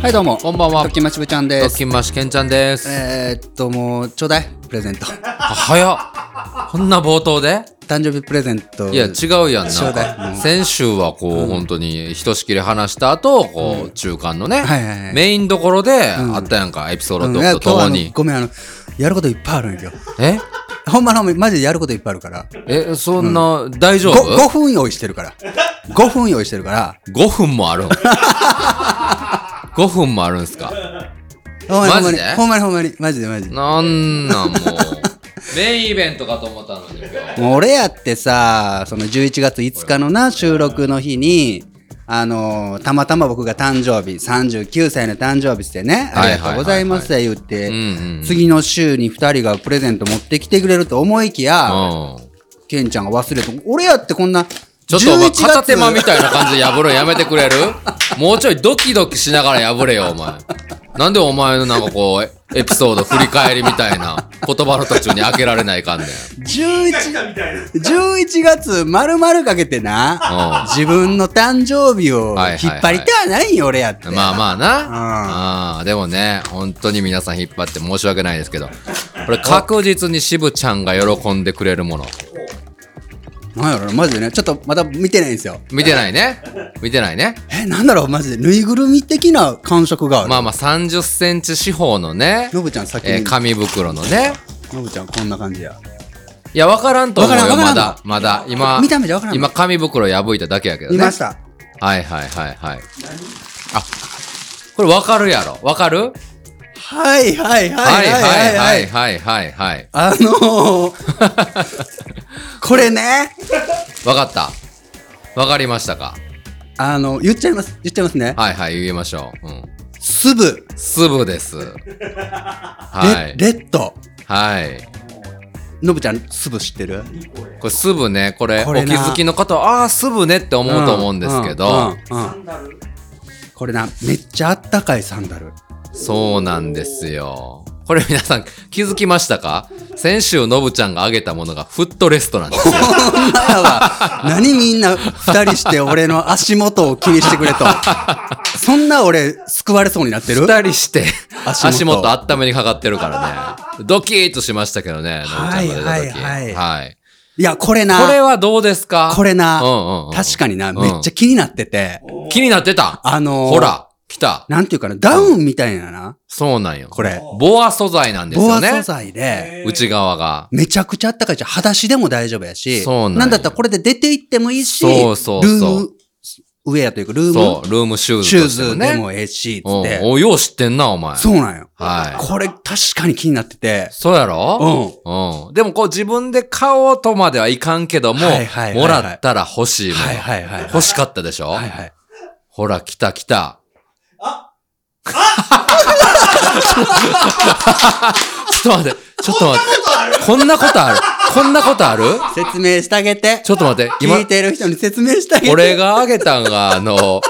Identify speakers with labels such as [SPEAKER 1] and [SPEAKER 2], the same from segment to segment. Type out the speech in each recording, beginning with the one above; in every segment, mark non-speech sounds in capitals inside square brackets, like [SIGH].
[SPEAKER 1] はいどうも
[SPEAKER 2] こんばんは
[SPEAKER 1] ときまちぶちゃんで
[SPEAKER 2] ド
[SPEAKER 1] す
[SPEAKER 2] キンマシケンちゃんです。
[SPEAKER 1] えー、っともうちょうだいプレゼン
[SPEAKER 2] [LAUGHS]
[SPEAKER 1] ト
[SPEAKER 2] あ早っ。こんな冒頭で
[SPEAKER 1] 誕生日プレゼント
[SPEAKER 2] いや、違うやん
[SPEAKER 1] ちょうだ
[SPEAKER 2] な。先週はこう、本当にひとしきり話した後、こう、中間のね、
[SPEAKER 1] はいはいはい
[SPEAKER 2] メインどころであったやんか、エピソー
[SPEAKER 1] う
[SPEAKER 2] ド
[SPEAKER 1] ん
[SPEAKER 2] と
[SPEAKER 1] いや今日
[SPEAKER 2] と
[SPEAKER 1] は
[SPEAKER 2] も
[SPEAKER 1] あの
[SPEAKER 2] に。
[SPEAKER 1] ごめんあのやることいっぱいあるんやけど
[SPEAKER 2] え
[SPEAKER 1] [LAUGHS] ほんまのマジでやることいっぱいあるから
[SPEAKER 2] え、そんな、大丈
[SPEAKER 1] ご
[SPEAKER 2] 夫
[SPEAKER 1] 5分用意してる
[SPEAKER 2] [LAUGHS]
[SPEAKER 1] から5分用意してるから
[SPEAKER 2] 5分もある
[SPEAKER 1] [LAUGHS]
[SPEAKER 2] ん5分もあるんすか
[SPEAKER 1] ほんまに
[SPEAKER 2] マジで
[SPEAKER 1] ほんまにほんまにマジでマジで
[SPEAKER 2] なんなん
[SPEAKER 1] [LAUGHS]
[SPEAKER 2] もうメインイベントかと思ったのに今日
[SPEAKER 1] もう俺やってさその11月5日のな収録の日にあのーたまたま僕が誕生日39歳の誕生日ってねあ
[SPEAKER 2] はい
[SPEAKER 1] り
[SPEAKER 2] はい
[SPEAKER 1] がと
[SPEAKER 2] はいはい
[SPEAKER 1] うございますって言って、
[SPEAKER 2] うんうん
[SPEAKER 1] 次の週に2人がプレゼント持ってきてくれると思いきや、
[SPEAKER 2] うん
[SPEAKER 1] ケンちゃんが忘れて俺やってこんな
[SPEAKER 2] ちょっとお前
[SPEAKER 1] 11月
[SPEAKER 2] 片手間みたいな感じで破るのやめてくれるもうちょいドキドキしながら破れよお前なんでお前のなんかこうエピソード振り返りみたいな言葉の途中に開けられないかんねん
[SPEAKER 1] 11, 11月丸々かけてな
[SPEAKER 2] う
[SPEAKER 1] 自分の誕生日を
[SPEAKER 2] はいはいはい
[SPEAKER 1] 引っ張りたいないんよ俺やって
[SPEAKER 2] まあまあな。
[SPEAKER 1] ん
[SPEAKER 2] ああでもね、本当に皆さん引っ張って申し訳ないですけど、これ確実に渋ちゃんが喜んでくれるもの。
[SPEAKER 1] なんやろなマジでねちょっとまだ見てないんですよ
[SPEAKER 2] 見てないね見てないね。
[SPEAKER 1] えなんだろうマジでぬいぐるみ的な感触がある
[SPEAKER 2] まあまあ30センチ四方のね、
[SPEAKER 1] ノブちゃん先に
[SPEAKER 2] えー紙袋のね。
[SPEAKER 1] ノブちゃんこんな感じや
[SPEAKER 2] いや、わからんと思う
[SPEAKER 1] わから
[SPEAKER 2] よ、
[SPEAKER 1] んわ
[SPEAKER 2] ま
[SPEAKER 1] か
[SPEAKER 2] だ。まだ。今、
[SPEAKER 1] 見た目じゃわからんの
[SPEAKER 2] 今紙袋破いただけやけどね。
[SPEAKER 1] 見ました
[SPEAKER 2] はいはいはいはい。あ、これわかるやろわかる
[SPEAKER 1] はいはいは
[SPEAKER 2] はいい
[SPEAKER 1] は
[SPEAKER 2] は
[SPEAKER 1] は
[SPEAKER 2] い
[SPEAKER 1] いい、は
[SPEAKER 2] はいいはいはいはい。 [LAUGHS]
[SPEAKER 1] あのー、これね
[SPEAKER 2] わかった。わかりましたか
[SPEAKER 1] あの言っちゃいます言っちゃいますね
[SPEAKER 2] はいはい、言いましょう。うん。
[SPEAKER 1] 粒
[SPEAKER 2] 粒です。はい。
[SPEAKER 1] レレッド
[SPEAKER 2] はい。
[SPEAKER 1] ノブちゃん粒知ってる
[SPEAKER 2] これ、粒ね、これ、
[SPEAKER 1] これ
[SPEAKER 2] お
[SPEAKER 1] な
[SPEAKER 2] 気づきの方、ああ、粒ねって思うと思うんですけど、
[SPEAKER 1] うんうんうんこれなめっちゃあったかいサンダル
[SPEAKER 2] そうなんですよ。これ皆さん気づきましたか先週、のぶちゃんが挙げたものがフットレストなんですよ。
[SPEAKER 1] ほんまや
[SPEAKER 2] [LAUGHS]
[SPEAKER 1] わ何みんな二人して俺の足元を気にしてくれとそんな俺救われそうになってる
[SPEAKER 2] 二人して、
[SPEAKER 1] 足元
[SPEAKER 2] 足元温めにかかってるからね。ドキーッとしましたけどね、のぶちゃんが
[SPEAKER 1] はいはい
[SPEAKER 2] 出た時。
[SPEAKER 1] はい
[SPEAKER 2] はい
[SPEAKER 1] いやこれな
[SPEAKER 2] これはどうですか
[SPEAKER 1] これな、
[SPEAKER 2] うんうんうん
[SPEAKER 1] 確かにな、
[SPEAKER 2] ん
[SPEAKER 1] めっちゃ気になってて、
[SPEAKER 2] 気になってた
[SPEAKER 1] あのー
[SPEAKER 2] ほら、来た。
[SPEAKER 1] なんていうかな、ダウンみたいなな、
[SPEAKER 2] そうなんよ。
[SPEAKER 1] これ、
[SPEAKER 2] ボア素材なんです
[SPEAKER 1] ボ
[SPEAKER 2] よ
[SPEAKER 1] ア
[SPEAKER 2] ね。
[SPEAKER 1] 素材で、
[SPEAKER 2] 内側が。
[SPEAKER 1] めちゃくちゃあったかいし、裸足でも大丈夫やし、
[SPEAKER 2] そうなんよ
[SPEAKER 1] だったらこれで出て行ってもいいし、
[SPEAKER 2] そうそうそう
[SPEAKER 1] ルームウェアというか、ルー
[SPEAKER 2] そ
[SPEAKER 1] ム
[SPEAKER 2] う、ルームシューズ
[SPEAKER 1] シュー
[SPEAKER 2] としても
[SPEAKER 1] ズ
[SPEAKER 2] ね。
[SPEAKER 1] でもええし、つって、
[SPEAKER 2] うんお、よう知ってんな、お前。
[SPEAKER 1] そうなんよ。
[SPEAKER 2] はい。
[SPEAKER 1] これ確かに気になってて、
[SPEAKER 2] そうや
[SPEAKER 1] う
[SPEAKER 2] ろ
[SPEAKER 1] ん。
[SPEAKER 2] うん。でもこう自分で買おうとまではいかんけども
[SPEAKER 1] はいはいはいは、い
[SPEAKER 2] もらったら欲しいもの。
[SPEAKER 1] はいはいはいはい
[SPEAKER 2] 欲しかったでしょ
[SPEAKER 1] はいはい。
[SPEAKER 2] ほら、来た来た。あちょっと待って、ちょっと待って。こんなことあるこんなことある
[SPEAKER 1] 説明してあげて。
[SPEAKER 2] ちょっと待って、今
[SPEAKER 1] 聞い、てる人に説明してあげて。
[SPEAKER 2] 俺があげたんが、あの、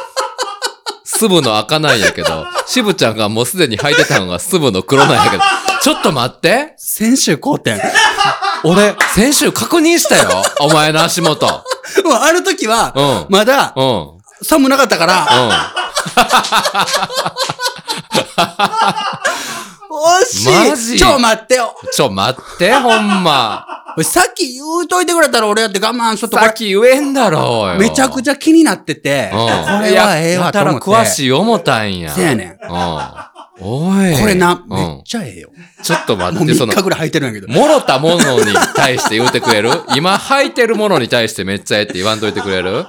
[SPEAKER 2] 粒の赤なんやけど、しぶちゃんがもうすでに履いてたのが粒の黒なんやけど、ちょっと待って。
[SPEAKER 1] 先週好 [LAUGHS] 転。
[SPEAKER 2] 俺、先週確認したよ。お前の足元。
[SPEAKER 1] もうある時は、
[SPEAKER 2] うん
[SPEAKER 1] まだ
[SPEAKER 2] うん。うん。
[SPEAKER 1] 寒なかったから、惜しい
[SPEAKER 2] マジ
[SPEAKER 1] ちょ、待ってよ
[SPEAKER 2] ちょ、待って、ほんま。
[SPEAKER 1] おいさっき言うといてくれたら俺やって我慢しとっとこ
[SPEAKER 2] さっき言えんだろうよ。
[SPEAKER 1] れめちゃくちゃ気になってて、こ
[SPEAKER 2] うん
[SPEAKER 1] れはええわと思っ
[SPEAKER 2] や
[SPEAKER 1] て。
[SPEAKER 2] たら詳しい思たんや。
[SPEAKER 1] せやねん。
[SPEAKER 2] うん。おい。
[SPEAKER 1] これな、
[SPEAKER 2] う
[SPEAKER 1] めっ
[SPEAKER 2] ん。
[SPEAKER 1] ちゃええよ。
[SPEAKER 2] ちょっと待
[SPEAKER 1] もう
[SPEAKER 2] って、そ
[SPEAKER 1] 3
[SPEAKER 2] の
[SPEAKER 1] 日、ぐらい履いてるんやけど。
[SPEAKER 2] もろたものに対して言うてくれる今履いてるものに対してめっちゃええって言わんといてくれる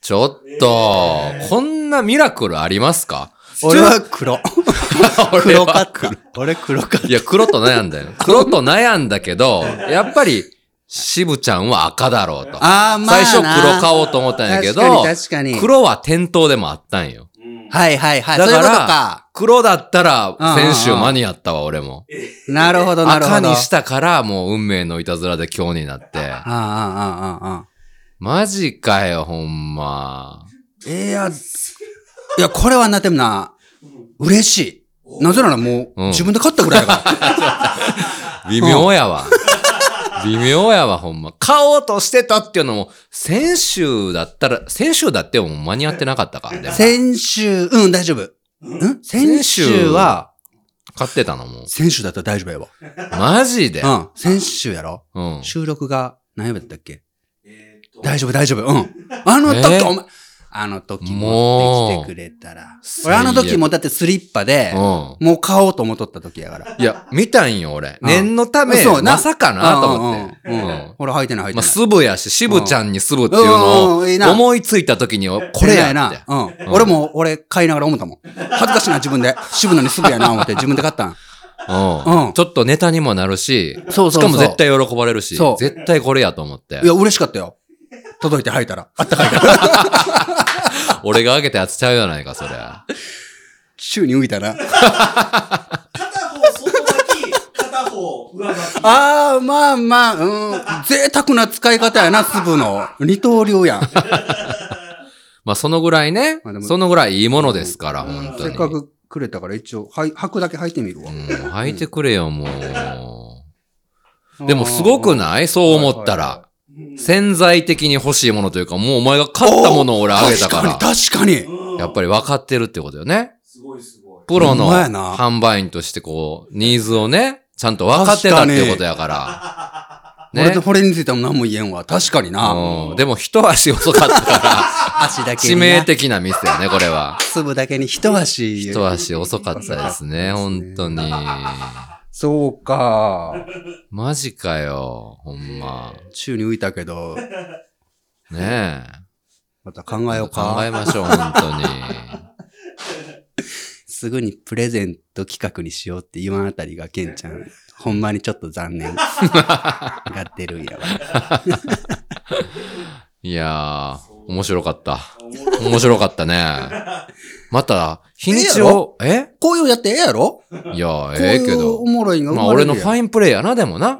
[SPEAKER 2] ちょっと、こんなミラクルありますか
[SPEAKER 1] [LAUGHS] 俺は [LAUGHS] 黒。
[SPEAKER 2] 俺
[SPEAKER 1] 黒
[SPEAKER 2] は
[SPEAKER 1] かった。俺黒かった。
[SPEAKER 2] いや、黒と悩
[SPEAKER 1] [LAUGHS]
[SPEAKER 2] んだよ。黒と悩んだけど、やっぱり、渋ちゃんは赤だろうと。
[SPEAKER 1] あーまあ
[SPEAKER 2] 最
[SPEAKER 1] な
[SPEAKER 2] 初黒買おうと思ったんやけど、
[SPEAKER 1] 確かに確かに
[SPEAKER 2] 黒は店頭でもあったんよ。
[SPEAKER 1] はいはいはい。
[SPEAKER 2] だ
[SPEAKER 1] そういう
[SPEAKER 2] か
[SPEAKER 1] こと
[SPEAKER 2] ら
[SPEAKER 1] か。、
[SPEAKER 2] 黒だったら
[SPEAKER 1] うんうんうん
[SPEAKER 2] 先週間に合ったわ、俺も。
[SPEAKER 1] なるほどなるほど。
[SPEAKER 2] 赤にしたから、もう運命のいたずらで今日になって。
[SPEAKER 1] ああああああああ。
[SPEAKER 2] マジかよ、ほんま。
[SPEAKER 1] ええや、いや、これはな、でもな、嬉しい。なぜならもう、
[SPEAKER 2] うん
[SPEAKER 1] [LAUGHS] 自分で買ったぐらいだから。
[SPEAKER 2] 微妙やわ。微妙やわ、ほんま。買おうとしてたっていうのも、先週だったら、先週だってもう間に合ってなかったから、でも
[SPEAKER 1] 先週、うん、大丈夫。うん先
[SPEAKER 2] 先
[SPEAKER 1] 週
[SPEAKER 2] 週
[SPEAKER 1] は、
[SPEAKER 2] 買ってたのもう。
[SPEAKER 1] 先週だったら大丈夫やわ。
[SPEAKER 2] マジで。
[SPEAKER 1] うん。先週やろ
[SPEAKER 2] うん。
[SPEAKER 1] 収録が何曜日だったっけ大丈夫、大丈夫。うん。あの時、
[SPEAKER 2] えー
[SPEAKER 1] お前、あの時持ってきてくれたら。俺あの時もだってスリッパで、
[SPEAKER 2] う
[SPEAKER 1] もう買おうと思っとった時やから。
[SPEAKER 2] ん。いや、見たんよ、俺。
[SPEAKER 1] うん
[SPEAKER 2] 念のため、
[SPEAKER 1] そうな
[SPEAKER 2] まさかなと思って。
[SPEAKER 1] うんうんうんうんほら、履いてない、履いてない。
[SPEAKER 2] まあ、すぶやし、しぶちゃんにすぶっていうの
[SPEAKER 1] うんうんうんいいな
[SPEAKER 2] を、思いついた時に、これやな。って
[SPEAKER 1] な。うん。俺も、俺、買いながら思ったもん。恥ずかしいな、自分で。渋野にすぐやな、思って、自分で買ったん。
[SPEAKER 2] [LAUGHS] う
[SPEAKER 1] うん
[SPEAKER 2] ん。ちょっとネタにもなるし、
[SPEAKER 1] そうそうそう
[SPEAKER 2] しかも絶対喜ばれるし
[SPEAKER 1] そう、
[SPEAKER 2] 絶対これやと思って
[SPEAKER 1] い。や、嬉しかったよ。届いて履いたら。あったかいから。
[SPEAKER 2] 俺があげたやつちゃうやないか、それ。
[SPEAKER 1] 宙に浮いたな。
[SPEAKER 3] 片方外巻き、片方上巻き。
[SPEAKER 1] あー、まあまあ、うん。贅沢な使い方やな、粒の。二刀流やん。
[SPEAKER 2] まあ、そのぐらいね
[SPEAKER 1] まあで、も
[SPEAKER 2] そのぐらいいいものですから、本当
[SPEAKER 1] せっ
[SPEAKER 2] に。
[SPEAKER 1] かくくれたから、一応、はい、履くだけ履いてみるわ
[SPEAKER 2] う。ん、履いてくれよ、もう。でも、すごくないそう思った
[SPEAKER 1] はいはい
[SPEAKER 2] ら。潜在的に欲しいものというか、もうお前が買ったものを俺あげたから。
[SPEAKER 1] 確かに、確かに。
[SPEAKER 3] うん
[SPEAKER 2] やっぱり分かってるってことよね。
[SPEAKER 3] すごいすごい。
[SPEAKER 2] プロ
[SPEAKER 1] ほ
[SPEAKER 2] の
[SPEAKER 1] んまやな
[SPEAKER 2] 販売員としてこう、ニーズをね、ちゃんと分かってたっていうことやから。
[SPEAKER 1] 俺
[SPEAKER 2] ね
[SPEAKER 1] と。これについても何も言えんわ。確かにな。
[SPEAKER 2] うんでも一足遅かったから、
[SPEAKER 1] 足だ
[SPEAKER 2] 致命的なミスよね、これは。
[SPEAKER 1] 粒だけに一足。
[SPEAKER 2] 一足遅かったですね、本当に。
[SPEAKER 1] そうか。
[SPEAKER 2] マジかよ、ほんま。
[SPEAKER 1] 宙に浮いたけど、
[SPEAKER 2] ね
[SPEAKER 1] また考え
[SPEAKER 2] え。
[SPEAKER 1] よう
[SPEAKER 2] 考
[SPEAKER 1] か。
[SPEAKER 2] えましょう、本当に。
[SPEAKER 1] すぐにプレゼント企画にしようって言わんあたりが、ケンちゃん、ほんまにちょっと残
[SPEAKER 2] [LAUGHS]
[SPEAKER 1] 念。がってるんやわ。
[SPEAKER 2] いやー、面白かった。面白かっ
[SPEAKER 1] [LAUGHS]
[SPEAKER 2] たね。また、日にちを、え
[SPEAKER 1] こういうのやってええやろ
[SPEAKER 2] いや、
[SPEAKER 1] こう
[SPEAKER 2] ええ
[SPEAKER 1] い
[SPEAKER 2] け
[SPEAKER 1] う
[SPEAKER 2] ど
[SPEAKER 1] お。もろいんが生
[SPEAKER 2] まあ
[SPEAKER 1] まれ
[SPEAKER 2] 俺
[SPEAKER 1] るや
[SPEAKER 2] の
[SPEAKER 1] ん
[SPEAKER 2] ファインプレーやな、でもな。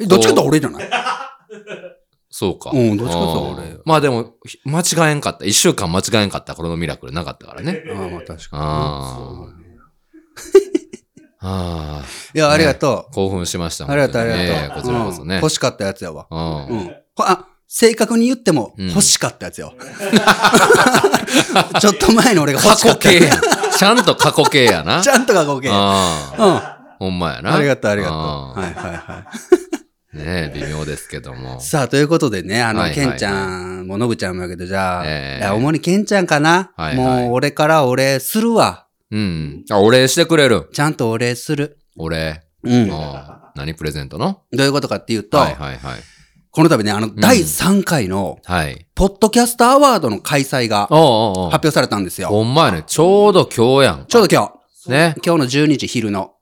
[SPEAKER 1] えどっちかと俺じゃない
[SPEAKER 2] そうか。
[SPEAKER 1] うんどっちかと俺
[SPEAKER 2] うんまあでも、ひ間違えんかった。一週間間違えんかった。これのミラクルなかったからね。
[SPEAKER 1] ああ、まあ確
[SPEAKER 2] あ
[SPEAKER 1] かに。
[SPEAKER 2] ああ、
[SPEAKER 1] いや、ありがと
[SPEAKER 2] 興奮しました。
[SPEAKER 1] う。ありがとう、あ
[SPEAKER 2] 本当に
[SPEAKER 1] り
[SPEAKER 2] ええ
[SPEAKER 1] がとう。
[SPEAKER 2] こちらこそ
[SPEAKER 1] うん
[SPEAKER 2] ね
[SPEAKER 1] 欲。しかったやつやわ。
[SPEAKER 2] う。
[SPEAKER 1] うんん。ほあ、正確に言っても、
[SPEAKER 2] うん
[SPEAKER 1] 欲しかったやつよ。 [LAUGHS] ちょっと前の俺が
[SPEAKER 2] 過
[SPEAKER 1] 欲しか
[SPEAKER 2] 去
[SPEAKER 1] った
[SPEAKER 2] 形
[SPEAKER 1] や
[SPEAKER 2] や。ちゃんと過去形やな。
[SPEAKER 1] つ。 [LAUGHS] ちゃんとが合計。うん。
[SPEAKER 2] ああ、
[SPEAKER 1] あ
[SPEAKER 2] ほんまやな。
[SPEAKER 1] りがとう、ありがとう。
[SPEAKER 2] ああ
[SPEAKER 1] はいはいはい。
[SPEAKER 2] ねえ、微妙ですけども。
[SPEAKER 1] さあ、ということでね、あの、
[SPEAKER 2] はいはい
[SPEAKER 1] ケ
[SPEAKER 2] はい
[SPEAKER 1] ンちゃんも、ノブちゃんもやけど、じゃあ、
[SPEAKER 2] ええ
[SPEAKER 1] いや主にケンちゃんかな、
[SPEAKER 2] はいはい
[SPEAKER 1] もう、俺からお礼するわ。
[SPEAKER 2] うん。あ、お礼してくれる。
[SPEAKER 1] ちゃんとお礼する。
[SPEAKER 2] お礼。
[SPEAKER 1] うん。
[SPEAKER 2] う
[SPEAKER 1] ど
[SPEAKER 2] ん何プレゼントの
[SPEAKER 1] ういうことかっていうと、
[SPEAKER 2] はいはいはい。
[SPEAKER 1] この度ね、あの、第3回の、
[SPEAKER 2] はい。
[SPEAKER 1] ポッドキャストアワードの開催が発
[SPEAKER 2] おうおうおう
[SPEAKER 1] 表されたんですよ。
[SPEAKER 2] ほんまやね。ちょうど今日やん。
[SPEAKER 1] ちょうど今日、
[SPEAKER 2] ね。
[SPEAKER 1] 今日の12時昼の。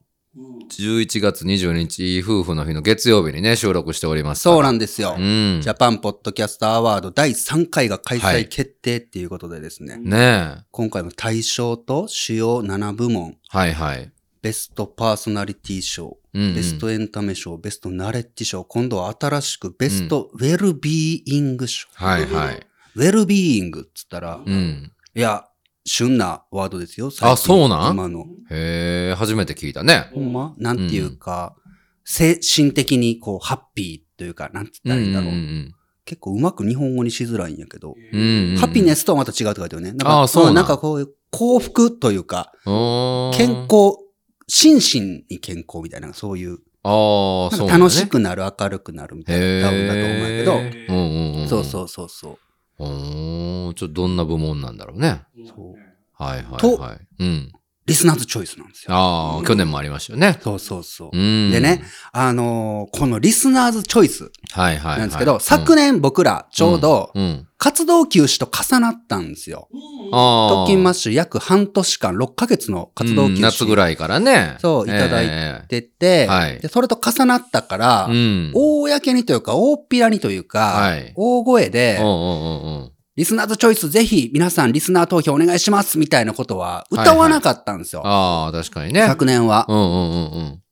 [SPEAKER 2] 11月22日、いい夫婦の日の月曜日にね、収録しておりますから。
[SPEAKER 1] そうなんですよ。
[SPEAKER 2] うん。
[SPEAKER 1] ジャパンポッドキャストアワード第3回が開
[SPEAKER 2] は
[SPEAKER 1] 催
[SPEAKER 2] い
[SPEAKER 1] 決定っていうことでですね、
[SPEAKER 2] ねえ。
[SPEAKER 1] 今回も大賞と主要7部門、
[SPEAKER 2] はいはい。
[SPEAKER 1] ベストパーソナリティ賞、
[SPEAKER 2] うんうん
[SPEAKER 1] ベストエンタメ賞、ベストナレッジ賞、今度は新しくベストウェルビーイング賞。
[SPEAKER 2] はいはい。
[SPEAKER 1] ウェルビーイングっつったら、
[SPEAKER 2] う
[SPEAKER 1] い
[SPEAKER 2] ん。
[SPEAKER 1] や、旬なワードですよ。
[SPEAKER 2] あそうなん
[SPEAKER 1] 今の。
[SPEAKER 2] へえ、初めて聞いたね。
[SPEAKER 1] ほんまなんていうか、精神的にこう、ハッピーというか、なんつったらいいんだろう。
[SPEAKER 2] ん
[SPEAKER 1] 結構うまく日本語にしづらいんやけど、
[SPEAKER 2] うんうん。
[SPEAKER 1] ハピネ
[SPEAKER 2] ス。
[SPEAKER 1] スとはまた違うって書いてあるね。なん
[SPEAKER 2] あ
[SPEAKER 1] か
[SPEAKER 2] ーそうなん
[SPEAKER 1] なんかこういう幸福というか、
[SPEAKER 2] おー
[SPEAKER 1] 健。康、心身に健康みたいな、そういう。
[SPEAKER 2] ああ、
[SPEAKER 1] な
[SPEAKER 2] そう
[SPEAKER 1] ん
[SPEAKER 2] なん
[SPEAKER 1] か
[SPEAKER 2] だね
[SPEAKER 1] 楽し。くなる、明るくなるみたいな歌うんだと思うん
[SPEAKER 2] へ
[SPEAKER 1] や
[SPEAKER 2] うんうんう
[SPEAKER 1] けど、
[SPEAKER 2] ん。
[SPEAKER 1] そうそうそうそう。
[SPEAKER 2] う。おーちょっとどんな部門なんだろうね。
[SPEAKER 1] そう
[SPEAKER 2] はいはい
[SPEAKER 1] と
[SPEAKER 2] はい。うん。
[SPEAKER 1] リスナーズチョイスなんですよ。
[SPEAKER 2] ああ、去年もありましたよね。
[SPEAKER 1] そうそうそう
[SPEAKER 2] う。ん。
[SPEAKER 1] でね。、あのーこのリスナーズチョイス
[SPEAKER 2] はいはいはい。
[SPEAKER 1] なんですけど、昨年僕らちょうど
[SPEAKER 2] うん、うん。
[SPEAKER 1] 活動休止と重なったんですよ。
[SPEAKER 2] ああ。
[SPEAKER 1] 特勤マッシュ約半年間、6ヶ月の活動
[SPEAKER 2] う
[SPEAKER 1] 休
[SPEAKER 2] ん
[SPEAKER 1] 止。
[SPEAKER 2] 夏ぐらいからね。
[SPEAKER 1] そういただい
[SPEAKER 2] え
[SPEAKER 1] 出て、
[SPEAKER 2] はい
[SPEAKER 1] でそれと重なったから、
[SPEAKER 2] えうん。
[SPEAKER 1] 公にというか、大っぴらにというか、
[SPEAKER 2] はい
[SPEAKER 1] 大声で、
[SPEAKER 2] うんうんうんうん。
[SPEAKER 1] リスナーズチョイスぜひ皆さんリスナー投票お願いしますみたいなことは歌わなかったんですよ。
[SPEAKER 2] ああ、確かにね。
[SPEAKER 1] 昨年は。
[SPEAKER 2] うんうんうんうん。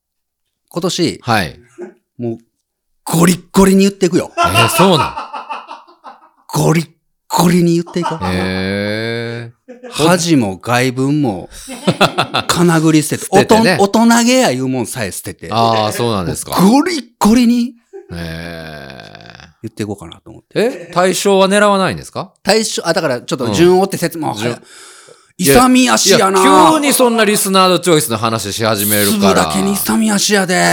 [SPEAKER 1] 今年、
[SPEAKER 2] はい。
[SPEAKER 1] [LAUGHS]
[SPEAKER 2] え
[SPEAKER 1] もう、ゴリッゴリに言っていくよ。
[SPEAKER 2] ー、そうな
[SPEAKER 1] ゴリッゴリに言っていく。
[SPEAKER 2] のえ
[SPEAKER 1] 恥も外文
[SPEAKER 2] [LAUGHS]
[SPEAKER 1] も、かなぐり捨てて、
[SPEAKER 2] 捨ててね
[SPEAKER 1] [LAUGHS] おとん大人げや言うもんさえ捨てて、
[SPEAKER 2] ー。ああ、そうなんですか。
[SPEAKER 1] ゴリッゴリに
[SPEAKER 2] え
[SPEAKER 1] 言っていこうかなと思って。
[SPEAKER 2] ー、え対象は狙わないんですか
[SPEAKER 1] 対象、あ、だからちょっ
[SPEAKER 2] う
[SPEAKER 1] と
[SPEAKER 2] ん
[SPEAKER 1] 順を追って説明。
[SPEAKER 2] 順いや
[SPEAKER 1] 勇み足やな。
[SPEAKER 2] いや急にそんなリスナードチョイスの話し始める
[SPEAKER 1] 粒
[SPEAKER 2] から。
[SPEAKER 1] だけに勇み足やで。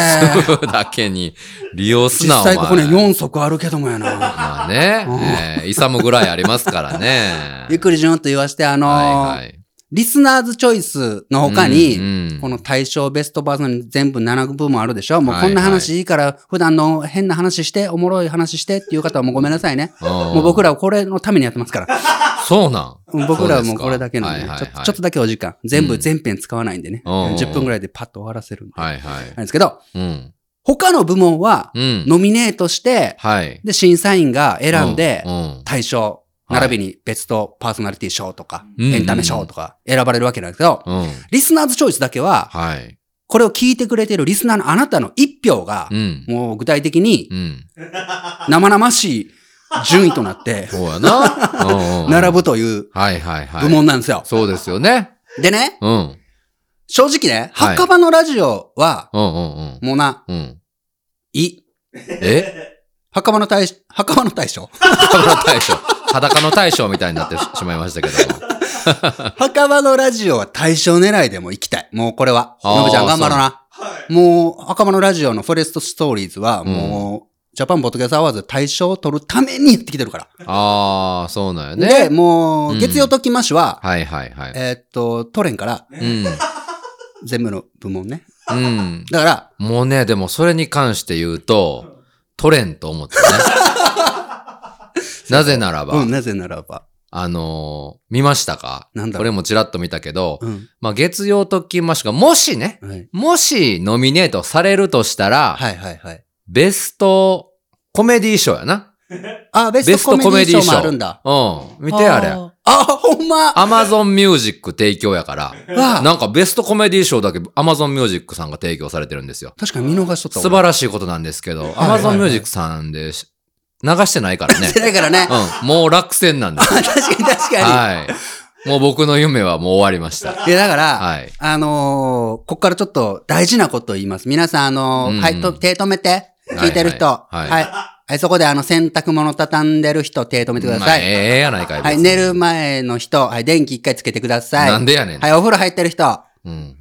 [SPEAKER 2] 粒だけに利用 [LAUGHS] す
[SPEAKER 1] 実
[SPEAKER 2] な、お前。
[SPEAKER 1] 際ここね、4足あるけどもや
[SPEAKER 2] [LAUGHS]
[SPEAKER 1] な。
[SPEAKER 2] まあね、えー、イサムぐらいありますか
[SPEAKER 1] [LAUGHS]
[SPEAKER 2] らね。
[SPEAKER 1] ゆっくり順をと言わして、あのー
[SPEAKER 2] はいはい。
[SPEAKER 1] リスナーズチョイスの他に、
[SPEAKER 2] うんうん
[SPEAKER 1] この対象ベストバージョン全部7部もあるでしょもう
[SPEAKER 2] はい
[SPEAKER 1] こ
[SPEAKER 2] はい
[SPEAKER 1] んな話いいから、普段の変な話して、おもろい話してっていう方はもうごめんなさいね。
[SPEAKER 2] うん
[SPEAKER 1] もう僕らはこれのためにやってますから。
[SPEAKER 2] そうなん
[SPEAKER 1] うん僕らはもうこれだけなんで、
[SPEAKER 2] そうですか
[SPEAKER 1] ちょっと
[SPEAKER 2] はいはいはい
[SPEAKER 1] ちょっとだけお時間。全
[SPEAKER 2] う
[SPEAKER 1] 部
[SPEAKER 2] ん
[SPEAKER 1] 全編使わないんでね。
[SPEAKER 2] うんうんうん
[SPEAKER 1] 10分ぐらいでパッと終わらせるんで。
[SPEAKER 2] はいはい
[SPEAKER 1] な。んですけど、
[SPEAKER 2] うん。
[SPEAKER 1] 他の部門は、
[SPEAKER 2] うん。
[SPEAKER 1] ノミネートして、
[SPEAKER 2] はい。
[SPEAKER 1] で、審査員が選んで
[SPEAKER 2] う、ん。
[SPEAKER 1] 大賞、
[SPEAKER 2] はい
[SPEAKER 1] 並びにベストパーソナリティ賞とか、
[SPEAKER 2] うん
[SPEAKER 1] エンタメ賞とか選ばれるわけなんですけど、
[SPEAKER 2] うん。うん
[SPEAKER 1] リスナーズチョイスだけは、
[SPEAKER 2] はい。
[SPEAKER 1] これを聞いてくれてるリスナーのあなたの一票が
[SPEAKER 2] う、ん。
[SPEAKER 1] もう具体的に
[SPEAKER 2] うん。
[SPEAKER 1] 生々しい順位となって、
[SPEAKER 2] [LAUGHS] そうやな。うんうん
[SPEAKER 1] 並。ぶという
[SPEAKER 2] はいはいはい。
[SPEAKER 1] 部門なんですよ。
[SPEAKER 2] そうですよね。
[SPEAKER 1] でね、
[SPEAKER 2] うん。うん
[SPEAKER 1] 正直ね、
[SPEAKER 2] はい
[SPEAKER 1] 墓場のラジオは、
[SPEAKER 2] うんうん。
[SPEAKER 1] もうな、
[SPEAKER 2] うん。
[SPEAKER 1] いい。
[SPEAKER 2] え [LAUGHS]
[SPEAKER 1] 墓場の大賞、墓場の大賞
[SPEAKER 2] 裸の大将。裸の大将みたいになってしまいましたけども。
[SPEAKER 1] 墓場のラジオは大賞狙いでも行きたい。もうこれは。
[SPEAKER 2] あー
[SPEAKER 1] のぶちゃん頑張ろうな。
[SPEAKER 3] はい。
[SPEAKER 1] もう、赤間のラジオのフォレストストーリーズは、もう、ジャパンポッドキャストアワーズ大賞を取るためにやってきてるから。
[SPEAKER 2] ああ、そうなんよ
[SPEAKER 1] で、
[SPEAKER 2] ね。
[SPEAKER 1] も
[SPEAKER 2] う
[SPEAKER 1] う、
[SPEAKER 2] ん
[SPEAKER 1] 月曜ときましは、
[SPEAKER 2] はいはいはい。
[SPEAKER 1] えーっと、取れんから、
[SPEAKER 2] うん。
[SPEAKER 1] 全部の部門ね。
[SPEAKER 2] うん。
[SPEAKER 1] だから、
[SPEAKER 2] もうね、でもそれに関して言うと、取れんと思ってね。
[SPEAKER 1] [LAUGHS]
[SPEAKER 2] なぜならば、
[SPEAKER 1] うん、なぜならば。
[SPEAKER 2] あのー見ましたか
[SPEAKER 1] なんだろう
[SPEAKER 2] これもちらっと見たけど、
[SPEAKER 1] うん。
[SPEAKER 2] まあ月曜ときましが、もしね、
[SPEAKER 1] はい。
[SPEAKER 2] もしノミネートされるとしたら、
[SPEAKER 1] はいはいはい。
[SPEAKER 2] ベストコメディ賞やな。
[SPEAKER 1] あ、ベ
[SPEAKER 2] ベ
[SPEAKER 1] ス
[SPEAKER 2] ス
[SPEAKER 1] ト
[SPEAKER 2] ト
[SPEAKER 1] コ
[SPEAKER 2] コメ
[SPEAKER 1] メ
[SPEAKER 2] デ
[SPEAKER 1] ディ
[SPEAKER 2] ィー
[SPEAKER 1] ー賞
[SPEAKER 2] 賞
[SPEAKER 1] もあるんだ。
[SPEAKER 2] うん。見てあれ。
[SPEAKER 1] ー。あ、ほんま。
[SPEAKER 2] アマゾンミュージック提供やから、
[SPEAKER 1] あ
[SPEAKER 2] なんかベストコメディ賞だけアマゾンミュージックさんが提供されてるんですよ。
[SPEAKER 1] 確かに見逃しとった。
[SPEAKER 2] 素晴らしいことなんですけど、
[SPEAKER 1] はいはい
[SPEAKER 2] Amazon Music さんでし流してないからね
[SPEAKER 1] [LAUGHS] し。い。だからね。
[SPEAKER 2] うん。もう落選な
[SPEAKER 1] [LAUGHS]
[SPEAKER 2] んです。
[SPEAKER 1] 確かに確か
[SPEAKER 2] はい。もう僕の夢はもう終わりました。
[SPEAKER 1] に。いや、だから、
[SPEAKER 2] はい。
[SPEAKER 1] あのーこっからちょっと大事なことを言います。皆さん、あのー
[SPEAKER 2] うんうん
[SPEAKER 1] はい、と、手止めて。聞いてる人。
[SPEAKER 2] は
[SPEAKER 1] はいい、
[SPEAKER 2] は
[SPEAKER 1] はいいはいそこで、あの、洗濯物畳んでる人、手止めてくだ
[SPEAKER 2] まあ
[SPEAKER 1] さ
[SPEAKER 2] え
[SPEAKER 1] い。
[SPEAKER 2] えやないかい。
[SPEAKER 1] はい、
[SPEAKER 2] 別に
[SPEAKER 1] 寝る前の人、はい、電気一回つけてください。
[SPEAKER 2] なんでやねん。
[SPEAKER 1] はい、お風呂入ってる人、
[SPEAKER 2] うん。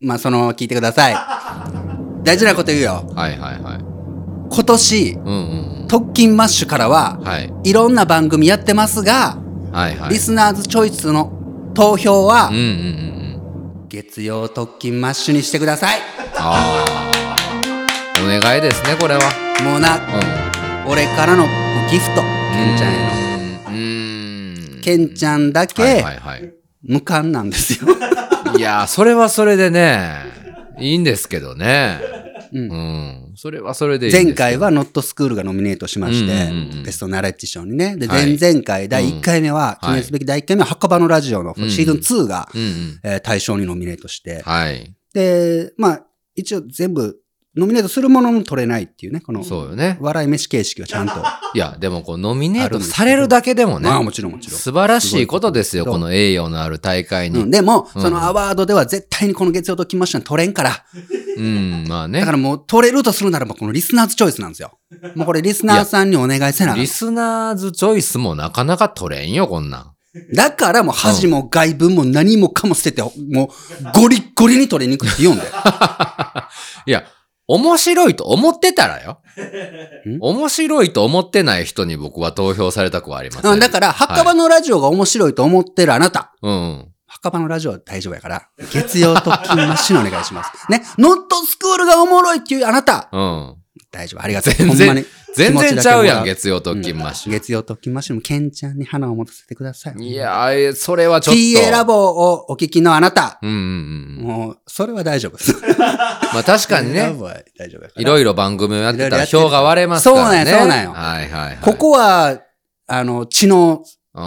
[SPEAKER 1] まあ、その、聞いてください。大事なこと言うよ。
[SPEAKER 2] はいはいはい。うん
[SPEAKER 1] 今年、
[SPEAKER 2] うん
[SPEAKER 1] 特勤マッシュからは
[SPEAKER 2] うん。、はい。
[SPEAKER 1] いろんな番組やってますが、
[SPEAKER 2] はいはい。
[SPEAKER 1] リスナーズチョイスの投票は
[SPEAKER 2] うん、うんうんうん。
[SPEAKER 1] 月曜特勤マッシュにしてください。
[SPEAKER 2] ああ。お願いですね、これは。
[SPEAKER 1] もうな、
[SPEAKER 2] う
[SPEAKER 1] 俺からのギフト、
[SPEAKER 2] ん。
[SPEAKER 1] ケンちゃんへの。
[SPEAKER 2] うーん。うーん。
[SPEAKER 1] ケンちゃんだ
[SPEAKER 2] はい
[SPEAKER 1] け
[SPEAKER 2] はいはい。
[SPEAKER 1] 無感なんですよ。
[SPEAKER 2] いやー、それはそれでね、いいんですけどね。う。
[SPEAKER 1] うんん
[SPEAKER 2] それはそれでいいんですけ
[SPEAKER 1] 前回、
[SPEAKER 2] ど
[SPEAKER 1] はノットスクールがノミネートしまし
[SPEAKER 2] うんうんうん
[SPEAKER 1] て、ベストナレッジ賞にね。で、
[SPEAKER 2] はい
[SPEAKER 1] 前々回、第1回目は、
[SPEAKER 2] うん
[SPEAKER 1] 記念すべき第1回目は、墓場のラジオの
[SPEAKER 2] うん
[SPEAKER 1] シーズン2が、
[SPEAKER 2] うんうん。
[SPEAKER 1] えー対象にノミネートして、
[SPEAKER 2] はい。
[SPEAKER 1] で、まあ、一応全部、ノミネートするものも取れないっていうね、この、
[SPEAKER 2] そうよね。
[SPEAKER 1] 笑い飯形式はちゃん
[SPEAKER 2] [LAUGHS]
[SPEAKER 1] と。
[SPEAKER 2] いや、でもこう、ノミネー
[SPEAKER 1] ある
[SPEAKER 2] ト
[SPEAKER 1] んですけど
[SPEAKER 2] されるだけでもね
[SPEAKER 1] ま、あ、もちろんもちろん。
[SPEAKER 2] 素晴らしいことですよ、
[SPEAKER 1] すごい
[SPEAKER 2] この栄誉のある大会
[SPEAKER 1] う
[SPEAKER 2] に
[SPEAKER 1] ん、。でも、
[SPEAKER 2] うん
[SPEAKER 1] そのアワードでは絶対にこの月曜と来ました取れんから。
[SPEAKER 2] うん、まあね
[SPEAKER 1] だか。らもう取れるとするならばこのリスナーズチョイスなんです
[SPEAKER 2] [LAUGHS]
[SPEAKER 1] よ。もうこれリスナーさんにお願いせなあかん
[SPEAKER 2] リスナーズチョイスもなかなか取れんよ、こんなん。
[SPEAKER 1] だからもう恥も外文も何もかも捨てて、もうゴリッゴリに取りに行くって言うんだよ。
[SPEAKER 2] [LAUGHS] いや、面白いと思ってたらよ
[SPEAKER 1] ん。
[SPEAKER 2] 面白いと思ってない人に僕は投票されたくはありませ。
[SPEAKER 1] うんんだから、
[SPEAKER 2] はい
[SPEAKER 1] 墓場のラジオが面白いと思ってるあなた。
[SPEAKER 2] うんうん。
[SPEAKER 1] 墓場のラジオは大丈夫やから、月曜特勤マッシュにお願いします。ね、ノットスクールがおもろいっていうあなた。
[SPEAKER 2] うん。
[SPEAKER 1] 大丈夫、ありがとう。
[SPEAKER 2] 全然
[SPEAKER 1] ほんまに。
[SPEAKER 2] 全
[SPEAKER 1] 気持
[SPEAKER 2] 然
[SPEAKER 1] ちだ
[SPEAKER 2] ち
[SPEAKER 1] け
[SPEAKER 2] ゃ
[SPEAKER 1] も
[SPEAKER 2] う
[SPEAKER 1] ら
[SPEAKER 2] やん、月曜特勤マッシュ。
[SPEAKER 1] 月曜特勤マッシュもケンちゃんに花を持たせてください。
[SPEAKER 2] いやー、えーそれはちょっと。
[SPEAKER 1] TA ラボをお聞きのあなた。
[SPEAKER 2] うんうんうん。
[SPEAKER 1] もう、それは大丈夫です。
[SPEAKER 2] まあ確かに
[SPEAKER 1] ラ
[SPEAKER 2] ね、
[SPEAKER 1] ボは大丈夫やから
[SPEAKER 2] いろいろ番組をやってた
[SPEAKER 1] いろい
[SPEAKER 2] ら
[SPEAKER 1] ろやってる
[SPEAKER 2] 票が割れますからね。
[SPEAKER 1] そうなんよそう
[SPEAKER 2] はいはいはい。
[SPEAKER 1] ここは、あの、知能、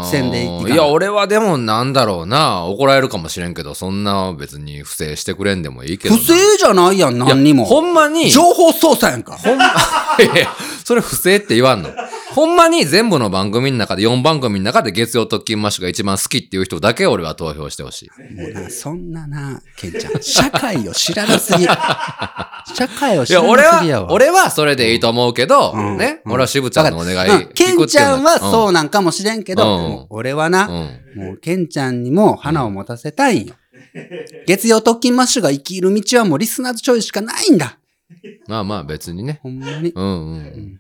[SPEAKER 1] 線でいか
[SPEAKER 2] う
[SPEAKER 1] なん
[SPEAKER 2] いや、俺はでもなんだろうな、怒られるかもしれんけど、そんな別に不正してくれんでもいいけど
[SPEAKER 1] 不
[SPEAKER 2] な。
[SPEAKER 1] 正じゃないやん、何に
[SPEAKER 2] いやほ
[SPEAKER 1] も。
[SPEAKER 2] んまに、
[SPEAKER 1] 情報操作やんか。
[SPEAKER 2] ほんま、いやそれ不正って言わんの。ほんまに全部の番組の中で、4番組の中で月曜特勤マッシュが一番好きっていう人だけ俺は投票してほしい。
[SPEAKER 1] もうな、そんなな、ケンちゃん、社会を知らな
[SPEAKER 2] [LAUGHS]
[SPEAKER 1] すぎ。社会を
[SPEAKER 2] い
[SPEAKER 1] 知
[SPEAKER 2] や、
[SPEAKER 1] ら
[SPEAKER 2] 俺
[SPEAKER 1] なすぎやわ。
[SPEAKER 2] は、俺はそれでいいと思うけど、
[SPEAKER 1] うん
[SPEAKER 2] ね、
[SPEAKER 1] うん
[SPEAKER 2] 俺は渋ちゃんのお願い
[SPEAKER 1] うんケ
[SPEAKER 2] 聞く
[SPEAKER 1] ン
[SPEAKER 2] っ
[SPEAKER 1] ち
[SPEAKER 2] てい
[SPEAKER 1] ゃんはそううなんかもしれんけど、
[SPEAKER 2] うん
[SPEAKER 1] もう俺はな、
[SPEAKER 2] のは。うん。
[SPEAKER 1] もうケンちゃんにも花を持たせたいんよ。月曜特勤マッシュが生きる道はもうリスナーズチョイスしかないんだ。
[SPEAKER 2] まあまあ別にね。
[SPEAKER 1] ほんまに。
[SPEAKER 2] うんうんん。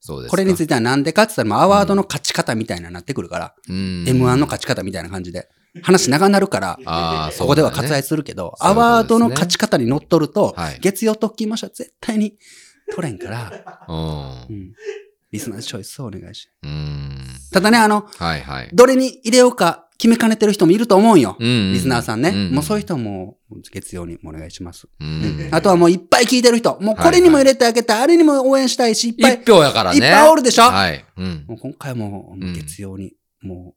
[SPEAKER 2] そうですか。
[SPEAKER 1] これについてはなんでかって言ったら、もうアワードの勝ち方みたいなになってくるから、
[SPEAKER 2] うん
[SPEAKER 1] M1 の勝ち方みたいな感じで。話長なるから、
[SPEAKER 2] ああ、
[SPEAKER 1] ここでは
[SPEAKER 2] そ
[SPEAKER 1] 割
[SPEAKER 2] うだね
[SPEAKER 1] 愛するけど、
[SPEAKER 2] そう
[SPEAKER 1] ア
[SPEAKER 2] いうことですね
[SPEAKER 1] ワードの勝ち方に乗っとると、
[SPEAKER 2] はい
[SPEAKER 1] 月曜特勤マッシュは絶対に取れんから、
[SPEAKER 2] う。
[SPEAKER 1] うんんリスナーズチョイスをお願いし。
[SPEAKER 2] うん。
[SPEAKER 1] ただね、あの、
[SPEAKER 2] はいはい。
[SPEAKER 1] どれに入れようか決めかねてる人もいると思うんよ。
[SPEAKER 2] リ
[SPEAKER 1] リスナーさんね。もうそういう人はもう月曜にお願いします。
[SPEAKER 2] うん
[SPEAKER 1] あとはもういっぱい聞いてる人。もうこれにも入れてあげたい、あれにも応援したいし、いっぱい。
[SPEAKER 2] 一票やからね。
[SPEAKER 1] いっぱいおるでしょ
[SPEAKER 2] はい。うん
[SPEAKER 1] も。う今回も
[SPEAKER 2] ん
[SPEAKER 1] 月曜に、もう、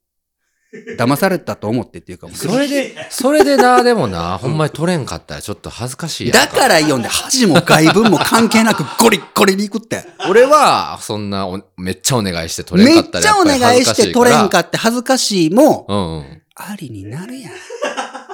[SPEAKER 1] 騙されたと思ってっていうか、もう
[SPEAKER 2] それで、それでな、でもな、ほんまに取れんかったらちょっと恥ずかしいやん
[SPEAKER 1] だからイオンで恥も外文も関係なくゴリッゴリに行くって。
[SPEAKER 2] 俺は、そんなお、めっちゃお願いして取れん
[SPEAKER 1] め
[SPEAKER 2] か
[SPEAKER 1] っ
[SPEAKER 2] った
[SPEAKER 1] ち
[SPEAKER 2] らや
[SPEAKER 1] ゃ
[SPEAKER 2] ぱ
[SPEAKER 1] お
[SPEAKER 2] り
[SPEAKER 1] 願いして取れんか
[SPEAKER 2] っ
[SPEAKER 1] って恥ずかしいも、
[SPEAKER 2] た。うんうん。
[SPEAKER 1] ありになるやん。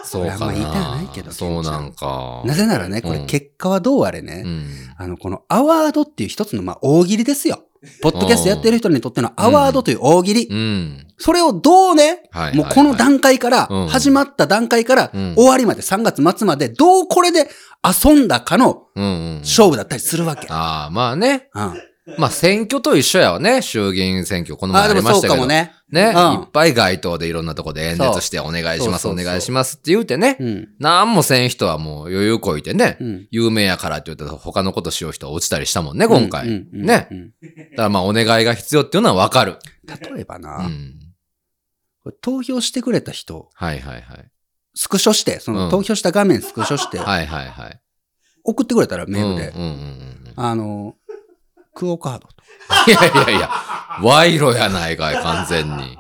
[SPEAKER 2] そうか
[SPEAKER 1] まあ
[SPEAKER 2] な。
[SPEAKER 1] 言いたないけど
[SPEAKER 2] そうなんか。
[SPEAKER 1] なぜならね、こ
[SPEAKER 2] う
[SPEAKER 1] れ
[SPEAKER 2] ん
[SPEAKER 1] 結果はどうあれね、
[SPEAKER 2] うん。
[SPEAKER 1] あの、このアワードっていう一つの、まあ、大喜利ですよ。ポッドキャストやってる人にとってのアワードという大喜利。
[SPEAKER 2] うん。
[SPEAKER 1] それをどうね、
[SPEAKER 2] はいはいはい
[SPEAKER 1] もうこの段階から、
[SPEAKER 2] うん
[SPEAKER 1] 始まった段階から、
[SPEAKER 2] うん
[SPEAKER 1] 終わりまで、3月末まで、どうこれで遊んだかの
[SPEAKER 2] うんうん。
[SPEAKER 1] 勝負だったりするわけ。
[SPEAKER 2] ああ、まあね。
[SPEAKER 1] うん、あ
[SPEAKER 2] まあ選挙と一緒やわね。衆議院選挙。この前
[SPEAKER 1] あ、
[SPEAKER 2] あ
[SPEAKER 1] で
[SPEAKER 2] り
[SPEAKER 1] も
[SPEAKER 2] ま
[SPEAKER 1] そ
[SPEAKER 2] し
[SPEAKER 1] う
[SPEAKER 2] た
[SPEAKER 1] か
[SPEAKER 2] け
[SPEAKER 1] も
[SPEAKER 2] ど。
[SPEAKER 1] ね。
[SPEAKER 2] ね、
[SPEAKER 1] うん
[SPEAKER 2] いっぱい街頭でいろんなとこで演
[SPEAKER 1] そう
[SPEAKER 2] 説してお願いします、
[SPEAKER 1] そうそうそう
[SPEAKER 2] お願いしますって言うてね、
[SPEAKER 1] うん。
[SPEAKER 2] なんもせん人はもう余裕こいてね、
[SPEAKER 1] うん。
[SPEAKER 2] 有名やからって言って他のことしよう人は落ちたりしたもんね、今回。
[SPEAKER 1] うんうんうん
[SPEAKER 2] ね
[SPEAKER 1] うん
[SPEAKER 2] だからまあお願いが必要っていうのはわかる。
[SPEAKER 1] 例えば
[SPEAKER 2] う
[SPEAKER 1] な、
[SPEAKER 2] ん。
[SPEAKER 1] これ投票してくれた人、
[SPEAKER 2] はいはいはい。
[SPEAKER 1] スクショして、その
[SPEAKER 2] うん
[SPEAKER 1] 投票した画面スクショして、
[SPEAKER 2] はいはいはい。
[SPEAKER 1] 送ってくれたらメールで、
[SPEAKER 2] うんうんうんうん。
[SPEAKER 1] あの、クオカードと。
[SPEAKER 2] いやいやいや、賄賂やないかい、完全に。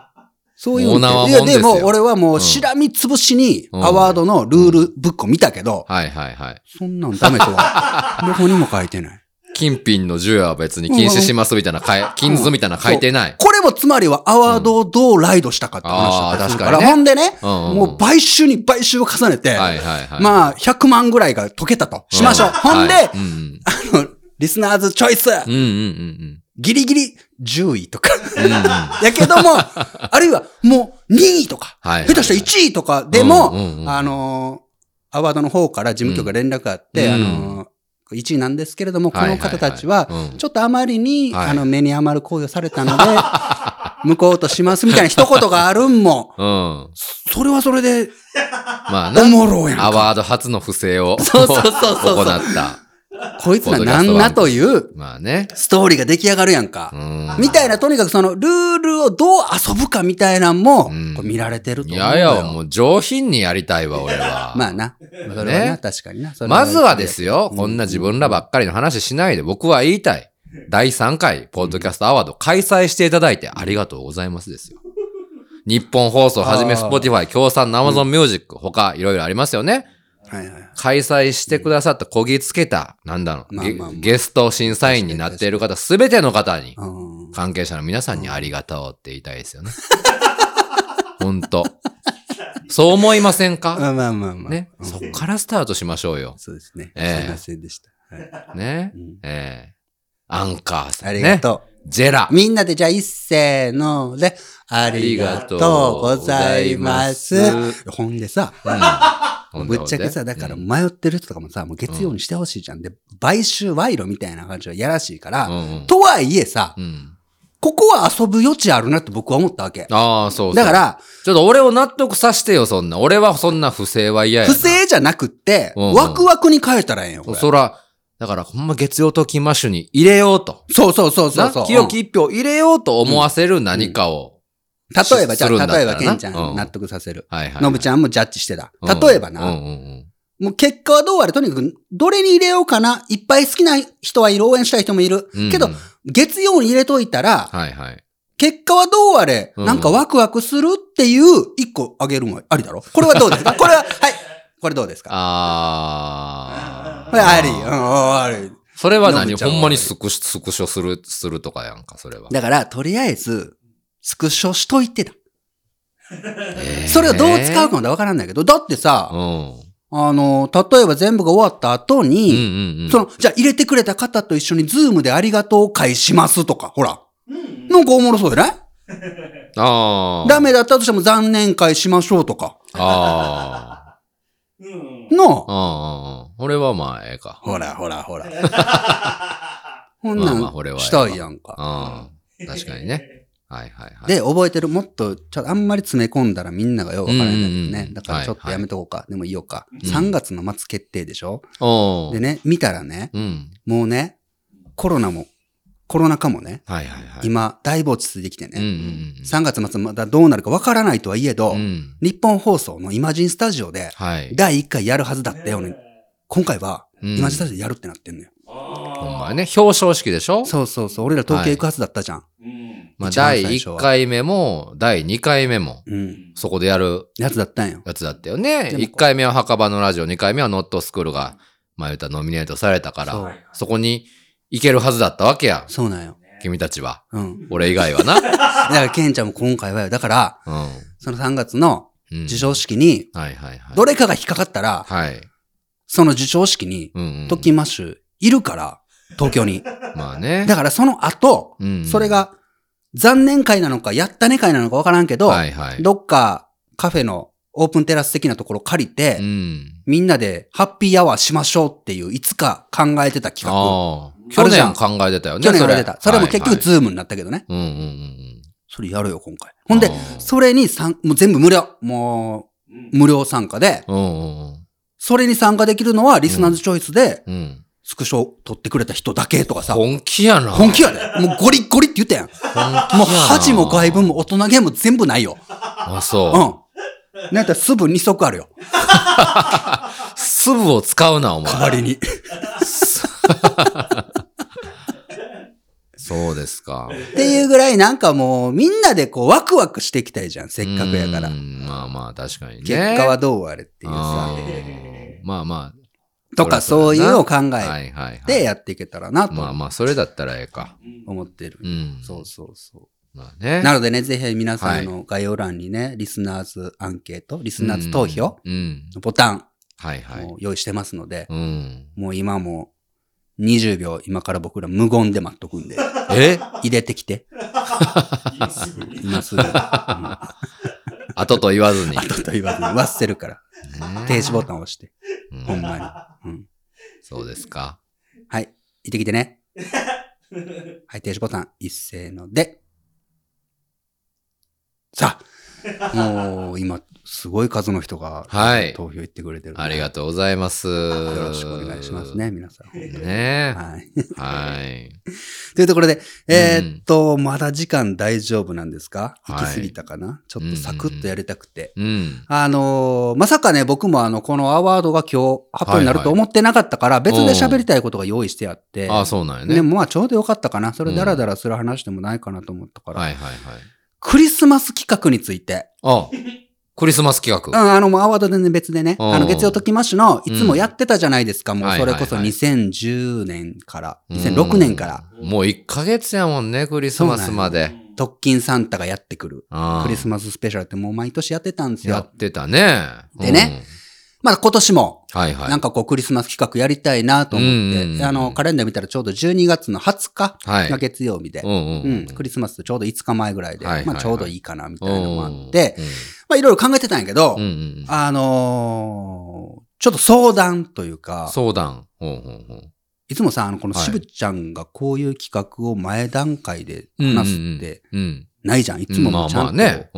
[SPEAKER 1] そういう
[SPEAKER 2] もう
[SPEAKER 1] のってい
[SPEAKER 2] 生も
[SPEAKER 1] や、
[SPEAKER 2] んです
[SPEAKER 1] で
[SPEAKER 2] よ
[SPEAKER 1] も俺はも
[SPEAKER 2] う
[SPEAKER 1] うんしらみつぶしに
[SPEAKER 2] うん
[SPEAKER 1] アワードのルールブックを見たけど、
[SPEAKER 2] はいはいはい。
[SPEAKER 1] そんなんダメとは、
[SPEAKER 2] [LAUGHS]
[SPEAKER 1] どこにも書いてない。
[SPEAKER 2] 金品の授与は別に禁止しますみたいな、かえ禁ずみたいな書いてない。
[SPEAKER 1] これもつまりはアワードをどうライドしたかって話だったりするから、
[SPEAKER 2] あー確かにね
[SPEAKER 1] ほんでね、
[SPEAKER 2] うんうんうん
[SPEAKER 1] もう買収に買収を重ねて、
[SPEAKER 2] はいはいはい。
[SPEAKER 1] まあ100万ぐらいが解けたとしましょう。
[SPEAKER 2] ん
[SPEAKER 1] ほんで、
[SPEAKER 2] はいうん
[SPEAKER 1] あの、リスナーズチョイス、
[SPEAKER 2] うんうんうん
[SPEAKER 1] ギリギリ10位とか。 [LAUGHS]
[SPEAKER 2] うん。うんうん
[SPEAKER 1] やけ
[SPEAKER 2] [LAUGHS]
[SPEAKER 1] ども、あるいはもう2位とか、
[SPEAKER 2] はいはいは
[SPEAKER 1] 下
[SPEAKER 2] い
[SPEAKER 1] 手したら1位とかでも、
[SPEAKER 2] うんうんうん
[SPEAKER 1] あのーアワードの方から事務局が連絡があって、
[SPEAKER 2] うん
[SPEAKER 1] あのー、1位なんですけれども、こ
[SPEAKER 2] はいは
[SPEAKER 1] の
[SPEAKER 2] いはい
[SPEAKER 1] 方たちは
[SPEAKER 2] う、ん
[SPEAKER 1] ちょっとあまりに、
[SPEAKER 2] はい
[SPEAKER 1] あの、目に余る行為をされた
[SPEAKER 2] [LAUGHS]
[SPEAKER 1] ので、向こうとしますみたいな一言があるんも、
[SPEAKER 2] うん。
[SPEAKER 1] それはそれで、
[SPEAKER 2] まあ
[SPEAKER 1] お
[SPEAKER 2] な、
[SPEAKER 1] もろいや
[SPEAKER 2] ア
[SPEAKER 1] んか。
[SPEAKER 2] ワード初の不正を
[SPEAKER 1] [LAUGHS] そうそうそうそう
[SPEAKER 2] 行った。
[SPEAKER 1] こいつらなんなという
[SPEAKER 2] まあね。
[SPEAKER 1] ストーリーが出来上がるやんか
[SPEAKER 2] う。ん。
[SPEAKER 1] みたいな、とにかくその、ルールをどう遊ぶかみたいなんも
[SPEAKER 2] うん、
[SPEAKER 1] これ見られてると
[SPEAKER 2] い
[SPEAKER 1] 思うん
[SPEAKER 2] や
[SPEAKER 1] だ
[SPEAKER 2] い
[SPEAKER 1] よ。
[SPEAKER 2] や、もう上品にやりたいわ、俺は。
[SPEAKER 1] まあな。それはな、
[SPEAKER 2] ね
[SPEAKER 1] 確かにな。それ
[SPEAKER 2] まずはですよ、
[SPEAKER 1] うん
[SPEAKER 2] こんな自分らばっかりの話しないで、僕は言いたい。第3回、ポッドキャストアワード開催していただいてありがとうございますですよ。日本放送はじめ
[SPEAKER 1] あー
[SPEAKER 2] Spotify、協賛の Amazon Music、他いろいろありますよね。
[SPEAKER 1] はいはい。
[SPEAKER 2] 開催してくださった、こぎつけた、なんだろう、
[SPEAKER 1] まあ
[SPEAKER 2] ゲ
[SPEAKER 1] まあまあ
[SPEAKER 2] ゲスト審査員になっている方、すべての方に、
[SPEAKER 1] うん。
[SPEAKER 2] 関係者の皆さんにありがとうって言いたいですよね。ほんと。そう思いません
[SPEAKER 1] ま
[SPEAKER 2] か
[SPEAKER 1] あまあまあまあ。
[SPEAKER 2] ね。
[SPEAKER 1] うん
[SPEAKER 2] そっからスタートしましょうよ。
[SPEAKER 1] そうですね。
[SPEAKER 2] ええ
[SPEAKER 1] すいませんでした。はい
[SPEAKER 2] ね
[SPEAKER 1] うん。
[SPEAKER 2] ええアンカーさ
[SPEAKER 1] あ
[SPEAKER 2] んね。
[SPEAKER 1] りがと
[SPEAKER 2] ジェラ
[SPEAKER 1] う。。みんなでじゃあ、一せーので、ありがとうございます
[SPEAKER 2] ありがとうござい。
[SPEAKER 1] ほんでさ、
[SPEAKER 2] うん
[SPEAKER 1] ぶっちゃけさ、だから
[SPEAKER 2] うん
[SPEAKER 1] 迷ってる人とかもさ、もう月曜にしてほしいじゃん。で、買収賄賂みたいな感じはやらしいから、
[SPEAKER 2] うんうん
[SPEAKER 1] とはいえさ、
[SPEAKER 2] うん
[SPEAKER 1] ここは遊ぶ余地あるなって僕は思ったわけ。
[SPEAKER 2] ああ、そうそう
[SPEAKER 1] だか、ら、
[SPEAKER 2] ちょっと俺を納得させてよ、そんな。俺はそんな不正は嫌やな。
[SPEAKER 1] 不正じゃなくって、
[SPEAKER 2] うんうん
[SPEAKER 1] ワクワクに変えたらええんよ。これ
[SPEAKER 2] そら、だからほんま月曜と金マッシュに入れようと。
[SPEAKER 1] そうそうそうそうそう。
[SPEAKER 2] な清き一票入れようと思わせる何かを。
[SPEAKER 1] 例えば、じゃ
[SPEAKER 2] するんだっ
[SPEAKER 1] あ、
[SPEAKER 2] たら
[SPEAKER 1] 例え
[SPEAKER 2] な
[SPEAKER 1] ば、ケンちゃん
[SPEAKER 2] うん
[SPEAKER 1] 納得させる。
[SPEAKER 2] はいはいはい。
[SPEAKER 1] ノブちゃんもジャッジしてた。
[SPEAKER 2] うん
[SPEAKER 1] 例えばな、
[SPEAKER 2] うんうん
[SPEAKER 1] もう結果はどうあれ、とにかく、どれに入れようかな、いっぱい好きな人はいる、応援したい人もいる。
[SPEAKER 2] うん
[SPEAKER 1] け
[SPEAKER 2] う
[SPEAKER 1] ど
[SPEAKER 2] ん、
[SPEAKER 1] 月曜に入れといたら、
[SPEAKER 2] はいはい。
[SPEAKER 1] 結果はどうあれ、
[SPEAKER 2] うん
[SPEAKER 1] なんかワクワクするっていう、一個あげるもんありだろこれはどう
[SPEAKER 2] [LAUGHS]
[SPEAKER 1] ですかこれは、はい。これどうですか
[SPEAKER 2] あ
[SPEAKER 1] これ
[SPEAKER 2] あ。
[SPEAKER 1] あり。うん、あり。
[SPEAKER 2] それは何
[SPEAKER 1] ノブちゃん
[SPEAKER 2] ほ
[SPEAKER 1] は
[SPEAKER 2] んまにスクシスクショする、するとかやんか、それは。
[SPEAKER 1] だから、とりあえず、スクショしといてた。
[SPEAKER 2] えー
[SPEAKER 1] それをどう使うかまだわからんないけど、だって
[SPEAKER 2] う
[SPEAKER 1] さ、
[SPEAKER 2] ん。
[SPEAKER 1] あの、例えば全部が終わった後
[SPEAKER 2] うんう
[SPEAKER 1] に、
[SPEAKER 2] んうん。
[SPEAKER 1] その、じゃあ入れてくれた方と一緒にズームでありがとう会しますとか、ほら。
[SPEAKER 3] うん。
[SPEAKER 1] なんかおもろそうじゃない
[SPEAKER 2] ああ。
[SPEAKER 1] ダメだったとしても残念会しましょうとか。
[SPEAKER 2] ああ。
[SPEAKER 3] うん。
[SPEAKER 1] の、
[SPEAKER 2] ああ。俺はまあ、ええか。
[SPEAKER 1] ほらほらほら。
[SPEAKER 3] は
[SPEAKER 1] こんな
[SPEAKER 2] まあまあこれは
[SPEAKER 1] んしたいやんか。
[SPEAKER 2] うん。確かにね。。はいはいはい。
[SPEAKER 1] で、覚えてるもっと、ちょっとあんまり詰め込んだらみんながよくわからないだろう
[SPEAKER 2] うんうんう
[SPEAKER 1] ね。
[SPEAKER 2] ん
[SPEAKER 1] だからちょっとやめとこうか。でもいいようか。
[SPEAKER 2] うん
[SPEAKER 1] 3月の末決定でしょ
[SPEAKER 2] お
[SPEAKER 1] で
[SPEAKER 2] ー
[SPEAKER 1] ね、見たらね、
[SPEAKER 2] うん。
[SPEAKER 1] もうね、コロナも、コロナ禍もね、
[SPEAKER 2] はいはいはい。
[SPEAKER 1] 今、大暴落ち着いてきて
[SPEAKER 2] うんうん
[SPEAKER 1] ね、3月末まだどうなるかわからないとはいえど
[SPEAKER 2] うん。う、ん。
[SPEAKER 1] 日本放送のイマジンスタジオで、
[SPEAKER 2] はい。
[SPEAKER 1] 第1回やるはずだったよね。今回は、
[SPEAKER 2] うん
[SPEAKER 1] イマジンスタジオでやるってなってんのよ。
[SPEAKER 2] ほん
[SPEAKER 3] ほ
[SPEAKER 2] まやね。表彰式でしょ
[SPEAKER 1] そうそうそう、俺ら東京行くはずだったじゃん。
[SPEAKER 3] うん。
[SPEAKER 2] まあ、
[SPEAKER 1] 一番
[SPEAKER 2] 第
[SPEAKER 1] 最初
[SPEAKER 2] 1
[SPEAKER 1] は
[SPEAKER 2] 回目も、第2回目も、
[SPEAKER 1] うん。
[SPEAKER 2] そこでやる
[SPEAKER 1] やつだったんよ。
[SPEAKER 2] やつだったよね。
[SPEAKER 1] でも
[SPEAKER 2] 1回目は墓場のラジオ、2回目はノットスクールが、まあ言うたらノミネートされたから、
[SPEAKER 1] そ
[SPEAKER 2] そうこに行けるはずだったわけや。
[SPEAKER 1] そうなんよ。
[SPEAKER 2] 君たちは。
[SPEAKER 1] うん。
[SPEAKER 2] 俺以外はな。
[SPEAKER 1] だから、ケンちゃんも今回はよ。だから、その3月の
[SPEAKER 2] うん。うん
[SPEAKER 1] 授賞式に、
[SPEAKER 2] はいはいはい。
[SPEAKER 1] どれかが引っかかったら、
[SPEAKER 2] はい。
[SPEAKER 1] その授賞式に、
[SPEAKER 2] うん、うん。
[SPEAKER 1] トッキンマッシュいるから、東京に。
[SPEAKER 2] まあね。
[SPEAKER 1] だからその後、
[SPEAKER 2] うんうん
[SPEAKER 1] それが、残念会なのか、やったね会なのかわからんけど、
[SPEAKER 2] はいはい。
[SPEAKER 1] どっかカフェのオープンテラス的なところ借りて、
[SPEAKER 2] うん。
[SPEAKER 1] みんなでハッピーアワーしましょうっていう、いつか考えてた企画。
[SPEAKER 2] ああ。
[SPEAKER 1] あ
[SPEAKER 2] 去
[SPEAKER 1] るじゃ
[SPEAKER 2] 年
[SPEAKER 1] ん
[SPEAKER 2] 考えてたよね。
[SPEAKER 1] 去年やられた。それも
[SPEAKER 2] はいはい
[SPEAKER 1] 結局ズームになったけどね。
[SPEAKER 2] うんうんうん
[SPEAKER 1] それやるよ、今回。ほんで
[SPEAKER 2] あ、ー
[SPEAKER 1] それに参、もう全部無料。もう、無料参加で、
[SPEAKER 2] うん。うんうん
[SPEAKER 1] それに参加できるのはリスナーズチョイスで、
[SPEAKER 2] うん。うん。
[SPEAKER 1] スクショ取ってくれた人だけとかさ。
[SPEAKER 2] 本気やな。
[SPEAKER 1] 本気やで。もうゴリッゴリって言ったやん。もう恥も外
[SPEAKER 2] 分。
[SPEAKER 1] 文も大人げも全部ないよ。
[SPEAKER 2] あ、そう。
[SPEAKER 1] うん。なんやったらすぐ2足あるよ。
[SPEAKER 2] すぶを使うな、お前。
[SPEAKER 1] 代わりに。
[SPEAKER 2] [LAUGHS] そうですか。
[SPEAKER 1] っていうぐらいなんかもうみんなでこうワクワクしていきたいじゃん。せっかくやから
[SPEAKER 2] う。んまあまあ、確かにね。
[SPEAKER 1] 結果はどうあれっていうさ。
[SPEAKER 2] うんまあま
[SPEAKER 1] とかそういうのを考
[SPEAKER 2] あ、
[SPEAKER 1] え
[SPEAKER 2] いはいはい
[SPEAKER 1] てやっていけたらなと
[SPEAKER 2] まあまあ、それだったらええか。
[SPEAKER 1] 思ってる
[SPEAKER 2] う。ん。
[SPEAKER 1] そうそうそ
[SPEAKER 2] まあね。
[SPEAKER 1] う。なのでね、ぜひ皆さん
[SPEAKER 2] は
[SPEAKER 1] あ
[SPEAKER 2] い
[SPEAKER 1] の概要欄にね、リスナーズアンケート、リスナーズ投票
[SPEAKER 2] うん。うん。
[SPEAKER 1] のボタン
[SPEAKER 2] はいはい
[SPEAKER 1] もう。用意してますので、
[SPEAKER 2] うん。
[SPEAKER 1] もう今もう20秒、今から僕ら無言で待っとくんで、
[SPEAKER 2] え
[SPEAKER 1] 入れてきて、
[SPEAKER 3] 今すぐに。
[SPEAKER 1] [LAUGHS] 今す
[SPEAKER 2] [LAUGHS]
[SPEAKER 1] ぐ。うんあ
[SPEAKER 2] 後と言
[SPEAKER 1] [LAUGHS]
[SPEAKER 2] わずに。
[SPEAKER 1] とと言わずに、忘れるから、停止ボタンを押して、
[SPEAKER 2] ン
[SPEAKER 1] ほんまに。うん
[SPEAKER 2] そうですか。
[SPEAKER 1] はい、入ってきてね。はい、停止ボタン、一斉ので。さ
[SPEAKER 2] [LAUGHS]
[SPEAKER 1] あ、もう今、すごい数の人が
[SPEAKER 2] はい
[SPEAKER 1] 投票行ってくれてる、
[SPEAKER 2] ありがとうございます。よ
[SPEAKER 1] よろしくお願いします。ね、皆
[SPEAKER 2] [LAUGHS]
[SPEAKER 1] さん。
[SPEAKER 2] ねえ。
[SPEAKER 1] はい。
[SPEAKER 2] はい。
[SPEAKER 1] というところで、えーっと、まだ時間大丈夫なんですか行
[SPEAKER 2] はい
[SPEAKER 1] き過ぎたかな、ちょっとサクッとやりたくて。
[SPEAKER 2] うん。
[SPEAKER 1] あのーまさかね、僕もあの、このアワードが今日発表になると
[SPEAKER 2] はい
[SPEAKER 1] 思ってなかったから、別で喋りたいことが用意してあって。
[SPEAKER 2] ああ、そうなんや
[SPEAKER 1] で
[SPEAKER 2] ね。
[SPEAKER 1] もまあちょうどよかったかな。それダラダラする話でもないかなと思ったから。
[SPEAKER 2] はいはいはい。
[SPEAKER 1] クリスマス企画について。
[SPEAKER 2] あ、クリスマス企
[SPEAKER 1] うん、
[SPEAKER 2] 画。
[SPEAKER 1] あの、もうアワード全然別でね。
[SPEAKER 2] うん
[SPEAKER 1] あの、月曜ときましの、いつもやってたじゃないですか。もう
[SPEAKER 2] はい
[SPEAKER 1] そ
[SPEAKER 2] はい
[SPEAKER 1] れ
[SPEAKER 2] はい
[SPEAKER 1] こそ2010年から、2006年から、
[SPEAKER 2] うん。もう1ヶ月やもんね、クリスマスまで。
[SPEAKER 1] 特勤サンタがやってくる。ク
[SPEAKER 2] ク
[SPEAKER 1] リスマススペシャルってもう毎年やってたんです
[SPEAKER 2] や
[SPEAKER 1] よ
[SPEAKER 2] っ。てたね。
[SPEAKER 1] でねまあ今年も、
[SPEAKER 2] うん。はいはい。
[SPEAKER 1] なんかこうクリスマス企画やりたいなと思って、
[SPEAKER 2] うんうんうん
[SPEAKER 1] であの、カレンダー見たらちょうど12月の20日
[SPEAKER 2] はい
[SPEAKER 1] が月曜日で、
[SPEAKER 2] うんうん
[SPEAKER 1] う
[SPEAKER 2] うんん。
[SPEAKER 1] クリスマスとちょうど5日前ぐらいで、
[SPEAKER 2] はいはいはい
[SPEAKER 1] まあちょうどいいかなみた
[SPEAKER 2] う
[SPEAKER 1] いな
[SPEAKER 2] ん
[SPEAKER 1] のもあって、、まあいろいろ考えてたんやけど、
[SPEAKER 2] うんうんうん。
[SPEAKER 1] あのーちょっと相談というか、
[SPEAKER 2] 相談。うんうん
[SPEAKER 1] いつもさ、あの、この
[SPEAKER 2] はい
[SPEAKER 1] 渋ちゃんがこういう企画を前段階で
[SPEAKER 2] うん。
[SPEAKER 1] 話すって
[SPEAKER 2] うんうん
[SPEAKER 1] ないじゃん。い
[SPEAKER 2] うん。
[SPEAKER 1] つも
[SPEAKER 2] ま
[SPEAKER 1] も
[SPEAKER 2] あ
[SPEAKER 1] うちゃ
[SPEAKER 2] ま
[SPEAKER 1] ん
[SPEAKER 2] あ
[SPEAKER 1] と、
[SPEAKER 2] ね。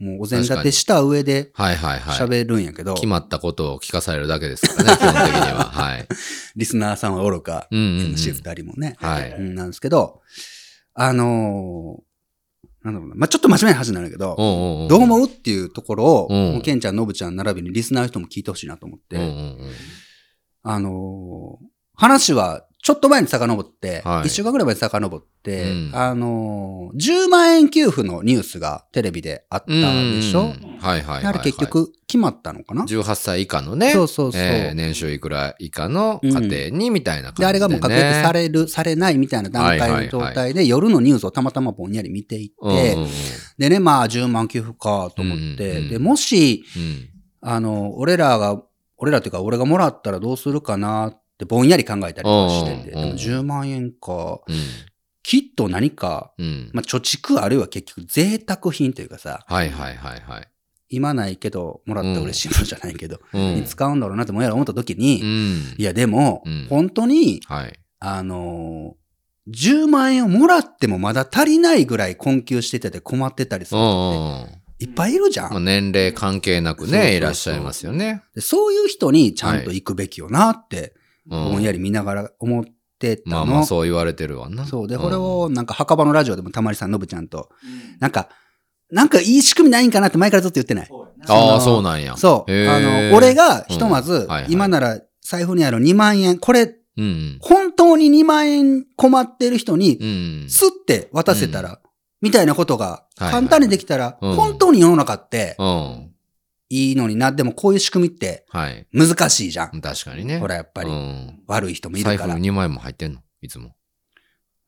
[SPEAKER 2] うん。
[SPEAKER 1] もうお膳立てした上で
[SPEAKER 2] はいはいはい。
[SPEAKER 1] 喋るんやけど、
[SPEAKER 2] 決まったことを聞かされるだけです
[SPEAKER 1] [LAUGHS]
[SPEAKER 2] からね、基本的には。はい。
[SPEAKER 1] リスナーさんは愚か、
[SPEAKER 2] うんうんうん。
[SPEAKER 1] MC 二人もね、
[SPEAKER 2] は
[SPEAKER 1] う
[SPEAKER 2] い。
[SPEAKER 1] んなんですけど、あのーなんだろうな、まあちょっと真面目な話になるけど、
[SPEAKER 2] ど
[SPEAKER 1] どう思うっていうところを、
[SPEAKER 2] うん
[SPEAKER 1] もうケンちゃん、ノブちゃん並びにリスナーの人も聞いてほしいなと思って、
[SPEAKER 2] うんうんうん
[SPEAKER 1] あのー話はちょっと前に遡って、
[SPEAKER 2] は
[SPEAKER 1] 1
[SPEAKER 2] い
[SPEAKER 1] 週間ぐらい前に遡って、
[SPEAKER 2] うん
[SPEAKER 1] あのー、10万円給付のニュースがテレビであった
[SPEAKER 2] うんうん。
[SPEAKER 1] でしょ、
[SPEAKER 2] はいはいはい、はい。
[SPEAKER 1] あれ結局決まったのかな、
[SPEAKER 2] 18歳以下のね、
[SPEAKER 1] そうそうそう
[SPEAKER 2] えー年収いくら以下の家庭にみたいな感じ
[SPEAKER 1] で、
[SPEAKER 2] で、ね
[SPEAKER 1] あれがもう確約される、されないみたいな段階の状
[SPEAKER 2] はい
[SPEAKER 1] 態で、夜のニュースをたまたまぼんやり見ていて、
[SPEAKER 2] うんうんうん
[SPEAKER 1] でね、まあ10万給付かと思って、
[SPEAKER 2] うんうん
[SPEAKER 1] で、もし、
[SPEAKER 2] うん
[SPEAKER 1] あの、俺らが、俺らっていうか俺がもらったらどうするかなってぼんやり考えたりとかしてて、
[SPEAKER 2] うんうんうん
[SPEAKER 1] でも10万円か、
[SPEAKER 2] うん
[SPEAKER 1] きっと何か、
[SPEAKER 2] うん
[SPEAKER 1] まあ貯蓄あるいは結局贅沢品というかさ、
[SPEAKER 2] はいはいはいはい。
[SPEAKER 1] 今ないけど、もらったら嬉しいものじゃないけど、
[SPEAKER 2] う
[SPEAKER 1] に
[SPEAKER 2] ん。
[SPEAKER 1] 使うんだろうなってもんやろ思った時に、
[SPEAKER 2] うん
[SPEAKER 1] いやでも、
[SPEAKER 2] うん
[SPEAKER 1] 本当に、
[SPEAKER 2] はい。
[SPEAKER 1] あのー10万円をもらってもまだ足りないぐらい困窮してて困ってたりす
[SPEAKER 2] う
[SPEAKER 1] る
[SPEAKER 2] んう
[SPEAKER 1] 人っ
[SPEAKER 2] んうん。
[SPEAKER 1] ていっぱいいるじゃん。
[SPEAKER 2] まあ、年齢関係なく
[SPEAKER 1] そうそうそう
[SPEAKER 2] ね、いらっしゃいますよね。
[SPEAKER 1] でそういう人にちゃんと行くべきよなって、
[SPEAKER 2] う
[SPEAKER 1] ぼん
[SPEAKER 2] ん。
[SPEAKER 1] やり見ながら思ってたの。
[SPEAKER 2] まあまあ、そう言われてるわな。
[SPEAKER 1] そう。で、
[SPEAKER 2] ん
[SPEAKER 1] これ、をなんか墓場のラジオでもたまりさん、のぶちゃんと、なんか、なんかいい仕組みないんかなって前からずっと言ってない。
[SPEAKER 2] ああ、
[SPEAKER 1] その
[SPEAKER 2] そうなんや。
[SPEAKER 1] そう。
[SPEAKER 2] へー
[SPEAKER 1] あの、俺、がひとまず、
[SPEAKER 2] うんはいはい
[SPEAKER 1] 今なら財布にある2万円、これ、
[SPEAKER 2] うん
[SPEAKER 1] 本当に2万円困ってる人に
[SPEAKER 2] うん。う、ん。
[SPEAKER 1] すって渡せたら、みたいなことが
[SPEAKER 2] はいはい
[SPEAKER 1] 簡単にできたら、
[SPEAKER 2] うん
[SPEAKER 1] 本当に世の中って
[SPEAKER 2] うん。
[SPEAKER 1] いいのにな、でもこういう仕組みって
[SPEAKER 2] はい。
[SPEAKER 1] 難しいじゃん。
[SPEAKER 2] 確かにね。
[SPEAKER 1] ほら、
[SPEAKER 2] やっ
[SPEAKER 1] やっぱり、
[SPEAKER 2] うん。
[SPEAKER 1] 悪い人もい
[SPEAKER 2] 財
[SPEAKER 1] る
[SPEAKER 2] 布
[SPEAKER 1] から。
[SPEAKER 2] 2枚も入ってんのいつも。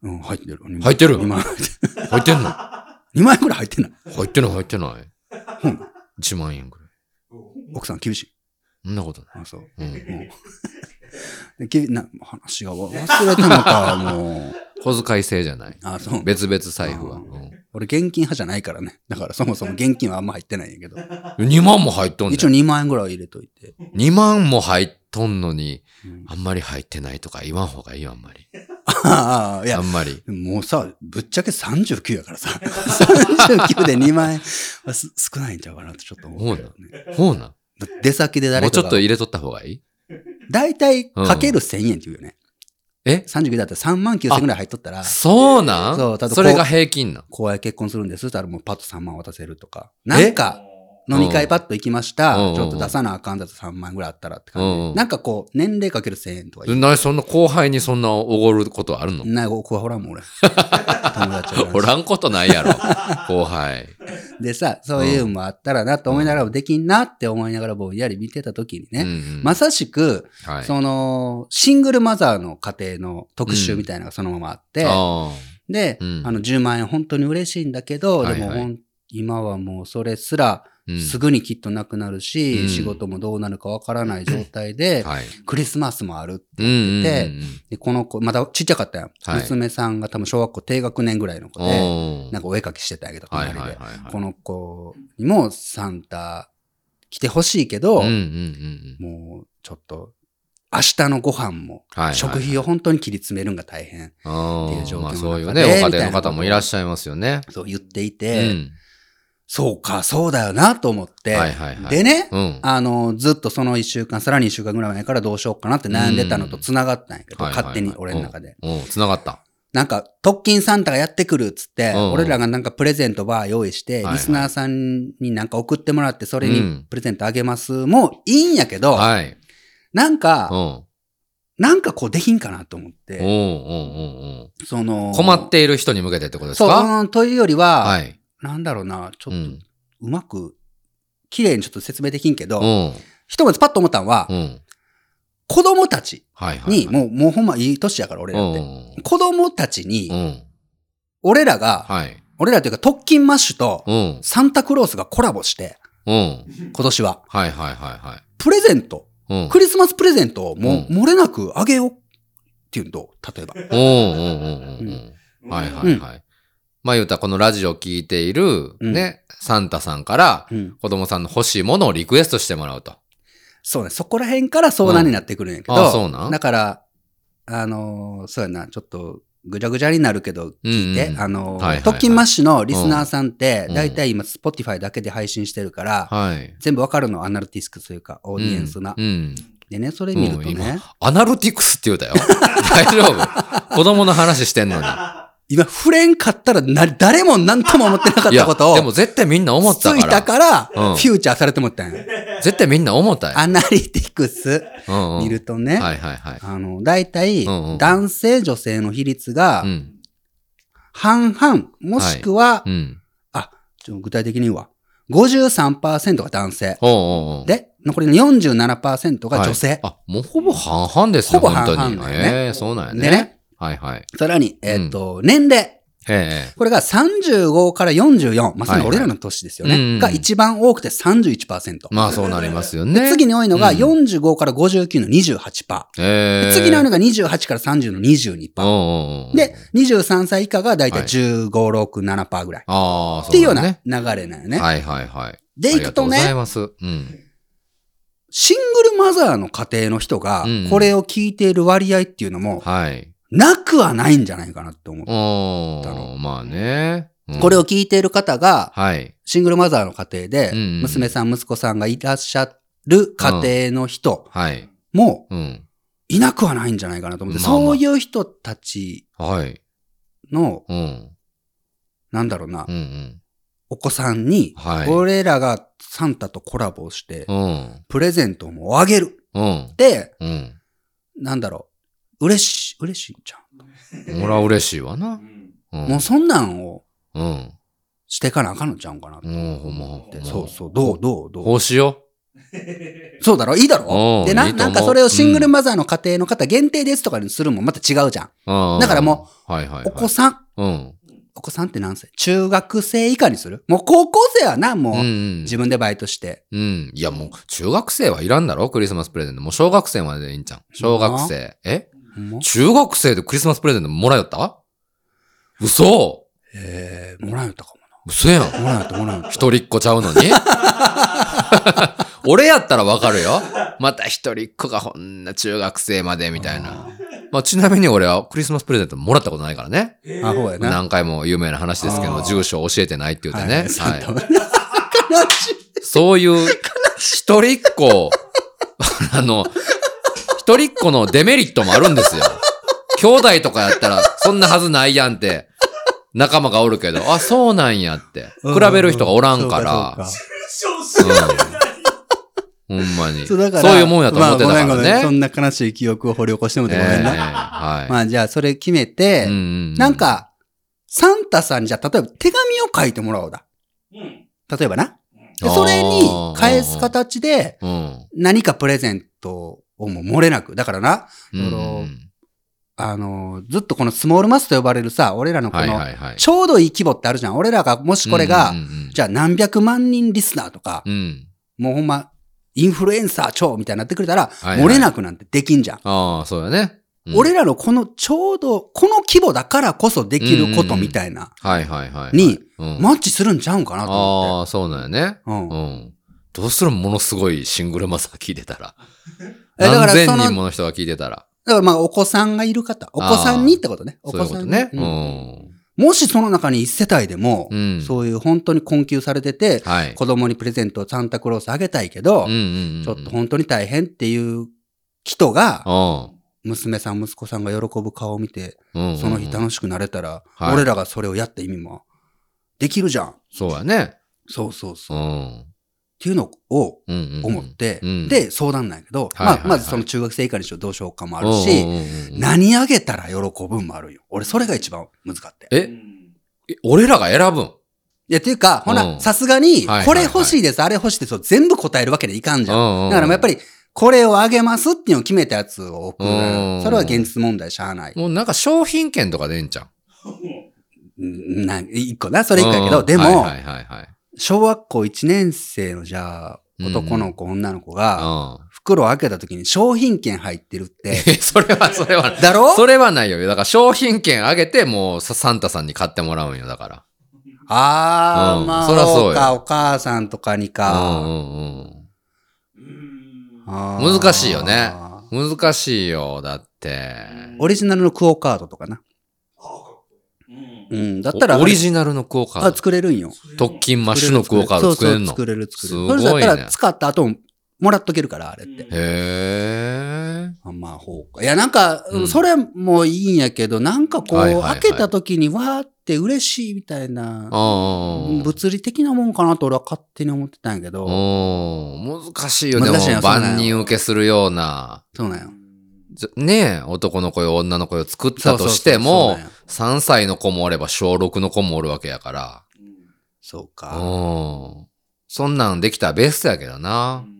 [SPEAKER 1] うん、入ってる。
[SPEAKER 2] 入ってる
[SPEAKER 1] 2枚、
[SPEAKER 2] 入ってんの
[SPEAKER 1] 2万円くらい入ってんの。
[SPEAKER 2] 入ってない、入ってない。
[SPEAKER 1] ほん
[SPEAKER 2] 1万円くらい。
[SPEAKER 1] 奥さん厳しい。
[SPEAKER 2] そんなこと
[SPEAKER 1] あ、そう。
[SPEAKER 2] ない。うん。
[SPEAKER 1] うんできな話がわ忘れたのか、もう。
[SPEAKER 2] 小遣い制じゃない。
[SPEAKER 1] あ、そう。
[SPEAKER 2] 別々財布は。
[SPEAKER 1] あ
[SPEAKER 2] う
[SPEAKER 1] 俺現金派じゃないからね。だからそもそも現金はあんま入ってないんやけど。
[SPEAKER 2] ん、2万も入っとんねん
[SPEAKER 1] 一応2万円ぐらいは入れといて。
[SPEAKER 2] 2万も入っとんのに、
[SPEAKER 1] うん [LAUGHS]
[SPEAKER 2] あんまり入ってないとか言わん方がいいよ、あんまり。
[SPEAKER 1] ああ、い
[SPEAKER 2] あ
[SPEAKER 1] や、
[SPEAKER 2] んまり。
[SPEAKER 1] もうさ、ぶっちゃけ39やからさ。39で2万円はす少ないんちゃうかなってちょっと思うけどね。
[SPEAKER 2] ほうな。
[SPEAKER 1] だって出先で
[SPEAKER 2] も
[SPEAKER 1] 誰
[SPEAKER 2] うち
[SPEAKER 1] か
[SPEAKER 2] ょっと
[SPEAKER 1] が。
[SPEAKER 2] 入れとった方がいい
[SPEAKER 1] だいたいかける1000円って言うよね。
[SPEAKER 2] え
[SPEAKER 1] 39だったら3万9000円ぐらい入っとったら、
[SPEAKER 2] そうなん
[SPEAKER 1] そうだ
[SPEAKER 2] そ
[SPEAKER 1] って
[SPEAKER 2] れが平均なん。
[SPEAKER 1] 公や結婚するんですって言ったらもうパッと3万渡せるとか。なんか、飲み会パッと行きました。
[SPEAKER 2] うん
[SPEAKER 1] ちょっと出さなあかんだと3万ぐらいあったらって
[SPEAKER 2] うん
[SPEAKER 1] 感
[SPEAKER 2] う
[SPEAKER 1] じ。
[SPEAKER 2] ん
[SPEAKER 1] なんかこう、年齢かける1000円とか言う。
[SPEAKER 2] なそんな後輩にそんなおごることあるの
[SPEAKER 1] ない、僕はほらん
[SPEAKER 2] [LAUGHS]
[SPEAKER 1] もん俺。友達は
[SPEAKER 2] おらんことないや
[SPEAKER 1] [LAUGHS]
[SPEAKER 2] ろ。後輩。
[SPEAKER 1] でさ、そういうのもあったらなと思いながらもできんなって思いながらぼんやり見てた時に
[SPEAKER 2] うん
[SPEAKER 1] ね、
[SPEAKER 2] うん
[SPEAKER 1] まさしく、
[SPEAKER 2] はい。
[SPEAKER 1] その、シングルマザーの家庭の特集みたいなのがそのままあって、
[SPEAKER 2] あ
[SPEAKER 1] で、
[SPEAKER 2] うん
[SPEAKER 1] あの、10万円本当に嬉しいんだけど、
[SPEAKER 2] はいはい
[SPEAKER 1] でもほん今はもうそれすら
[SPEAKER 2] ーうん
[SPEAKER 1] すぐにきっとなくなるし、
[SPEAKER 2] うん
[SPEAKER 1] 仕事もどうなるかわからない状態で、
[SPEAKER 2] はい。
[SPEAKER 1] クリスマスもある。
[SPEAKER 2] うんうんうん
[SPEAKER 1] でで、この子、まだちっちゃかったやん。
[SPEAKER 2] はい
[SPEAKER 1] 娘さんが多分小学校低学年ぐらいの子
[SPEAKER 2] うん。
[SPEAKER 1] で、
[SPEAKER 2] おー
[SPEAKER 1] なんかお絵描きしてたんやけど、
[SPEAKER 2] はい
[SPEAKER 1] 隣
[SPEAKER 2] は
[SPEAKER 1] で
[SPEAKER 2] いはい
[SPEAKER 1] こ
[SPEAKER 2] は
[SPEAKER 1] の子にもサンタ来てほしいけど、
[SPEAKER 2] い。うんうんうんうん
[SPEAKER 1] もうちょっと明日のご飯も
[SPEAKER 2] はいはい。
[SPEAKER 1] 食費を本当に切り詰めるんが大変、
[SPEAKER 2] あ
[SPEAKER 1] っていう状況の
[SPEAKER 2] ーまあ
[SPEAKER 1] 中で
[SPEAKER 2] そういうね、
[SPEAKER 1] みたいな
[SPEAKER 2] お家庭の方もいらっしゃいますよね。
[SPEAKER 1] そう言っていうて、
[SPEAKER 2] ん。
[SPEAKER 1] そうか、そうだよなと思って、
[SPEAKER 2] はいはいはい。
[SPEAKER 1] でね、
[SPEAKER 2] うん。
[SPEAKER 1] あの、ずっとその一週間、さらに一週間ぐらい前からどうしようかなって悩んでたのと繋がったんやけど、
[SPEAKER 2] うんはいはいは
[SPEAKER 1] 勝
[SPEAKER 2] い
[SPEAKER 1] 手に俺の中で。
[SPEAKER 2] うん、つながった。
[SPEAKER 1] なんか、特勤サンタがやってくるっつって、
[SPEAKER 2] うん
[SPEAKER 1] 俺らがなんかプレゼントバー用意して、
[SPEAKER 2] いはい
[SPEAKER 1] リスナーさんになんか送ってもらって、それ
[SPEAKER 2] う
[SPEAKER 1] に
[SPEAKER 2] ん
[SPEAKER 1] プレゼントあげます、もういいんやけど、
[SPEAKER 2] はい。
[SPEAKER 1] なんか、
[SPEAKER 2] うん。
[SPEAKER 1] なんかこうできんかなと思っ
[SPEAKER 2] うんうん
[SPEAKER 1] て、
[SPEAKER 2] うん
[SPEAKER 1] そ
[SPEAKER 2] うん。
[SPEAKER 1] の、
[SPEAKER 2] 困っている人に向けてってことです
[SPEAKER 1] そう
[SPEAKER 2] か
[SPEAKER 1] うん、というよりは、
[SPEAKER 2] はい。
[SPEAKER 1] なんだろうな、ちょ
[SPEAKER 2] う
[SPEAKER 1] っと
[SPEAKER 2] ん。
[SPEAKER 1] うまく、綺麗にちょっと説明できんけど、
[SPEAKER 2] うん。
[SPEAKER 1] ひとまずパッと思ったんは、
[SPEAKER 2] うん。
[SPEAKER 1] 子供たち
[SPEAKER 2] はいはい。
[SPEAKER 1] に、もう、もうほんまいい年やから俺
[SPEAKER 2] う
[SPEAKER 1] ら
[SPEAKER 2] ん
[SPEAKER 1] っ
[SPEAKER 2] う
[SPEAKER 1] て。
[SPEAKER 2] ん
[SPEAKER 1] 子供たちに、
[SPEAKER 2] うん。うん。
[SPEAKER 1] 俺らが、
[SPEAKER 2] はい。
[SPEAKER 1] 俺らというか特勤マッシュと、
[SPEAKER 2] うん。
[SPEAKER 1] サンタクロースがコラボして、
[SPEAKER 2] うん。
[SPEAKER 1] 今年は、
[SPEAKER 2] はいはいはいは
[SPEAKER 1] プレゼント、
[SPEAKER 2] い。うん。
[SPEAKER 1] クリスマスプレゼントをもう
[SPEAKER 2] うん
[SPEAKER 1] 漏れなくあげようっていうのと、例えば。
[SPEAKER 2] うんうんうんうんうん。はいはいはい。まあ言うたらこのラジオ聞いている、
[SPEAKER 1] うん
[SPEAKER 2] ね、サンタさんから
[SPEAKER 1] うん
[SPEAKER 2] 子供さんの欲しいものをリクエストしてもらうと。
[SPEAKER 1] そうね、そこら辺から相談になってくるんやけど、
[SPEAKER 2] うんあそうなん
[SPEAKER 1] だから、あのーそうやな、ちょっと、ぐじゃぐじゃになるけど、聞いて、
[SPEAKER 2] うんうん
[SPEAKER 1] あのー
[SPEAKER 2] はいはいはい
[SPEAKER 1] 特勤マッシュのリスナーさんって、
[SPEAKER 2] うん
[SPEAKER 1] だいたい今、Spotify だけで配信してるから、
[SPEAKER 2] はい。
[SPEAKER 1] 全部わかるの、アナルティスクスというか、オーディエンスな。
[SPEAKER 2] うんうん。
[SPEAKER 1] でね、それ見ると
[SPEAKER 2] うん
[SPEAKER 1] ね、 [LAUGHS]
[SPEAKER 2] アナルティクスって言うたよ。大丈夫。子供の話してんのに。
[SPEAKER 1] い今、触れんかったらな、誰も何とも思ってなかっ
[SPEAKER 2] いや、
[SPEAKER 1] たことを、
[SPEAKER 2] でも絶対みんな思っ
[SPEAKER 1] つ
[SPEAKER 2] た
[SPEAKER 1] い
[SPEAKER 2] か
[SPEAKER 1] た
[SPEAKER 2] ら。
[SPEAKER 1] から、
[SPEAKER 2] うん
[SPEAKER 1] フューチャーされてもったんや。
[SPEAKER 2] 絶対みんな思ったよ。
[SPEAKER 1] アナリティクス
[SPEAKER 2] うんうん
[SPEAKER 1] 見るとね、
[SPEAKER 2] はいはいはい。
[SPEAKER 1] あの、大体
[SPEAKER 2] うんうん、
[SPEAKER 1] 男性、女性の比率が
[SPEAKER 2] う、ん。
[SPEAKER 1] 半々、もしくは
[SPEAKER 2] う、ん。
[SPEAKER 1] あ、ちょっと具体的に言うわ。53%が男性。
[SPEAKER 2] おうおうおう
[SPEAKER 1] で、残りの47%が女性。
[SPEAKER 2] はいあ、もうほぼ半々ですね、
[SPEAKER 1] ほぼ半々
[SPEAKER 2] 本当に
[SPEAKER 1] だよね
[SPEAKER 2] ええそうなんやね。
[SPEAKER 1] でね、
[SPEAKER 2] はいはい。
[SPEAKER 1] さらに、えっ、と、年齢。
[SPEAKER 2] ええ
[SPEAKER 1] これが35から44、まさに俺らの年ですよね。
[SPEAKER 2] はいはいうんうん
[SPEAKER 1] が一番多くて31%。
[SPEAKER 2] まあそうなりますよね。
[SPEAKER 1] 次に多いのが
[SPEAKER 2] うん
[SPEAKER 1] 45から59の28%。
[SPEAKER 2] ええ
[SPEAKER 1] 次に多いのが28から30の22%。
[SPEAKER 2] おうおうおう
[SPEAKER 1] で、23歳以下がだいたい
[SPEAKER 2] はい
[SPEAKER 1] 15、6、7%ぐらい。
[SPEAKER 2] ああ、
[SPEAKER 1] っていうような
[SPEAKER 2] ね。
[SPEAKER 1] 流れなんよね。
[SPEAKER 2] はいはいはい。
[SPEAKER 1] で、いくと
[SPEAKER 2] ありがうござい
[SPEAKER 1] ね、
[SPEAKER 2] ます。うん。
[SPEAKER 1] シングルマザーの家庭の人が
[SPEAKER 2] うんうん、
[SPEAKER 1] これを聞いている割合っていうのも、
[SPEAKER 2] はい。
[SPEAKER 1] なくはないんじゃないかなって思う。
[SPEAKER 2] お
[SPEAKER 1] だろ
[SPEAKER 2] ー、まあね。うん
[SPEAKER 1] これを聞いている方が、
[SPEAKER 2] はい。
[SPEAKER 1] シングルマザーの家庭で
[SPEAKER 2] うんうんうん、
[SPEAKER 1] 娘さん、息子さんがいらっしゃる家庭の人
[SPEAKER 2] はい。
[SPEAKER 1] も
[SPEAKER 2] うん。
[SPEAKER 1] いなくはないんじゃないかなと思って、
[SPEAKER 2] まあまあ
[SPEAKER 1] そういう人たち
[SPEAKER 2] はい。
[SPEAKER 1] の、
[SPEAKER 2] うん。
[SPEAKER 1] なんだろうな
[SPEAKER 2] うんう、ん。
[SPEAKER 1] お子さんに、
[SPEAKER 2] はい。
[SPEAKER 1] 俺らがサンタとコラボして
[SPEAKER 2] う、ん。
[SPEAKER 1] プレゼントもあげる
[SPEAKER 2] うん
[SPEAKER 1] っ。て、
[SPEAKER 2] うん。
[SPEAKER 1] なんだろう、嬉しい、嬉しいじゃ
[SPEAKER 2] 俺は嬉しいわな。うん
[SPEAKER 1] ん。もうそんなんを
[SPEAKER 2] うん。
[SPEAKER 1] してかなあかんのちゃうんかなっ
[SPEAKER 2] うん、ほんまほんま
[SPEAKER 1] て。そうそう、どうどうどう
[SPEAKER 2] こうしよ
[SPEAKER 1] そうだろいいだろ
[SPEAKER 2] うん
[SPEAKER 1] で
[SPEAKER 2] い
[SPEAKER 1] ない
[SPEAKER 2] と
[SPEAKER 1] な
[SPEAKER 2] 思うん
[SPEAKER 1] かそれをシングルマザーの家庭の方限定ですとかにするもんまた違うじゃん。
[SPEAKER 2] う。うん
[SPEAKER 1] だからも
[SPEAKER 2] う、はいはいはい。
[SPEAKER 1] お子さん、
[SPEAKER 2] うん。
[SPEAKER 1] お子さんって何歳中学生以下にするもう高校生はな、も
[SPEAKER 2] うんう
[SPEAKER 1] う、
[SPEAKER 2] ん。
[SPEAKER 1] 自分でバイトして。
[SPEAKER 2] うん。いやもう、中学生はいらんだろクリスマスプレゼント。もう小学生まででいいんじゃん。小学生。え
[SPEAKER 1] ほんま
[SPEAKER 2] 中学生でクリスマスプレゼントもらえよった嘘
[SPEAKER 1] えー、もらえたか
[SPEAKER 2] 嘘やん。
[SPEAKER 1] もな。もらえた、もらえた。
[SPEAKER 2] 一人っ子ちゃうのに [LAUGHS] 俺やったらわかるよ。また一人っ子がほんな中学生までみたいな。まあ、ちなみに俺はクリスマスプレゼントもらったことないからね。
[SPEAKER 1] あ、ほうやな。
[SPEAKER 2] 何回も有名な話ですけ
[SPEAKER 1] あ
[SPEAKER 2] ど、
[SPEAKER 1] ー
[SPEAKER 2] 住所教えてないって言ってね。
[SPEAKER 1] は
[SPEAKER 2] はいい
[SPEAKER 1] サンタ悲しい
[SPEAKER 2] そういう、一人っ子、 [LAUGHS] あの、一人っ子のデメリットもあるんですよ。兄弟とかやったら、そんなはずないやんって、仲間がおるけど、あ、そうなんやって。比べる人がおらんから。
[SPEAKER 1] そうそう
[SPEAKER 3] 少々
[SPEAKER 2] ほんまに。
[SPEAKER 1] そ
[SPEAKER 2] そうう
[SPEAKER 1] だから
[SPEAKER 2] いうもんやと思ってたから
[SPEAKER 1] まあごめんごめんそ
[SPEAKER 2] ね。
[SPEAKER 1] んな悲しい記憶を掘り起こしても
[SPEAKER 2] え
[SPEAKER 1] て
[SPEAKER 2] え
[SPEAKER 1] ごめんな。
[SPEAKER 2] はい。
[SPEAKER 1] まあじゃあそれ決めて、
[SPEAKER 2] うんうん
[SPEAKER 1] なん、か、サンタさんにじゃあ例えば手紙を書いてもらおうだ。
[SPEAKER 3] うん。
[SPEAKER 1] 例えばな。で
[SPEAKER 2] あー
[SPEAKER 1] それに返す形で
[SPEAKER 2] うん。
[SPEAKER 1] 何かプレゼントをもう漏れなく。だからな、
[SPEAKER 2] うん
[SPEAKER 1] そのあのーずっとこのスモールマスと呼ばれるさ、俺らのこ
[SPEAKER 2] はい
[SPEAKER 1] の
[SPEAKER 2] はいはい。
[SPEAKER 1] ちょうどいい規模ってあるじゃん。俺らがもしこれが
[SPEAKER 2] うん、うん
[SPEAKER 1] じゃあ何百万人リスナーとか
[SPEAKER 2] う、ん。
[SPEAKER 1] もうほんま、インフルエンサー超みたいになってくれたら、
[SPEAKER 2] いはい
[SPEAKER 1] 漏れなくなんてできんじゃん。
[SPEAKER 2] ああ、そうだね。うん
[SPEAKER 1] 俺らのこのちょうど、この規模だからこそできることみたいな、
[SPEAKER 2] はいはいはいはい。
[SPEAKER 1] に
[SPEAKER 2] うん、
[SPEAKER 1] マッチするんちゃうんかなと思
[SPEAKER 2] ああ、そうなんやね。
[SPEAKER 1] って。う。
[SPEAKER 2] うんん。どうするものすごいシングルマザー聞いてたら。
[SPEAKER 1] えだから
[SPEAKER 2] 何千
[SPEAKER 1] その
[SPEAKER 2] 人もの人が聞いてたら。
[SPEAKER 1] だからまあ、お子さんがいる方、お子さんにってことね。お
[SPEAKER 2] そうい
[SPEAKER 1] 子
[SPEAKER 2] うこ
[SPEAKER 1] さ
[SPEAKER 2] と
[SPEAKER 1] んに
[SPEAKER 2] ね。う
[SPEAKER 1] うん
[SPEAKER 2] ん。
[SPEAKER 1] もしその中に一世帯でも
[SPEAKER 2] う、ん。
[SPEAKER 1] そういう本当に困窮されてて、
[SPEAKER 2] はい。
[SPEAKER 1] 子供にプレゼントをサンタクロースあげたいけど
[SPEAKER 2] うん、うんうん。
[SPEAKER 1] ちょっと本当に大変っていう人が、
[SPEAKER 2] と、
[SPEAKER 1] 娘さん、息子さんが喜ぶ顔を見て、
[SPEAKER 2] うんうん。
[SPEAKER 1] その日
[SPEAKER 2] し
[SPEAKER 1] 楽しくなれたら、
[SPEAKER 2] はい
[SPEAKER 1] 俺らがそれをやった意味もできるじゃん。
[SPEAKER 2] そうやね。
[SPEAKER 1] そうそうそうう。
[SPEAKER 2] ん
[SPEAKER 1] っ。ていうのを
[SPEAKER 2] うんうんうん。
[SPEAKER 1] 思って、
[SPEAKER 2] うん
[SPEAKER 1] で、相談なんやけど、
[SPEAKER 2] はいはいはい
[SPEAKER 1] まあ、まずその中学生以下にしろどうしようかもあ
[SPEAKER 2] あ
[SPEAKER 1] るし、
[SPEAKER 2] な、
[SPEAKER 1] 何あげたら喜ぶんもあるんよ。俺、それが一番難かって。
[SPEAKER 2] ええ俺らが選ぶん。
[SPEAKER 1] いや、っていうか、ほ
[SPEAKER 2] うん
[SPEAKER 1] な、さすがに
[SPEAKER 2] はいはいは、い
[SPEAKER 1] これ欲しいです、あれ欲しいですを全部答えるわけにいかんじゃん。
[SPEAKER 2] うんうん
[SPEAKER 1] だからもうやっぱり、これをあげますっていうのを決めたやつを送る
[SPEAKER 2] う。ん
[SPEAKER 1] それは現実問題しゃあない。
[SPEAKER 2] もうなんか商品券とかでええんじゃん。
[SPEAKER 1] うんな、一個な、それ一個やけ
[SPEAKER 2] う
[SPEAKER 1] ど、
[SPEAKER 2] ん
[SPEAKER 1] でも、
[SPEAKER 2] はいはいはい
[SPEAKER 1] 小学校1年生のじゃあ、
[SPEAKER 2] うん
[SPEAKER 1] 男の子、女の子が、
[SPEAKER 2] はい。うん。
[SPEAKER 1] 袋を開けた時に商品券入ってるって、
[SPEAKER 2] え、それは、それは、
[SPEAKER 1] だ
[SPEAKER 2] [LAUGHS]
[SPEAKER 1] ろ
[SPEAKER 2] それはないよ。だから商品券あげて、もうさサンタさんに買ってもらうんよ、だから。
[SPEAKER 1] あー、
[SPEAKER 2] うん
[SPEAKER 1] まあ、
[SPEAKER 2] そらそうよ
[SPEAKER 1] そうか、お母さんとかに
[SPEAKER 2] う
[SPEAKER 1] か。
[SPEAKER 2] んうんうん。
[SPEAKER 1] あー
[SPEAKER 2] 難しいよね。難しいよ、だって。
[SPEAKER 1] オリジナルのクオカードとかな。うん、だったら、
[SPEAKER 2] おオリジナルのクオカー
[SPEAKER 1] あ
[SPEAKER 2] ド。
[SPEAKER 1] 作れるんよ。
[SPEAKER 2] 特勤マッシュのクオカード作れるの。
[SPEAKER 1] そうそう作れる、作れる。
[SPEAKER 2] すごいね
[SPEAKER 1] それだったら使った後ももらっとけるから、あれって。
[SPEAKER 2] へね。
[SPEAKER 1] あまあ、ほうか。いや、なんか、
[SPEAKER 2] うん
[SPEAKER 1] それもいいんやけど、なんかこう、
[SPEAKER 2] はいはいはい
[SPEAKER 1] 開けた時にわーって嬉しいみたいな、
[SPEAKER 2] ああ。
[SPEAKER 1] 物理的なもんかなと俺は勝手に思ってたんやけ
[SPEAKER 2] う
[SPEAKER 1] ど、
[SPEAKER 2] ん。難しいよ、でも
[SPEAKER 1] 難しいよ、そうなんよ
[SPEAKER 2] 万人受けするような。
[SPEAKER 1] そうなんよ。
[SPEAKER 2] ずねえ、男の子よ、女の子よ作っ
[SPEAKER 1] そ
[SPEAKER 2] た
[SPEAKER 1] うそう
[SPEAKER 2] と
[SPEAKER 1] そう
[SPEAKER 2] して
[SPEAKER 1] そう
[SPEAKER 2] も
[SPEAKER 1] なん、よ
[SPEAKER 2] 3歳の子もおれば小6の子もおるわけやか
[SPEAKER 1] そう
[SPEAKER 2] ら。
[SPEAKER 1] か。
[SPEAKER 2] うん。そんなんできたらベストやけど
[SPEAKER 3] う
[SPEAKER 2] な。
[SPEAKER 3] ん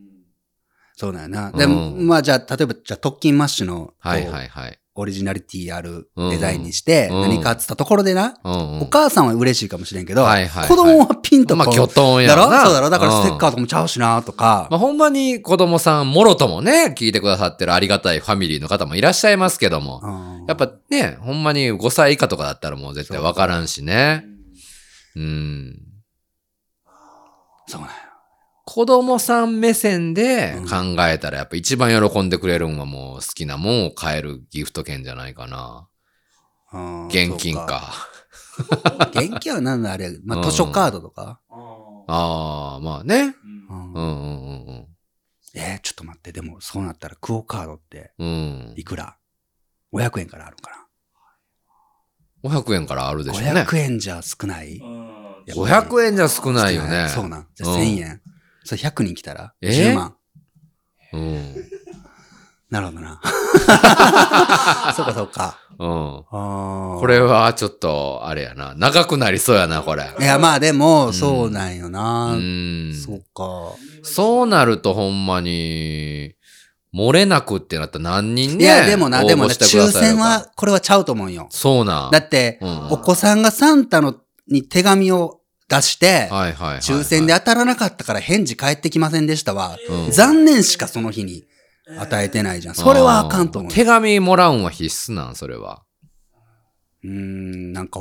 [SPEAKER 1] そうなんやな。
[SPEAKER 2] うん
[SPEAKER 1] でも、まあじゃあ、例えば、じゃあ、特勤マッシュの、
[SPEAKER 2] はいは
[SPEAKER 1] こ
[SPEAKER 2] いはい。
[SPEAKER 1] うオリジナリティあるデザインにして、
[SPEAKER 2] うん
[SPEAKER 1] 何かっつったところでな、
[SPEAKER 2] うんうん。
[SPEAKER 1] お母さんは嬉しいかもしれんけど、
[SPEAKER 2] はいはいはい
[SPEAKER 1] 子供はピンとこ
[SPEAKER 2] まあ、
[SPEAKER 1] う
[SPEAKER 2] きょとんや
[SPEAKER 1] だろ
[SPEAKER 2] ろな。
[SPEAKER 1] そうだろだからステッカー
[SPEAKER 2] うん
[SPEAKER 1] とかもちゃうしなとか、
[SPEAKER 2] まあ、ほんまに子供さん、もろともね、聞いてくださってるありがたいファミリーの方もいらっしゃいますけども。
[SPEAKER 1] うん
[SPEAKER 2] やっぱね、ほんまに5歳以下とかだったらもう絶対わからんしね。うん。
[SPEAKER 1] そうなんや
[SPEAKER 2] 子供さん目線で
[SPEAKER 1] うん
[SPEAKER 2] 考えたらやっぱ一番喜んでくれるんはもう好きなもんを買えるギフト券じゃないかな。
[SPEAKER 1] うん
[SPEAKER 2] 現金
[SPEAKER 1] そう
[SPEAKER 2] か。
[SPEAKER 1] 現金は何だあ
[SPEAKER 2] [LAUGHS]
[SPEAKER 1] れ、ま
[SPEAKER 2] う
[SPEAKER 1] あ、
[SPEAKER 2] ん
[SPEAKER 1] 図書カードとか、
[SPEAKER 3] あ
[SPEAKER 2] ああ、まあね。
[SPEAKER 3] ー
[SPEAKER 2] うんうんうん
[SPEAKER 1] えーちょっと待って、でもそうなったらクオカードって
[SPEAKER 2] うん。うん。
[SPEAKER 1] いくら ?500 円からあるんか
[SPEAKER 2] 500円からある
[SPEAKER 1] な
[SPEAKER 2] でしょうね。
[SPEAKER 1] ?500 円じゃ少ない
[SPEAKER 3] うん
[SPEAKER 1] や
[SPEAKER 2] 500円じゃ少ないよね。
[SPEAKER 1] そうなん。じゃ
[SPEAKER 2] うん
[SPEAKER 1] 1000円。それ100人来たら
[SPEAKER 2] え
[SPEAKER 1] ?10 万。
[SPEAKER 2] うん。
[SPEAKER 1] なるほど
[SPEAKER 2] [LAUGHS]
[SPEAKER 1] な。そうかそうか。
[SPEAKER 2] うん。
[SPEAKER 1] あー
[SPEAKER 2] これはちょっと、あれやな。長くなりそうやな、これ。
[SPEAKER 1] いや、まあで
[SPEAKER 2] うん
[SPEAKER 1] も、そうなんよ
[SPEAKER 2] う
[SPEAKER 1] な。
[SPEAKER 2] ん。
[SPEAKER 1] そうか。
[SPEAKER 2] そうなるとほんまに、漏れなくってなったら何人
[SPEAKER 1] い
[SPEAKER 2] ね。
[SPEAKER 1] や、でもな、
[SPEAKER 2] 応募
[SPEAKER 1] でもね、
[SPEAKER 2] してくだ
[SPEAKER 1] 抽
[SPEAKER 2] さる
[SPEAKER 1] 選
[SPEAKER 2] のか
[SPEAKER 1] は、。これはちゃうと思うんよ。
[SPEAKER 2] そうなん。
[SPEAKER 1] だって
[SPEAKER 2] う、ん。
[SPEAKER 1] お
[SPEAKER 2] は
[SPEAKER 1] 子さんがサンタのに手紙を出して
[SPEAKER 2] い、はいはい。
[SPEAKER 1] 抽選で、当たらなかったから返事返ってきませんでしたは、
[SPEAKER 2] うん
[SPEAKER 1] 残念しかその日に与えてないじゃん。それはあかんと思う。
[SPEAKER 2] 手紙もらうんは必須なん、それは。
[SPEAKER 1] うーん、なんか、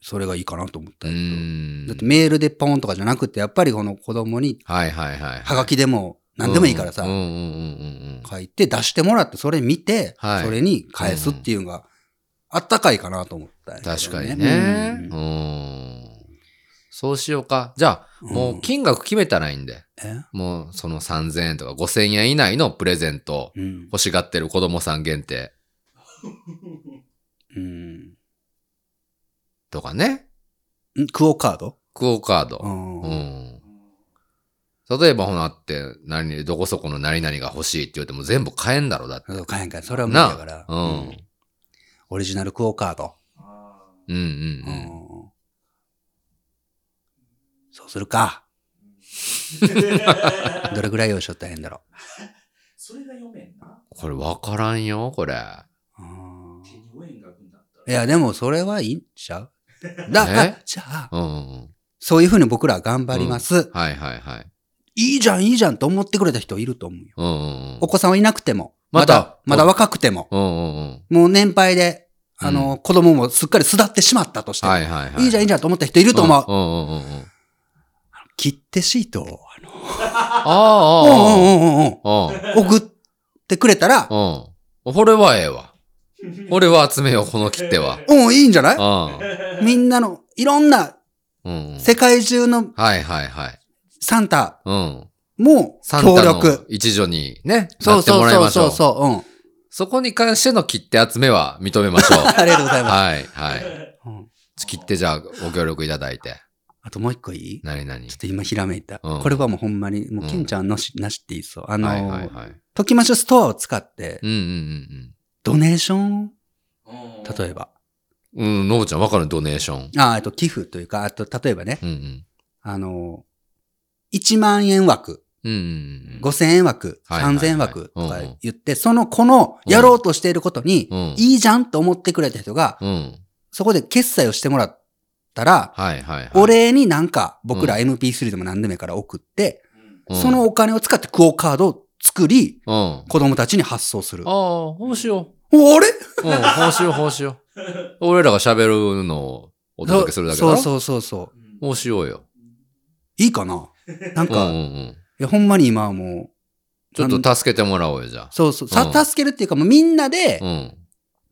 [SPEAKER 1] それがいいかなと思っ
[SPEAKER 2] う
[SPEAKER 1] たけど
[SPEAKER 2] ん。
[SPEAKER 1] だってメールでポンとかじゃなくて、やっぱりこの子供に、
[SPEAKER 2] はいはいはい。
[SPEAKER 1] はがきでも、何でもいいからさ
[SPEAKER 2] うん、うんうんうんうん。
[SPEAKER 1] 書いて出してもらって、それ見て、
[SPEAKER 2] はい
[SPEAKER 1] それに返すっていうのが、あったかいかなと思ったんやけど、
[SPEAKER 2] 確かにね。
[SPEAKER 1] うん
[SPEAKER 2] うん。そうしようか。じゃあ、もう金額決めたらいいんで。
[SPEAKER 1] え
[SPEAKER 2] もうその3000円とか5000円以内のプレゼント
[SPEAKER 1] うん。
[SPEAKER 2] 欲しがってる子供さん限定
[SPEAKER 1] うん
[SPEAKER 2] とかね。
[SPEAKER 1] んクオカード
[SPEAKER 2] クオカード。
[SPEAKER 1] うん
[SPEAKER 2] うん。例えばほなって、何々、どこそこの何々が欲しいって言っても全部買えんだろ、だって。
[SPEAKER 1] そう買えんかいそれは無理
[SPEAKER 2] な
[SPEAKER 1] だから。
[SPEAKER 2] うん。うん
[SPEAKER 1] うんオリジナルクオカード。
[SPEAKER 3] あ
[SPEAKER 2] うん
[SPEAKER 1] う
[SPEAKER 2] う。
[SPEAKER 1] んんそうするか。
[SPEAKER 3] ー
[SPEAKER 1] どれぐらい用意しとったらええんだろ
[SPEAKER 3] それが読めんな。
[SPEAKER 2] これわからんよ、これ。
[SPEAKER 1] う。うん
[SPEAKER 3] 手に負えん額になったら。
[SPEAKER 1] いや、でもそれはいいんちゃうだ
[SPEAKER 2] え
[SPEAKER 1] から、じゃあ、
[SPEAKER 2] うんうん。
[SPEAKER 1] そういうふうに僕らは頑張ります。
[SPEAKER 2] はいはいはい。
[SPEAKER 1] いいじゃん、いいじゃんと思ってくれた人いると思うよ。
[SPEAKER 2] うんうんうん
[SPEAKER 1] お。子さんはいなくても、
[SPEAKER 2] ま
[SPEAKER 1] ま
[SPEAKER 2] た
[SPEAKER 1] だ、まだ若くても、
[SPEAKER 2] うんうんうん。
[SPEAKER 1] もう年配で、あの、子供もすっかり巣立ってしまったとしても、
[SPEAKER 2] はい
[SPEAKER 1] い
[SPEAKER 2] はいはい。
[SPEAKER 1] いじゃん、いい
[SPEAKER 2] い
[SPEAKER 1] じゃんと思った人いると思う。
[SPEAKER 2] うんうんうんうん。
[SPEAKER 1] 切手シートを、あの
[SPEAKER 2] ああ、あ
[SPEAKER 1] うんうんうんうんうん
[SPEAKER 2] あ。うん。
[SPEAKER 1] 送ってくれたら、
[SPEAKER 2] うん。これはええわ。俺は集めよう、この切手は。
[SPEAKER 1] うん、いいんじゃないみ
[SPEAKER 3] な。
[SPEAKER 1] んなの、いろんな、
[SPEAKER 2] うん。うんうん。
[SPEAKER 1] 世界中の
[SPEAKER 2] はいはいはい。
[SPEAKER 1] サンタ
[SPEAKER 2] うん。
[SPEAKER 1] も
[SPEAKER 2] サン
[SPEAKER 1] 協
[SPEAKER 2] タの
[SPEAKER 1] 力。
[SPEAKER 2] 一助にね、
[SPEAKER 1] そう
[SPEAKER 2] なって
[SPEAKER 1] そ
[SPEAKER 2] も
[SPEAKER 1] う
[SPEAKER 2] らい
[SPEAKER 1] そ
[SPEAKER 2] ま
[SPEAKER 1] う
[SPEAKER 2] しょ
[SPEAKER 1] そうそう、
[SPEAKER 2] [LAUGHS]
[SPEAKER 1] うん。
[SPEAKER 2] そこに関しての切手集めは認めましょう。
[SPEAKER 1] [LAUGHS] ありがとうございます。
[SPEAKER 2] はい、はい。
[SPEAKER 1] うん
[SPEAKER 2] 切手じゃあご協力いただいて。
[SPEAKER 1] あともう一個いい
[SPEAKER 2] 何々。
[SPEAKER 1] ちょっと今ひらめいた。
[SPEAKER 2] うん
[SPEAKER 1] これはもうほんまに、もううんケンちゃんのし、なしっていいっすよ。あのー、
[SPEAKER 2] はいはいはい。
[SPEAKER 1] ときましょストアを使って、
[SPEAKER 2] うんうん
[SPEAKER 1] ドネーション例え
[SPEAKER 3] ば。
[SPEAKER 1] ば。
[SPEAKER 2] うんうん。うん、のぶちゃんわかるドネーション。
[SPEAKER 1] あ、あと寄付というか、あと例えばね、
[SPEAKER 2] うんうん。
[SPEAKER 1] あのー、1万円枠、
[SPEAKER 2] うんうん
[SPEAKER 1] 5000円枠、
[SPEAKER 2] はいはいはい
[SPEAKER 1] 3000円枠とか
[SPEAKER 2] うんうん
[SPEAKER 1] 言って、その子のやろうとしていることに
[SPEAKER 2] う、ん。
[SPEAKER 1] いいじゃんと思ってくれた人が、
[SPEAKER 2] うん。うん。
[SPEAKER 1] そこで決済をしてもらったら、
[SPEAKER 2] はいはいはい。
[SPEAKER 1] お礼になんか僕ら
[SPEAKER 2] う
[SPEAKER 1] MP3 でも何でもいいから送って、
[SPEAKER 3] うん
[SPEAKER 2] うん、
[SPEAKER 1] そのお金を使ってクオカードを作り、
[SPEAKER 2] うん。あ
[SPEAKER 1] 子供たちに発送する。
[SPEAKER 2] あ、報酬を。
[SPEAKER 1] おあれ
[SPEAKER 2] うん、報酬報酬。俺らが喋るのをお届けするだけだ
[SPEAKER 1] そう
[SPEAKER 2] ろう。
[SPEAKER 1] そうそうそう。
[SPEAKER 2] 報酬をよ。
[SPEAKER 1] いいかななん
[SPEAKER 2] うんうん
[SPEAKER 1] か、
[SPEAKER 2] う
[SPEAKER 1] い
[SPEAKER 2] ん。
[SPEAKER 1] やほんまに今はもう、
[SPEAKER 2] ちょっ
[SPEAKER 1] なん
[SPEAKER 2] と助けてもらおうよ、じゃあ。
[SPEAKER 1] そうそう、
[SPEAKER 2] うん
[SPEAKER 1] さ、助けるっていうかもうみんなで
[SPEAKER 2] う、ん。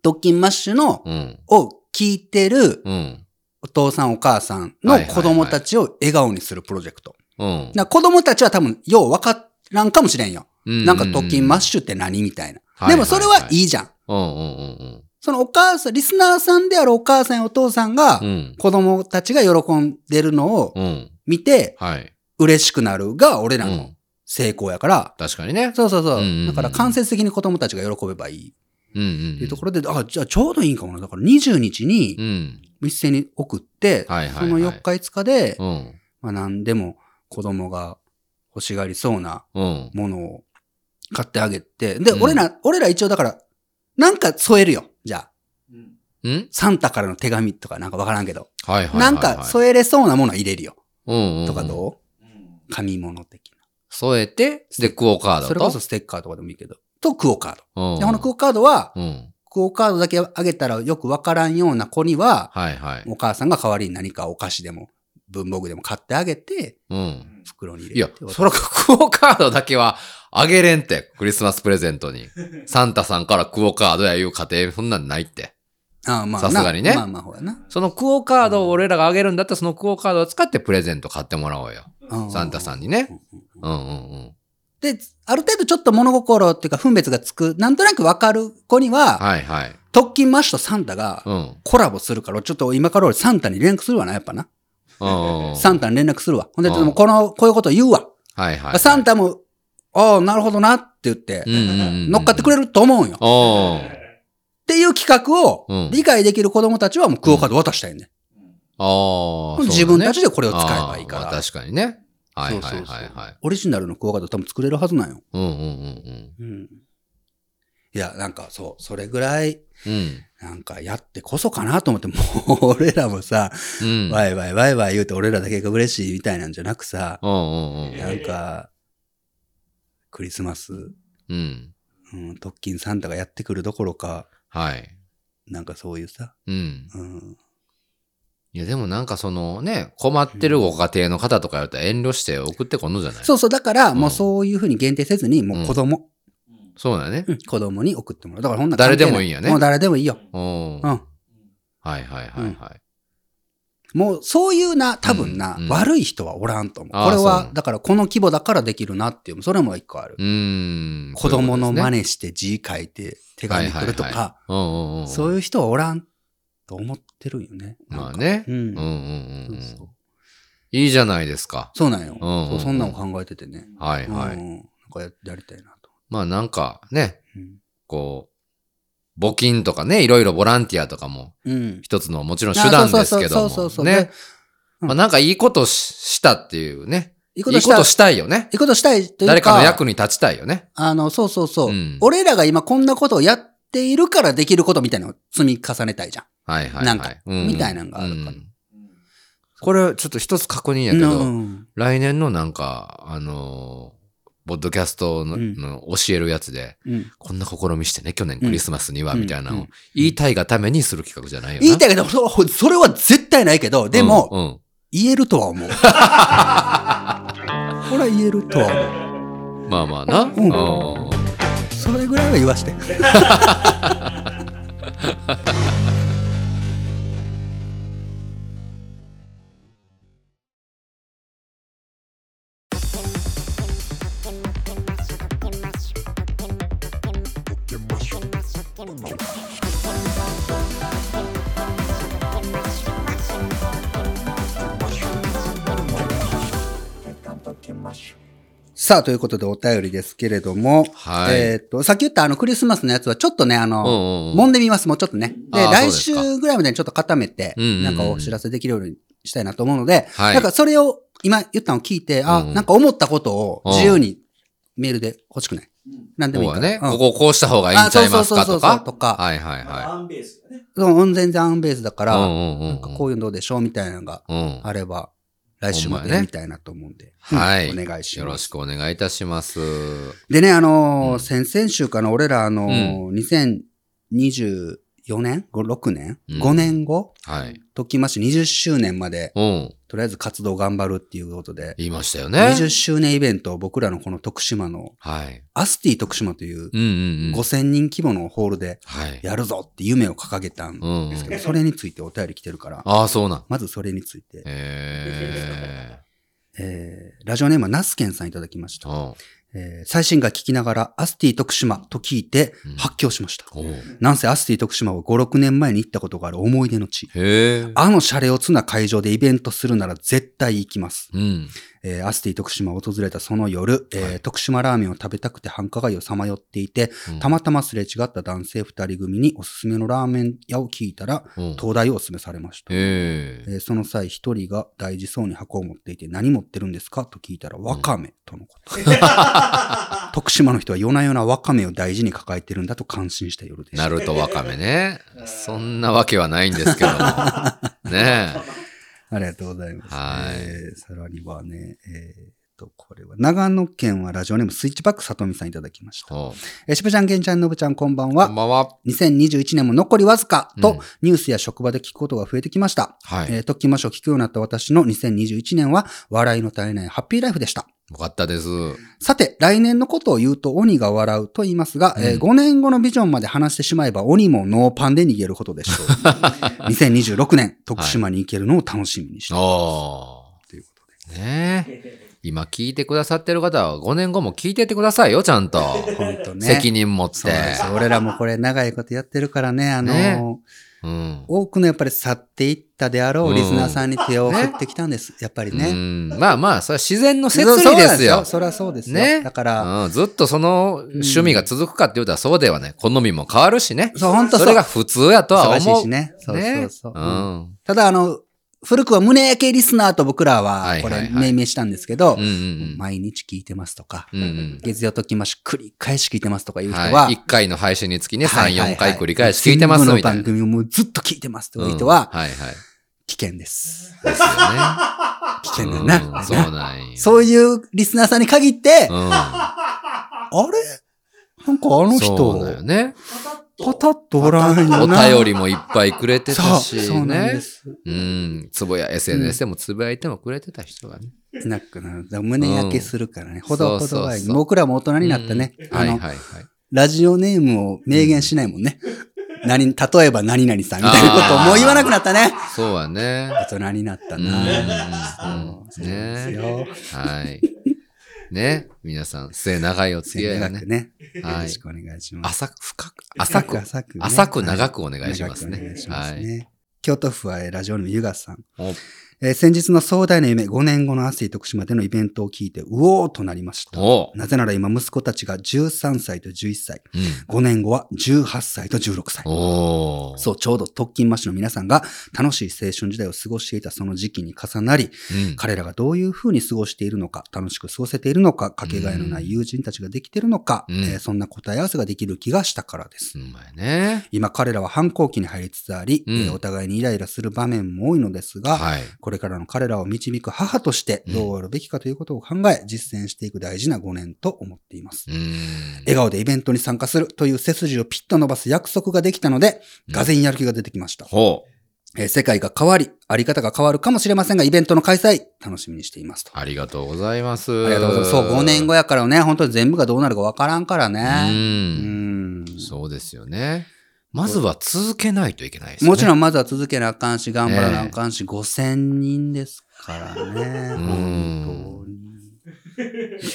[SPEAKER 1] ドッキンマッシュの、
[SPEAKER 2] うん。
[SPEAKER 1] を聞いてる
[SPEAKER 2] うん。
[SPEAKER 1] お父さんお母さん
[SPEAKER 2] は
[SPEAKER 1] の
[SPEAKER 2] いはいはい
[SPEAKER 1] 子供たちを笑顔にするプロジェクト。
[SPEAKER 2] うん。
[SPEAKER 1] な子供たちは多分、ようわからんかもしれんよ。な
[SPEAKER 2] な
[SPEAKER 1] んか、ドッキンマッシュって何みたいな。
[SPEAKER 2] はい
[SPEAKER 1] でもそれはいいじゃん。
[SPEAKER 2] うんうん
[SPEAKER 1] そのお母さん、リスナーさんであるお母さんやお父さんが
[SPEAKER 2] うんうん。う、ん。
[SPEAKER 1] 子供たちが喜んでるのを
[SPEAKER 2] うん。
[SPEAKER 1] 見て、
[SPEAKER 2] はい。
[SPEAKER 1] 嬉しくなるが俺
[SPEAKER 2] う
[SPEAKER 1] らの
[SPEAKER 2] ん。
[SPEAKER 1] 成功やから、
[SPEAKER 2] 確かにね。
[SPEAKER 1] そうそうそう。
[SPEAKER 2] うんうんうん
[SPEAKER 1] だから間接的に子供たちが喜べばいい
[SPEAKER 2] うんうん。
[SPEAKER 1] っていうところで、あ、じゃあちょうどいいんかもな。だから20日に
[SPEAKER 2] うん。
[SPEAKER 1] 一斉に送って、
[SPEAKER 2] はいはいはい
[SPEAKER 1] その4日5日で、
[SPEAKER 2] うん。
[SPEAKER 1] まあ何でも子供が欲しがりそうな
[SPEAKER 2] うん。
[SPEAKER 1] ものを買ってあげて、で、
[SPEAKER 2] うん
[SPEAKER 1] 俺ら、俺ら一応だから、なんか添えるよ。じゃあ、
[SPEAKER 3] うん。
[SPEAKER 2] うん
[SPEAKER 1] サンタからの手紙とかなんかわからんけど、
[SPEAKER 2] はいはいはいはい。
[SPEAKER 1] なんか添えれそうなものは入れるよ。
[SPEAKER 2] うんうん。
[SPEAKER 1] とかど
[SPEAKER 3] うん。
[SPEAKER 1] う紙物的
[SPEAKER 2] 添えて、で、クオカー
[SPEAKER 1] な。
[SPEAKER 2] ドと。
[SPEAKER 1] それこそステッカーとかでもいいけど、とクオカー
[SPEAKER 2] うん。
[SPEAKER 1] ド。で、このクオカードは、
[SPEAKER 2] うん。
[SPEAKER 1] クオカードだけあげたらよくわからんような子には、
[SPEAKER 2] はいはい。
[SPEAKER 1] お母さんが代わりに何かお菓子でも文房具でも買ってあげて、
[SPEAKER 2] うん。
[SPEAKER 1] 袋に入れ
[SPEAKER 2] いや
[SPEAKER 1] て。、
[SPEAKER 2] そらクオカードだけはあげれんって。クリスマスプレゼントに。サンタさんからクオカードやいう家庭、そんなんないって。
[SPEAKER 1] ああまあな
[SPEAKER 2] さすがにね
[SPEAKER 1] まあまあほらな。
[SPEAKER 2] そのクオカードを俺らがあげるんだったら、そのクオカードを使ってプレゼント買ってもらおうよ。
[SPEAKER 1] う
[SPEAKER 2] サンタさんにね。
[SPEAKER 1] うんうん
[SPEAKER 2] うんうんうん。
[SPEAKER 1] で、ある程度ちょっと物心っていうか分別がつく、なんとなくわかる子には、
[SPEAKER 2] はいはい。
[SPEAKER 1] 特勤マッシュとサンタが
[SPEAKER 2] うん。うん
[SPEAKER 1] コラボするから、ちょっと今から俺サンタに連絡するわな、やっぱな。
[SPEAKER 2] うんうん。
[SPEAKER 1] サンタに連絡するわ。ほんで、
[SPEAKER 2] うん
[SPEAKER 1] でもこの、こういうこと言うわ。
[SPEAKER 2] はいはい。
[SPEAKER 1] サンタも、ああ、なるほどなって言って
[SPEAKER 2] う、んうんうんうん。
[SPEAKER 1] 乗っかってくれると思うんよ。っ
[SPEAKER 2] おー。
[SPEAKER 1] ていう企画を
[SPEAKER 2] うん
[SPEAKER 1] 理解できる子供たちはもうクオカード渡したいね。
[SPEAKER 2] ああ。
[SPEAKER 1] 自分た
[SPEAKER 2] ち
[SPEAKER 1] ちでこれを使えばいいか
[SPEAKER 2] あー
[SPEAKER 1] ら
[SPEAKER 2] まあ。確かにね。はいは
[SPEAKER 1] そ
[SPEAKER 2] いう
[SPEAKER 1] そう
[SPEAKER 2] は
[SPEAKER 1] そ
[SPEAKER 2] いうはい。
[SPEAKER 1] オリジナルのクオカード多分作れるはずなんよ。
[SPEAKER 2] うんうんうん
[SPEAKER 1] うん。いや、なんかそう、それぐらい、
[SPEAKER 2] うん。うん。
[SPEAKER 1] なんかやってこそかなと思って、も [LAUGHS] う俺らもさ、
[SPEAKER 2] うん。
[SPEAKER 1] ワイワイワイワイ言うて俺らだけが嬉しいみたいなんじゃなくさ、
[SPEAKER 2] うんうんうん。
[SPEAKER 1] なんか、クリスマス、
[SPEAKER 2] うん。
[SPEAKER 1] うん、特勤サンタがやってくるどころか、
[SPEAKER 2] はい。
[SPEAKER 1] なんかそういうさ、
[SPEAKER 2] うん。
[SPEAKER 1] うん。
[SPEAKER 2] いや、でもなんかそのね、困ってるご家庭の方とかやったら遠慮して送ってこんのじゃない
[SPEAKER 1] そうそう、だから、
[SPEAKER 2] うん
[SPEAKER 1] もうそういうふうに限定せずに、もう子供、
[SPEAKER 2] そうだね
[SPEAKER 1] う。ん子供に送ってもらう。だからほんな
[SPEAKER 2] 誰でも
[SPEAKER 1] 関係ない
[SPEAKER 2] いんやね
[SPEAKER 1] もう誰でもいいよ。
[SPEAKER 2] おお
[SPEAKER 1] う
[SPEAKER 2] ー。
[SPEAKER 1] ん。
[SPEAKER 2] はいはいはいはい。
[SPEAKER 1] もうそういうな、多分な、
[SPEAKER 2] うんうん
[SPEAKER 1] 悪い人はおらんと思う。
[SPEAKER 2] あー
[SPEAKER 1] これ
[SPEAKER 2] そうな
[SPEAKER 1] は
[SPEAKER 2] の、
[SPEAKER 1] だからこの規模だからできるなっていう、それも一個ある。
[SPEAKER 2] うーん。
[SPEAKER 1] 子供の真
[SPEAKER 2] 似
[SPEAKER 1] 似して字書いて手紙くるとか、。
[SPEAKER 2] うんうんうん。
[SPEAKER 1] そう
[SPEAKER 2] う。
[SPEAKER 1] いう人はおらんと思ってるんよね。
[SPEAKER 2] ま
[SPEAKER 1] なん
[SPEAKER 2] あ
[SPEAKER 1] か
[SPEAKER 2] ね。
[SPEAKER 1] う
[SPEAKER 2] うんんうんう
[SPEAKER 1] そうんそう
[SPEAKER 2] うん。いいじゃないですか。
[SPEAKER 1] そうなんよ。
[SPEAKER 2] うんうんうん
[SPEAKER 1] そうそんなの考えててね。
[SPEAKER 2] はいは
[SPEAKER 1] う
[SPEAKER 2] い。
[SPEAKER 1] んなんかややりたいなと。
[SPEAKER 2] まあなんかね、
[SPEAKER 1] うん
[SPEAKER 2] こう、募金とかね、いろいろボランティアとかも
[SPEAKER 1] うん。
[SPEAKER 2] 一つのもちろん手段です
[SPEAKER 1] あそうそ
[SPEAKER 2] けど
[SPEAKER 1] うそうそうそう
[SPEAKER 2] も。
[SPEAKER 1] で
[SPEAKER 2] ね。
[SPEAKER 1] うん
[SPEAKER 2] まあなんかいいことししたっていうね。
[SPEAKER 1] いい
[SPEAKER 2] い
[SPEAKER 1] こ
[SPEAKER 2] い
[SPEAKER 1] と
[SPEAKER 2] こと
[SPEAKER 1] したい。
[SPEAKER 2] したいよね。
[SPEAKER 1] いいことしたいというか、
[SPEAKER 2] 誰かの役に立ちたいよね。
[SPEAKER 1] あの、そうそうそう、
[SPEAKER 2] うん
[SPEAKER 1] 俺らが今こんなことをやっているからできることみたいなのを積み重ねたいじゃん。
[SPEAKER 2] はいはいはい。
[SPEAKER 1] なんか
[SPEAKER 2] う
[SPEAKER 1] みたいなのがあるから
[SPEAKER 2] うんこれちょっと一つ確認やけ
[SPEAKER 1] う
[SPEAKER 2] ど、
[SPEAKER 1] ん
[SPEAKER 2] 来年のなんか、あのー、ポッドキャストの
[SPEAKER 1] うん
[SPEAKER 2] の教えるやつで、
[SPEAKER 1] うん
[SPEAKER 2] こんな試みしてね、去年クリスマスには、
[SPEAKER 1] うん
[SPEAKER 2] みたいな
[SPEAKER 1] う
[SPEAKER 2] の
[SPEAKER 1] ん
[SPEAKER 2] を言いたいがためにする企画じゃないよな。
[SPEAKER 1] 言いたいけど、そそれは絶対ないけど、でも、
[SPEAKER 2] うんうん
[SPEAKER 1] 言えるとは
[SPEAKER 2] [LAUGHS]
[SPEAKER 1] 思う。これは言えるとは思う。
[SPEAKER 2] まあまあな。うん
[SPEAKER 1] んそれぐらいは言わして。さあ、ということでお便りですけれども、
[SPEAKER 2] はい
[SPEAKER 1] えっ、と、さっき言ったあのクリスマスのやつはちょっとね、あ
[SPEAKER 2] うん
[SPEAKER 1] の、
[SPEAKER 2] うんうん
[SPEAKER 1] 揉んでみます、もうちょっとね。で、
[SPEAKER 2] あ
[SPEAKER 1] 来
[SPEAKER 2] ーそうです
[SPEAKER 1] 週ぐらいまでにちょっと固めて、
[SPEAKER 2] うんうんうん
[SPEAKER 1] なんかお知らせできるようにしたいなと思うので、
[SPEAKER 2] はい
[SPEAKER 1] なんかそれを今言ったのを聞いて、あ、
[SPEAKER 2] うんうん
[SPEAKER 1] なんか思ったことを自由にメールで欲しくない、
[SPEAKER 3] うん
[SPEAKER 1] なんでもいい
[SPEAKER 2] こ
[SPEAKER 1] か
[SPEAKER 2] う
[SPEAKER 1] ら。
[SPEAKER 2] ね、
[SPEAKER 1] うん
[SPEAKER 2] こここうした方がいいんちゃいますか
[SPEAKER 1] あそ
[SPEAKER 2] と
[SPEAKER 1] うそうそうそう
[SPEAKER 2] か。
[SPEAKER 1] とか
[SPEAKER 2] はいはいは
[SPEAKER 3] アンベースだね。
[SPEAKER 1] そう全然アンベースだか
[SPEAKER 2] い。
[SPEAKER 1] ら、
[SPEAKER 2] うんうん
[SPEAKER 1] なんかこういうのどうでしょうみたいなのが
[SPEAKER 2] うんうん。
[SPEAKER 1] あれば、来週ま
[SPEAKER 2] ほんまや
[SPEAKER 1] で
[SPEAKER 2] ね
[SPEAKER 1] みたいなと思うんで、
[SPEAKER 2] はい。
[SPEAKER 1] うんお願いし
[SPEAKER 2] よろ
[SPEAKER 1] ま
[SPEAKER 2] し
[SPEAKER 1] す。
[SPEAKER 2] くお願いいたします。
[SPEAKER 1] でね、あのー
[SPEAKER 2] うん
[SPEAKER 1] 先々週かな、俺らあのー2024年 ?5、6年、
[SPEAKER 2] うん
[SPEAKER 1] ?5 年後
[SPEAKER 2] はい。
[SPEAKER 1] ときまして20周年まで、
[SPEAKER 2] うん。
[SPEAKER 1] とりあえず活動頑張るっていうことで、
[SPEAKER 2] 言いましたよね。
[SPEAKER 1] 20周年イベントを僕らのこの徳島の、
[SPEAKER 2] はい。
[SPEAKER 1] アスティ徳島という
[SPEAKER 2] うんうんうん。
[SPEAKER 1] 5000人規模のホールで
[SPEAKER 2] はい。
[SPEAKER 1] やるぞって夢を掲げたん
[SPEAKER 2] うんうん
[SPEAKER 1] ですけど、それについてお便り来てるから、
[SPEAKER 2] ああ、そうなん。
[SPEAKER 1] まずそれについて、
[SPEAKER 2] ええ
[SPEAKER 1] えーラジオネームはナスケンさんいただきました。
[SPEAKER 2] ー。
[SPEAKER 1] えー最新が聞きながら、アスティ徳島と聞いて
[SPEAKER 2] うん
[SPEAKER 1] 発狂しました。
[SPEAKER 2] おう
[SPEAKER 1] なんせアスティ徳島は5、6年前に行ったことがある思い出の地。
[SPEAKER 2] へえ。
[SPEAKER 1] あのシャレオツな会場でイベントするなら絶対行きます。
[SPEAKER 2] うん。
[SPEAKER 1] えーアスティ徳島を訪れたその夜、えー徳島ラーメンを食べたくて繁華街をさまよっていて、
[SPEAKER 2] うん
[SPEAKER 1] たまたますれ違った男性2人組におすすめのラーメン屋を聞いたら、
[SPEAKER 2] うん
[SPEAKER 1] 東大をおすすめされました。
[SPEAKER 2] へえ。
[SPEAKER 1] えーその際、一人が大事そうに箱を持っていて、何持ってるんですかと聞いたら、わかめとのこと。徳島の人は夜な夜なわかめを大事に抱えてるんだと感心した夜でした。
[SPEAKER 2] なるとわかめね。そんなわけはないんです
[SPEAKER 1] [LAUGHS]
[SPEAKER 2] けども。ね
[SPEAKER 1] ありがとうございます。
[SPEAKER 2] はい
[SPEAKER 1] えーさらにはね、えーっと、これは、長野県はラジオネームスイッチバックさとみさんいただきまし
[SPEAKER 2] え。
[SPEAKER 1] た。
[SPEAKER 2] おう
[SPEAKER 1] えー、しぶちゃん、けんちゃん、のぶちゃん、こんばん
[SPEAKER 2] こん
[SPEAKER 1] は。
[SPEAKER 2] ばんは。
[SPEAKER 1] 2021年も残りわずかと、
[SPEAKER 2] うん
[SPEAKER 1] ニュースや職場で聞くことが増えてきました。
[SPEAKER 2] はい。
[SPEAKER 1] えー、ときましょう聞くようになった私の2021年は、笑いの絶えないハッピーライフでした。
[SPEAKER 2] よかったです。
[SPEAKER 1] さて、来年のことを言うと鬼が笑うと言いますが、
[SPEAKER 2] うん
[SPEAKER 1] えー5年後のビジョンまで話してしまえば鬼もノーパンで逃げることでし
[SPEAKER 2] [LAUGHS]
[SPEAKER 1] ょう。2026年、徳島に行けるのを楽しみにしています。
[SPEAKER 2] おー
[SPEAKER 1] ということで。
[SPEAKER 2] ねえ。今聞いてくださってる方は5年後も聞いてってくださいよ、ちゃんと。
[SPEAKER 1] 本当ね。
[SPEAKER 2] 責任持っ
[SPEAKER 1] そうなんです
[SPEAKER 2] て。
[SPEAKER 1] よ。俺らもこれ長いことやってるからね、あのー
[SPEAKER 2] ねうん。
[SPEAKER 1] 多くのやっぱり去っていったであろうリスナーさんに手を振
[SPEAKER 2] ね
[SPEAKER 1] ってきたんです。やっぱり
[SPEAKER 2] う
[SPEAKER 1] ね。
[SPEAKER 2] んまあまあ、それは自然の
[SPEAKER 1] そう
[SPEAKER 2] 摂理です
[SPEAKER 1] そうな
[SPEAKER 2] よ。
[SPEAKER 1] んですよそりゃそうですよ。
[SPEAKER 2] ね
[SPEAKER 1] だから、
[SPEAKER 2] うん、ずっとその趣味が続くかって言うたらそうではね、好みも変わるしね。
[SPEAKER 1] そう、本当そ
[SPEAKER 2] そ
[SPEAKER 1] う。
[SPEAKER 2] れが普通やとは
[SPEAKER 1] 忙しい
[SPEAKER 2] 思う。
[SPEAKER 1] しね。そうそうそう。
[SPEAKER 2] ね
[SPEAKER 1] うん
[SPEAKER 2] ん。
[SPEAKER 1] ただ、あの、古くは胸焼けリスナーと僕ら
[SPEAKER 2] は
[SPEAKER 1] は、
[SPEAKER 2] い
[SPEAKER 1] こ
[SPEAKER 2] はいはい
[SPEAKER 1] れ命名したんですけど
[SPEAKER 2] うん、うん
[SPEAKER 1] 毎日聞いてますとか、
[SPEAKER 2] うん。うん
[SPEAKER 1] 月曜ときまし繰り返し聞いてますとかいう
[SPEAKER 2] うん。
[SPEAKER 1] 人
[SPEAKER 2] は
[SPEAKER 1] は、
[SPEAKER 2] い。1回の配信につきね、
[SPEAKER 1] は
[SPEAKER 2] 3、
[SPEAKER 1] いはいは
[SPEAKER 2] 4
[SPEAKER 1] い
[SPEAKER 2] 回繰り返し聞いてますみた
[SPEAKER 1] 全
[SPEAKER 2] いな。
[SPEAKER 1] 部の番組をもうずっと聞いてますと
[SPEAKER 2] う
[SPEAKER 1] い
[SPEAKER 2] ん
[SPEAKER 1] う人は、[LAUGHS]
[SPEAKER 2] はいはい。
[SPEAKER 1] 危険です。
[SPEAKER 2] ですよ
[SPEAKER 1] 危険だよ
[SPEAKER 2] ね。
[SPEAKER 1] な。
[SPEAKER 2] うんそうなんや。
[SPEAKER 1] そういうリスナーさんに限って、あれなんかあ
[SPEAKER 2] う
[SPEAKER 1] の
[SPEAKER 2] ん。そうだよ
[SPEAKER 1] 人、
[SPEAKER 2] ね。
[SPEAKER 1] パタッとおらんよ
[SPEAKER 2] お
[SPEAKER 1] な。
[SPEAKER 2] 便りもいっぱいくれて
[SPEAKER 1] そ
[SPEAKER 2] た
[SPEAKER 1] う、
[SPEAKER 2] し
[SPEAKER 1] そうなんで
[SPEAKER 2] ね。
[SPEAKER 1] す。
[SPEAKER 2] うん。つぶや、SNS でもつぶやいてもくれてた人がね。
[SPEAKER 1] いなくなる。だから胸焼けするからね。ほどほどがいい。
[SPEAKER 2] そうそうそう
[SPEAKER 1] 僕らも大人になったね。
[SPEAKER 2] は
[SPEAKER 1] あ
[SPEAKER 2] いは
[SPEAKER 1] の
[SPEAKER 2] い、はい。
[SPEAKER 1] ラジオネームを明言しないもんね。何、例えば何々さんみたいなことをもう言わなくなったね。
[SPEAKER 2] そうはね。
[SPEAKER 1] 大人になった
[SPEAKER 2] うん
[SPEAKER 1] な。
[SPEAKER 2] うん
[SPEAKER 1] そうです
[SPEAKER 2] ね
[SPEAKER 1] よ。
[SPEAKER 2] はい。ね。皆さん、末長いお付き合い
[SPEAKER 1] 長
[SPEAKER 2] だ
[SPEAKER 1] く
[SPEAKER 2] ね。
[SPEAKER 1] ね。よ
[SPEAKER 2] は
[SPEAKER 1] ろ
[SPEAKER 2] い
[SPEAKER 1] し。くお願いします。
[SPEAKER 2] 浅く、深く、浅く、
[SPEAKER 1] 浅くね
[SPEAKER 2] 浅く長くお願いします
[SPEAKER 1] 長くお願
[SPEAKER 2] ね
[SPEAKER 1] い。しま
[SPEAKER 2] は
[SPEAKER 1] す
[SPEAKER 2] い。
[SPEAKER 1] ね。京都府はえーラジオネームゆがさん。
[SPEAKER 2] お
[SPEAKER 1] えー先日の壮大な夢、5年後のアスイ徳島でのイベントを聞いて、うおーとなりました。
[SPEAKER 2] お
[SPEAKER 1] なぜなら今、息子たちが13歳と11歳、
[SPEAKER 2] うん
[SPEAKER 1] 5年後は18歳と16歳。
[SPEAKER 2] おー
[SPEAKER 1] そう、ちょうど特勤マッシュの皆さんが楽しい青春時代を過ごしていたその時期に重なり、
[SPEAKER 2] うん。
[SPEAKER 1] 彼らがどういう風に過ごしているのか、楽しく過ごせているのか、かけがえのない友人たちができているのか、
[SPEAKER 2] うん
[SPEAKER 1] えーそんな答え合わせができる気がしたからです。
[SPEAKER 2] うまいね。
[SPEAKER 1] 今彼らは反抗期に入りつつあり、
[SPEAKER 2] うん
[SPEAKER 1] えーお互いにイライラする場面も多いのですが、
[SPEAKER 2] はい。
[SPEAKER 1] これからの彼らを導く母として
[SPEAKER 2] うん
[SPEAKER 1] どうあるべきかということを考え、実践していく大事な5年と思っています。
[SPEAKER 2] うん。
[SPEAKER 1] 笑顔でイベントに参加するという背筋をピッと伸ばす約束ができたので、
[SPEAKER 2] うん
[SPEAKER 1] がぜんやる気が出てきました。
[SPEAKER 2] ほう。
[SPEAKER 1] えー世界が変わり、あり方が変わるかもしれませんが、イベントの開催、楽しみにしていますと。あ
[SPEAKER 2] ありがとうございます。
[SPEAKER 1] りがとうございます。そう、5年後やからね、本当に全部がどうなるかわからんから
[SPEAKER 2] う。
[SPEAKER 1] ね。うんん。
[SPEAKER 2] そうですよね。まずは続けないといけないですね。
[SPEAKER 1] もち
[SPEAKER 2] ん。
[SPEAKER 1] ろん、まずは続けなあかんし、頑張らなあかんし、5000人ですからね。
[SPEAKER 2] ん
[SPEAKER 1] 本当に。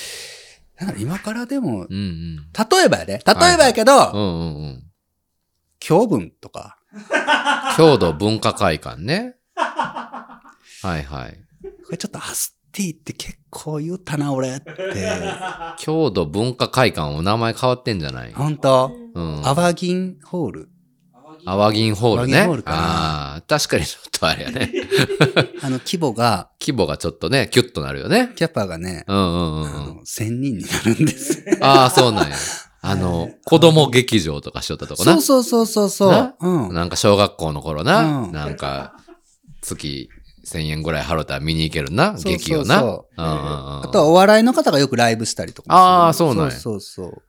[SPEAKER 1] だから今からでも、
[SPEAKER 2] うんうん。
[SPEAKER 1] 例えばやで、例えばやけど、
[SPEAKER 2] うんうんうん。
[SPEAKER 1] 教文とか、
[SPEAKER 2] 郷土文化会館ね。はいはい。
[SPEAKER 1] これちょっとアスティって結構言ったな、俺って。
[SPEAKER 2] 郷土文化会館お名前変わってんじゃない
[SPEAKER 1] 本当
[SPEAKER 2] うん。
[SPEAKER 1] アワギンホール。
[SPEAKER 2] アワギンホール
[SPEAKER 1] ア
[SPEAKER 2] ね。
[SPEAKER 1] ワギンホールかな
[SPEAKER 2] ああ、確かにちょっとあれやね。
[SPEAKER 1] あの、規模が、
[SPEAKER 2] 規模がちょっとね、キュッとなるよね。
[SPEAKER 1] キャパがね、
[SPEAKER 2] うんうんう
[SPEAKER 1] あ [LAUGHS]
[SPEAKER 2] んうん。
[SPEAKER 1] の、1000人になるんです。
[SPEAKER 2] ああ、そうなんや。あの、子供劇場とかしとったとこ
[SPEAKER 1] そ
[SPEAKER 2] な
[SPEAKER 1] う。そうそうそうそう
[SPEAKER 2] な。
[SPEAKER 1] うん。
[SPEAKER 2] なんか小学校の頃な。
[SPEAKER 1] うん
[SPEAKER 2] なんか、月1000円ぐらい払ったら見に行ける
[SPEAKER 1] そう
[SPEAKER 2] な。
[SPEAKER 1] そうそう
[SPEAKER 2] 劇をな。うんうんうん
[SPEAKER 1] あとはお笑いの方がよくライブしたりとかもする。
[SPEAKER 2] あーそうなんや
[SPEAKER 1] そうそうそう。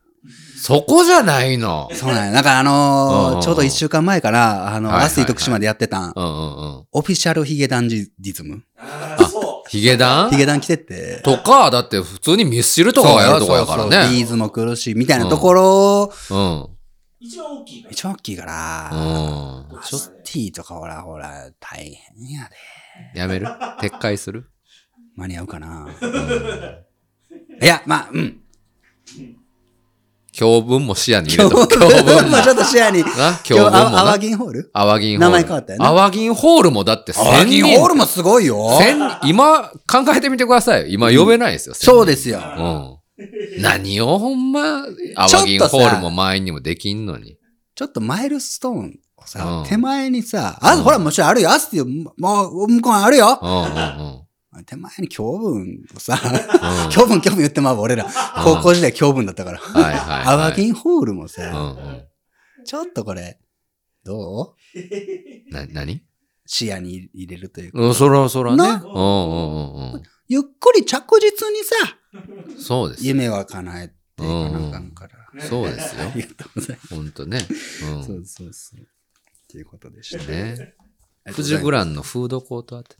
[SPEAKER 2] そこじゃないの。
[SPEAKER 1] そうなんや。なんかあ
[SPEAKER 2] うんうんう
[SPEAKER 1] のー
[SPEAKER 2] ん
[SPEAKER 1] ちょうど1週間前から、あの、
[SPEAKER 2] はいはいはい
[SPEAKER 1] アスイ徳島でやってたん、
[SPEAKER 2] うんうんうん。
[SPEAKER 1] オフィシャルヒゲダンジズム。
[SPEAKER 3] あーそ
[SPEAKER 2] ヒゲダン
[SPEAKER 1] ヒゲダン来てて。
[SPEAKER 2] とか、だって普通にミスチルとかがやるとこやから
[SPEAKER 1] そうそうそうビ
[SPEAKER 2] ね。
[SPEAKER 1] ーズも来るし、みたいなところ、
[SPEAKER 2] うん。
[SPEAKER 3] う。一番大きいから。
[SPEAKER 1] 一番大きいから、
[SPEAKER 2] うん。
[SPEAKER 1] ちょっティーとかほらほら、大変やで。
[SPEAKER 2] やめる撤回する
[SPEAKER 1] [LAUGHS] 間に合うかな。
[SPEAKER 2] うん
[SPEAKER 1] いや、まあ、うん。
[SPEAKER 2] 教文も視野に入れとく。教文
[SPEAKER 1] [LAUGHS]
[SPEAKER 2] も
[SPEAKER 1] [LAUGHS] まあ。ちょっと視野に。
[SPEAKER 2] な、教
[SPEAKER 1] 今
[SPEAKER 2] 文も
[SPEAKER 1] 日、あ
[SPEAKER 2] な
[SPEAKER 1] わ。ぎんホール
[SPEAKER 2] アワギンホー
[SPEAKER 1] 名
[SPEAKER 2] ル。
[SPEAKER 1] 前変わったよね
[SPEAKER 2] アワギンホールもだって
[SPEAKER 1] あわ
[SPEAKER 2] 1000
[SPEAKER 1] ぎ
[SPEAKER 2] 人。
[SPEAKER 1] んホールもすごいよ。
[SPEAKER 2] 1000今、考えてみてください。今呼べないですよ。
[SPEAKER 1] そう
[SPEAKER 2] で
[SPEAKER 1] ですよ。
[SPEAKER 2] す。うん。何をほんま、アワギンホールも満員にもできんのに。
[SPEAKER 1] ちょっとマイルストーンをさ、
[SPEAKER 2] うん
[SPEAKER 1] 手前にさ、あ、
[SPEAKER 2] うん
[SPEAKER 1] ほら、もちろんあるよ。あすよ。もう、向こうあるよ
[SPEAKER 2] う。んうんうん。
[SPEAKER 1] 手前に教文を
[SPEAKER 2] [LAUGHS]
[SPEAKER 1] さ、
[SPEAKER 2] うん
[SPEAKER 1] 教文教文言ってまう俺ら。高校時代教文だったから。
[SPEAKER 2] はいはいはい
[SPEAKER 1] アワギンホールも
[SPEAKER 2] う
[SPEAKER 1] さ、
[SPEAKER 2] んうん。
[SPEAKER 1] ちょっとこれ、どう
[SPEAKER 2] な、何
[SPEAKER 1] 視野に入れるというか。
[SPEAKER 2] うん、そらそらね。
[SPEAKER 1] な
[SPEAKER 2] うんうんうんうん。
[SPEAKER 1] ゆっくり着実にさ、
[SPEAKER 2] そうですよ。
[SPEAKER 1] 夢は叶えていかなあかんから。
[SPEAKER 2] そうですよ
[SPEAKER 1] あ。りがとうござい
[SPEAKER 2] ほんとね。う
[SPEAKER 1] ます。そ
[SPEAKER 2] ん。
[SPEAKER 1] うそうそう。っていうことでした。
[SPEAKER 2] ね。富士グランのフードコートあた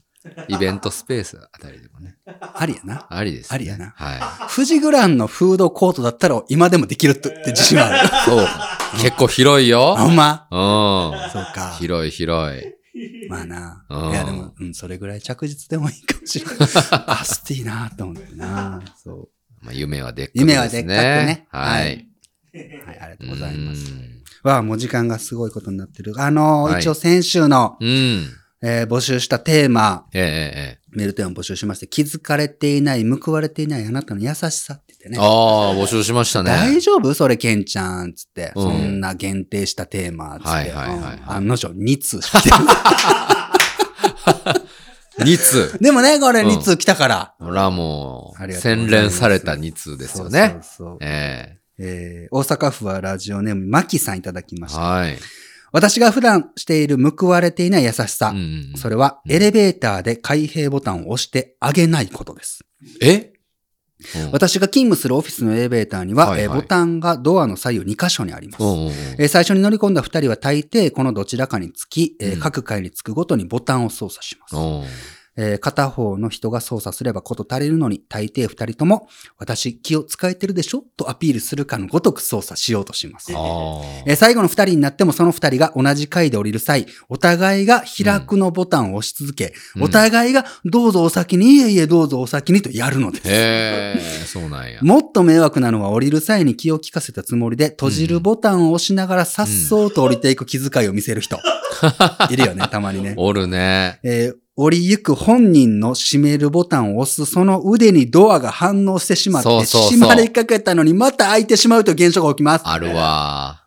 [SPEAKER 2] り、イベントスペースあたりでもね。
[SPEAKER 1] ありやな。
[SPEAKER 2] ありです、ね。
[SPEAKER 1] ありやな
[SPEAKER 2] は
[SPEAKER 1] 富士グランのフードコートだったら今でもできるってって自信ある。
[SPEAKER 2] い。そうか。結構広いよ。
[SPEAKER 1] あ、ほんま
[SPEAKER 2] う
[SPEAKER 1] そうか
[SPEAKER 2] ん。。広い広い。
[SPEAKER 1] まあな。
[SPEAKER 2] うん
[SPEAKER 1] いやでも、うん、それぐらい着実でもいいかもしれ
[SPEAKER 2] [LAUGHS]
[SPEAKER 1] ない。あ、スティーなと思ってな。そ
[SPEAKER 2] まあ、夢はでっかくですね。
[SPEAKER 1] 夢はでっかくね
[SPEAKER 2] は
[SPEAKER 1] はい
[SPEAKER 2] い。
[SPEAKER 1] う。はい、ありがとうございます
[SPEAKER 2] う。ん
[SPEAKER 1] わあ、もう時間がすごいことになってる。あのー
[SPEAKER 2] はい
[SPEAKER 1] 一応先週の、
[SPEAKER 2] うん。
[SPEAKER 1] えー募集したテーマ、
[SPEAKER 2] えええ
[SPEAKER 1] メールテーマ募集しまして、気づかれていない、報われていないあなたの優しさって言って
[SPEAKER 2] え。
[SPEAKER 1] ね。
[SPEAKER 2] ああ、募集しましたね。
[SPEAKER 1] 大丈夫それ、ケンちゃん。つって、
[SPEAKER 2] うん
[SPEAKER 1] そんな限定したテーマ。つって。
[SPEAKER 2] はいはいはいはい
[SPEAKER 1] うん案の定、2通しか来てない
[SPEAKER 2] 2通。
[SPEAKER 1] でもね、これ
[SPEAKER 2] うん
[SPEAKER 1] 2通来たから。
[SPEAKER 2] ほらも
[SPEAKER 1] あ
[SPEAKER 2] う、
[SPEAKER 1] りがとうございます
[SPEAKER 2] 洗練された2通ですよね。
[SPEAKER 1] そうそうそうえ
[SPEAKER 2] え
[SPEAKER 1] ー大阪府はラジオネーム、マキさんいただき
[SPEAKER 2] え
[SPEAKER 1] ました。
[SPEAKER 2] はい。
[SPEAKER 1] 私が普段している報われていない優しさ。
[SPEAKER 2] うんうん
[SPEAKER 1] それは、エレベーターで開閉ボタンを押してあげないことです。
[SPEAKER 2] え
[SPEAKER 1] 私が勤務するオフィスのエレベーターには、
[SPEAKER 2] はいはい
[SPEAKER 1] えーボタンがドアの左右2箇所にあります。
[SPEAKER 2] うんうんうん
[SPEAKER 1] えー最初に乗り込んだ2人は大抵このどちらかにつき、えー
[SPEAKER 2] うん
[SPEAKER 1] 各階につくごとにボタンを操作します、
[SPEAKER 2] うん
[SPEAKER 1] えー片方の人が操作すればこと足りるのに大抵2人とも私気を使えてるでしょとアピールするかのごとく操作しようとします
[SPEAKER 2] あ。ー
[SPEAKER 1] えー最後の2人になってもその2人が同じ階で降りる際、お互いが開くのボタンを押し続け、
[SPEAKER 2] うん
[SPEAKER 1] お互いがどうぞお先に、いえいえどうぞお先にとやるのです。
[SPEAKER 2] へえ、そうなんや。
[SPEAKER 1] もっと迷惑なのは降りる際に気を利かせたつもりで、閉じるボタンを押しながらさっそうと降りていく気遣いを見せる
[SPEAKER 2] [LAUGHS]
[SPEAKER 1] 人。いるよね、たまにね。
[SPEAKER 2] おるね。
[SPEAKER 1] えー降りゆく本人の閉めるボタンを押すその腕にドアが反応してしまって、
[SPEAKER 2] そうそうそう
[SPEAKER 1] 閉まりかけたのにまた開いてしまうという現象が起きます。
[SPEAKER 2] あるわ。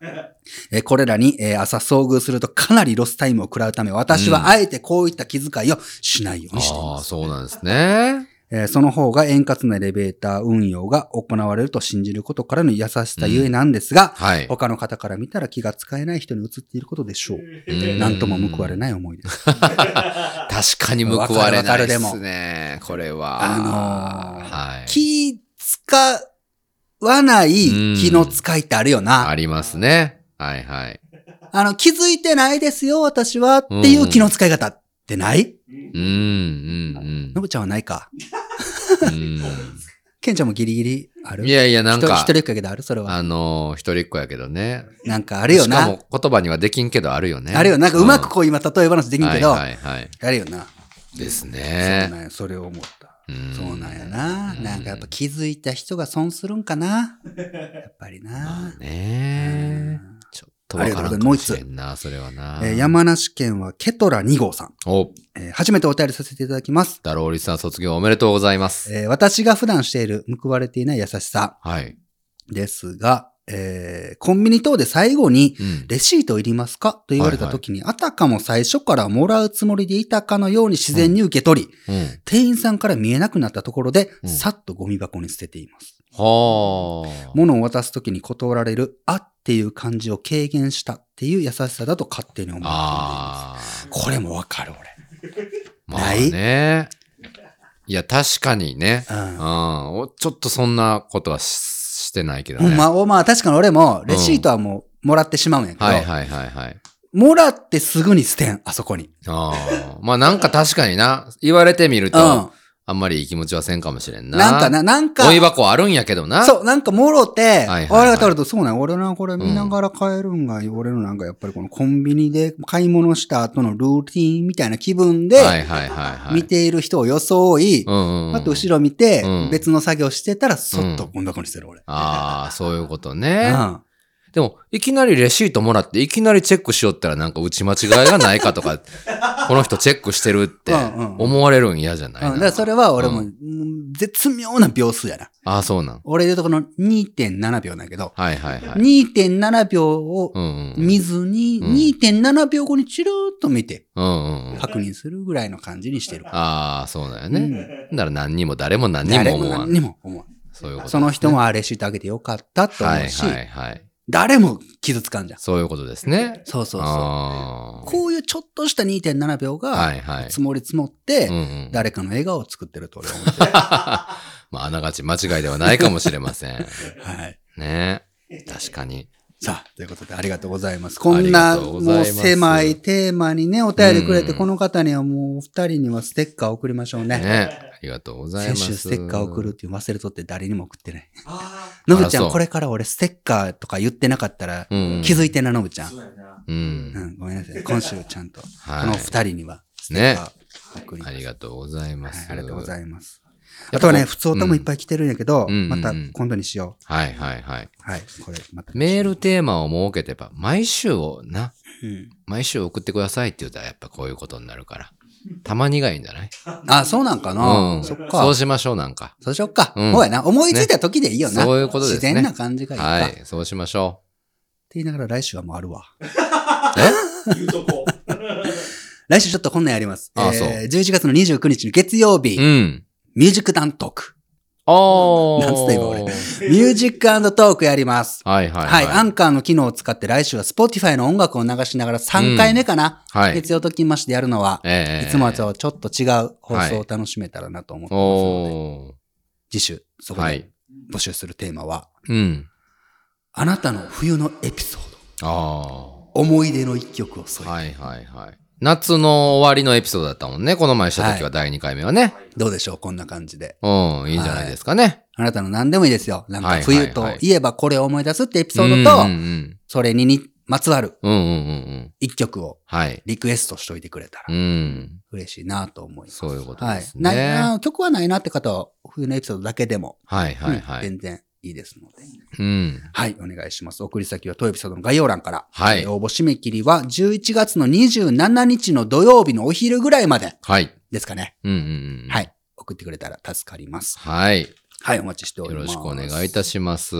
[SPEAKER 1] えーこれらに、えー朝遭遇するとかなりロスタイムを食らうため、私
[SPEAKER 2] う
[SPEAKER 1] は
[SPEAKER 2] ん
[SPEAKER 1] あえてこういった気遣いをしないようにしてい
[SPEAKER 2] あ
[SPEAKER 1] ま
[SPEAKER 2] あ、
[SPEAKER 1] す。
[SPEAKER 2] そうなんですね。
[SPEAKER 1] えーその方が円滑なエレベーター運用が行われると信じることからの優しさゆえなんですが、
[SPEAKER 2] はい。
[SPEAKER 1] 他の方から見たら気が使えない人に移っていることでしょう。
[SPEAKER 2] うん
[SPEAKER 1] なんとも報われない思いです。
[SPEAKER 2] 確かに報われないです
[SPEAKER 1] わかるわかる
[SPEAKER 2] ね。これは。
[SPEAKER 1] あのー
[SPEAKER 2] はい。
[SPEAKER 1] 気使わない気の使いってあるよ
[SPEAKER 2] あ
[SPEAKER 1] な。
[SPEAKER 2] りますね。はいはい。
[SPEAKER 1] あの、気づいてないですよ、私はっていう気の使い方ってない
[SPEAKER 2] うん、うん、
[SPEAKER 1] のぶちゃんはないか。
[SPEAKER 2] う
[SPEAKER 1] ケンちゃんもギリギリある
[SPEAKER 2] [LAUGHS] ん。いやいや、なん
[SPEAKER 1] 一人一人、
[SPEAKER 2] か
[SPEAKER 1] っ子やけどあるそれは。
[SPEAKER 2] あのー、一人っ子やけどね。
[SPEAKER 1] なんかあるよ
[SPEAKER 2] しか
[SPEAKER 1] な。
[SPEAKER 2] も言葉にはできんけどあるよね。
[SPEAKER 1] あるよ。なんかうまくこう今例え話で
[SPEAKER 2] で
[SPEAKER 1] きんけど、
[SPEAKER 2] はいはいはい。
[SPEAKER 1] あるよな。
[SPEAKER 2] です
[SPEAKER 1] そう
[SPEAKER 2] ね。
[SPEAKER 1] なんや、それを思った。
[SPEAKER 2] うん
[SPEAKER 1] そうなんやな。
[SPEAKER 2] うん
[SPEAKER 1] なんかやっぱ気づいた人が損するんかな。やっぱりな。
[SPEAKER 2] ねえ。ちょっとわからんかもしれんな、それはな。
[SPEAKER 1] えー山梨県はケトラ2号さん、
[SPEAKER 2] お、
[SPEAKER 1] えー初めてお便りさせていただきます、
[SPEAKER 2] ダローリさん卒業おめでとうございます。
[SPEAKER 1] えー私が普段している報われていない優しさ
[SPEAKER 2] はい。
[SPEAKER 1] ですが、えーコンビニ等で最後に
[SPEAKER 2] うん。
[SPEAKER 1] レシートいりますかと言われた時に、あたかも最初からもらうつもりでいたかのように自然に受け取り、
[SPEAKER 2] うん。
[SPEAKER 1] 店員さんから見えなくなったところで、
[SPEAKER 2] うん
[SPEAKER 1] さっとゴミ箱に捨てています。
[SPEAKER 2] はあ。
[SPEAKER 1] 物を渡す時に断られる、あっていう感じを軽減したっていう優しさだと勝手に思っています。
[SPEAKER 2] ああ。
[SPEAKER 1] これもわかる、俺。
[SPEAKER 2] まあ
[SPEAKER 1] ない
[SPEAKER 2] ね。いや、確かにね。
[SPEAKER 1] うん
[SPEAKER 2] うん。おちょっとそんなことはししてないけど
[SPEAKER 1] ほ
[SPEAKER 2] ね。
[SPEAKER 1] んま、おまあ確かに俺も、レシートはもう、もらってしまうんやけど、
[SPEAKER 2] はいはいはいはい。
[SPEAKER 1] もらってすぐに捨てん、あそこに。
[SPEAKER 2] ああ。まあなんか確かにな。言われてみる
[SPEAKER 1] う
[SPEAKER 2] と、
[SPEAKER 1] ん。
[SPEAKER 2] あんまりいい気持ちはせんかもしれんな。
[SPEAKER 1] なんかな、なんか
[SPEAKER 2] ゴ、ミ箱あるんやけどな。
[SPEAKER 1] そう、なんかもろて、
[SPEAKER 2] はいはいはい
[SPEAKER 1] あれが食べると、そうなん、俺な、これ見ながら帰るんが、俺のなんかやっぱりこのコンビニで買い物した後のルーティンみたいな気分で、
[SPEAKER 2] はいはいはいはい。
[SPEAKER 1] 見ている人を装い、
[SPEAKER 2] うんうんうん
[SPEAKER 1] あと後ろ見て、
[SPEAKER 2] うん
[SPEAKER 1] 別の作業してたら、そっとこんな子にしてる、俺。
[SPEAKER 2] ああ、そういうことね。
[SPEAKER 1] うん
[SPEAKER 2] でも、いきなりレシートもらって、いきなりチェックしよったらなんか打ち間違いがないか
[SPEAKER 1] [LAUGHS]
[SPEAKER 2] とか、この人チェックしてるって
[SPEAKER 1] うんうん
[SPEAKER 2] 思われるん嫌じゃな
[SPEAKER 1] う
[SPEAKER 2] い
[SPEAKER 1] ん、だからそれは俺も、うん絶妙な秒数やな。
[SPEAKER 2] ああ、そうなん。
[SPEAKER 1] 俺で言うとこの2.7秒なんやけど、
[SPEAKER 2] はいはいはい。
[SPEAKER 1] 2.7秒を
[SPEAKER 2] うんうんうん。
[SPEAKER 1] 見ずに、
[SPEAKER 2] うん
[SPEAKER 1] 2.7秒後にチラーっと見て
[SPEAKER 2] うんうんうん。
[SPEAKER 1] 確認するぐらいの感じにしてる。
[SPEAKER 2] ああ、そうだよ
[SPEAKER 1] う
[SPEAKER 2] ね。
[SPEAKER 1] ん
[SPEAKER 2] だから何にも誰も何に
[SPEAKER 1] 誰
[SPEAKER 2] も
[SPEAKER 1] も
[SPEAKER 2] 思わ
[SPEAKER 1] 何
[SPEAKER 2] ん。
[SPEAKER 1] にも思わん。
[SPEAKER 2] そういうことです
[SPEAKER 1] そ
[SPEAKER 2] ね。
[SPEAKER 1] の人もあれしてあげてよかったと
[SPEAKER 2] は
[SPEAKER 1] 思
[SPEAKER 2] いう
[SPEAKER 1] し、
[SPEAKER 2] はいはい。
[SPEAKER 1] 誰も傷つかんじゃん。
[SPEAKER 2] そういうことですね。
[SPEAKER 1] そうそうそう。
[SPEAKER 2] ああ。
[SPEAKER 1] こういうちょっとした2.7秒
[SPEAKER 2] は
[SPEAKER 1] が、
[SPEAKER 2] いはい。
[SPEAKER 1] 積もり積もって
[SPEAKER 2] うん、うん。
[SPEAKER 1] 誰かの笑顔を作ってると俺は
[SPEAKER 2] [LAUGHS]
[SPEAKER 1] 思って
[SPEAKER 2] まあ、あながち間違いではないかもしれませ
[SPEAKER 1] [LAUGHS]
[SPEAKER 2] ん。
[SPEAKER 1] る。はい。
[SPEAKER 2] ね確かに。
[SPEAKER 1] さあ、ということでありがとうございます。こ
[SPEAKER 2] あ
[SPEAKER 1] ん
[SPEAKER 2] り
[SPEAKER 1] な、
[SPEAKER 2] がとう
[SPEAKER 1] も
[SPEAKER 2] ございうます
[SPEAKER 1] 狭いテーマにね、お便りくれて、
[SPEAKER 2] うん
[SPEAKER 1] この方にはもうお二人にはステッカー送りましょうね。
[SPEAKER 2] ねありがとうございま
[SPEAKER 1] 先
[SPEAKER 2] す。
[SPEAKER 1] 週ステッカー送るっていう忘れとって誰にも送ってない。
[SPEAKER 3] あ
[SPEAKER 1] のぶちゃ
[SPEAKER 2] あそ
[SPEAKER 1] ん、
[SPEAKER 2] う
[SPEAKER 1] これから俺ステッカーとか言ってなかったら
[SPEAKER 2] うんうん
[SPEAKER 1] 気づいてな、のぶち
[SPEAKER 3] あ、
[SPEAKER 1] ゃん
[SPEAKER 3] そ。うやな。
[SPEAKER 2] う。
[SPEAKER 1] うんん、ごめんなさい。今週ちゃんと、こ
[SPEAKER 2] [LAUGHS] はい
[SPEAKER 1] の二人にはステッカー送りま
[SPEAKER 2] あ
[SPEAKER 1] す。
[SPEAKER 2] りがとうござい
[SPEAKER 1] は
[SPEAKER 2] ま
[SPEAKER 1] い
[SPEAKER 2] す。
[SPEAKER 1] ありがとうござ
[SPEAKER 2] い
[SPEAKER 1] います。あとはね、普通歌もいっ
[SPEAKER 2] い。
[SPEAKER 1] ぱい来てるんやけど、
[SPEAKER 2] うんうんうん
[SPEAKER 1] また今度にしよ
[SPEAKER 2] はいはいはい。
[SPEAKER 1] う。はい、これ、また。
[SPEAKER 2] メールテーマを設けてば、毎週をな、
[SPEAKER 1] うん
[SPEAKER 2] 毎週送ってくださいって言うたらやっぱこういうことになるから。たまにがいいんじゃない
[SPEAKER 1] あ、そうなんか
[SPEAKER 2] う。
[SPEAKER 1] なんそっか。
[SPEAKER 2] そうしましょうなんか。
[SPEAKER 1] そうしよっか。
[SPEAKER 2] うん
[SPEAKER 1] ほうやな。思いついた時でいいよな。
[SPEAKER 2] ねそういうことですね
[SPEAKER 1] 自然な感じがいいか。
[SPEAKER 2] は
[SPEAKER 1] って
[SPEAKER 2] い。そうしましょ
[SPEAKER 1] 言いながら来週はもうあるわ。
[SPEAKER 2] う。え
[SPEAKER 3] 言うとこ。
[SPEAKER 1] 来週ちょっとこんなんやります。
[SPEAKER 2] あそう
[SPEAKER 1] えー、11月の29日の月曜日、
[SPEAKER 2] うん。
[SPEAKER 1] ミュージックダントーク。
[SPEAKER 2] おー。
[SPEAKER 1] なんつった今俺ミュージックトークやります。
[SPEAKER 2] はいはい
[SPEAKER 1] はい、ア
[SPEAKER 2] はい。
[SPEAKER 1] ンカーの機能を使って来週は Spotify の音楽を流しながら3回目かな。
[SPEAKER 2] はい。
[SPEAKER 1] 月曜ときましてやるのは、
[SPEAKER 2] え
[SPEAKER 1] いつもと
[SPEAKER 2] う。
[SPEAKER 1] はちょっと違う放送を楽しめたらなと思ってますので、
[SPEAKER 2] お
[SPEAKER 1] 次週、そ
[SPEAKER 2] ー。
[SPEAKER 1] こ
[SPEAKER 2] は
[SPEAKER 1] で
[SPEAKER 2] い。
[SPEAKER 1] 募集するテーマは、
[SPEAKER 2] うん。
[SPEAKER 1] あなたの冬のエピソード、
[SPEAKER 2] あ
[SPEAKER 1] 思い出の一曲を添え
[SPEAKER 2] ー。
[SPEAKER 1] て、
[SPEAKER 2] はいはいはい。夏の終わりのエピソードだったもんね。この前した時は第2回目はね。
[SPEAKER 1] どうでしょうこんな感じで。
[SPEAKER 2] うん、いいんじゃないですかね。
[SPEAKER 1] あなたの何でもいいですよ。なん
[SPEAKER 2] はい
[SPEAKER 1] か
[SPEAKER 2] はいは
[SPEAKER 1] 冬
[SPEAKER 2] い
[SPEAKER 1] といえばこれを思い出すってエピソ
[SPEAKER 2] うん
[SPEAKER 1] ー
[SPEAKER 2] う
[SPEAKER 1] ド
[SPEAKER 2] んう
[SPEAKER 1] と、
[SPEAKER 2] ん
[SPEAKER 1] それににまつわる
[SPEAKER 2] うんうんうんうん。
[SPEAKER 1] 一曲を
[SPEAKER 2] はい。
[SPEAKER 1] リクエストしといてくれたら
[SPEAKER 2] う。ん。
[SPEAKER 1] 嬉しいなと思います。
[SPEAKER 2] そういうことです
[SPEAKER 1] はい、ない
[SPEAKER 2] ね。
[SPEAKER 1] な曲はないなって方は、冬のエピソードだけでも、
[SPEAKER 2] はいはい
[SPEAKER 1] う
[SPEAKER 2] はい。
[SPEAKER 1] ん全然いいですので。
[SPEAKER 2] うん。
[SPEAKER 1] はい、お願いします。送り先は当エピソードの概要欄から。
[SPEAKER 2] はい
[SPEAKER 1] えー応募締め切りは11月の27日の土曜日のお昼ぐらいまで
[SPEAKER 2] はい。
[SPEAKER 1] ですかね。
[SPEAKER 2] うんうんうん。
[SPEAKER 1] は。い。送ってくれたら助かります。
[SPEAKER 2] はい。
[SPEAKER 1] はい、お待ちしてお
[SPEAKER 2] よ
[SPEAKER 1] りま
[SPEAKER 2] ろ
[SPEAKER 1] す。
[SPEAKER 2] しくお願いいたします。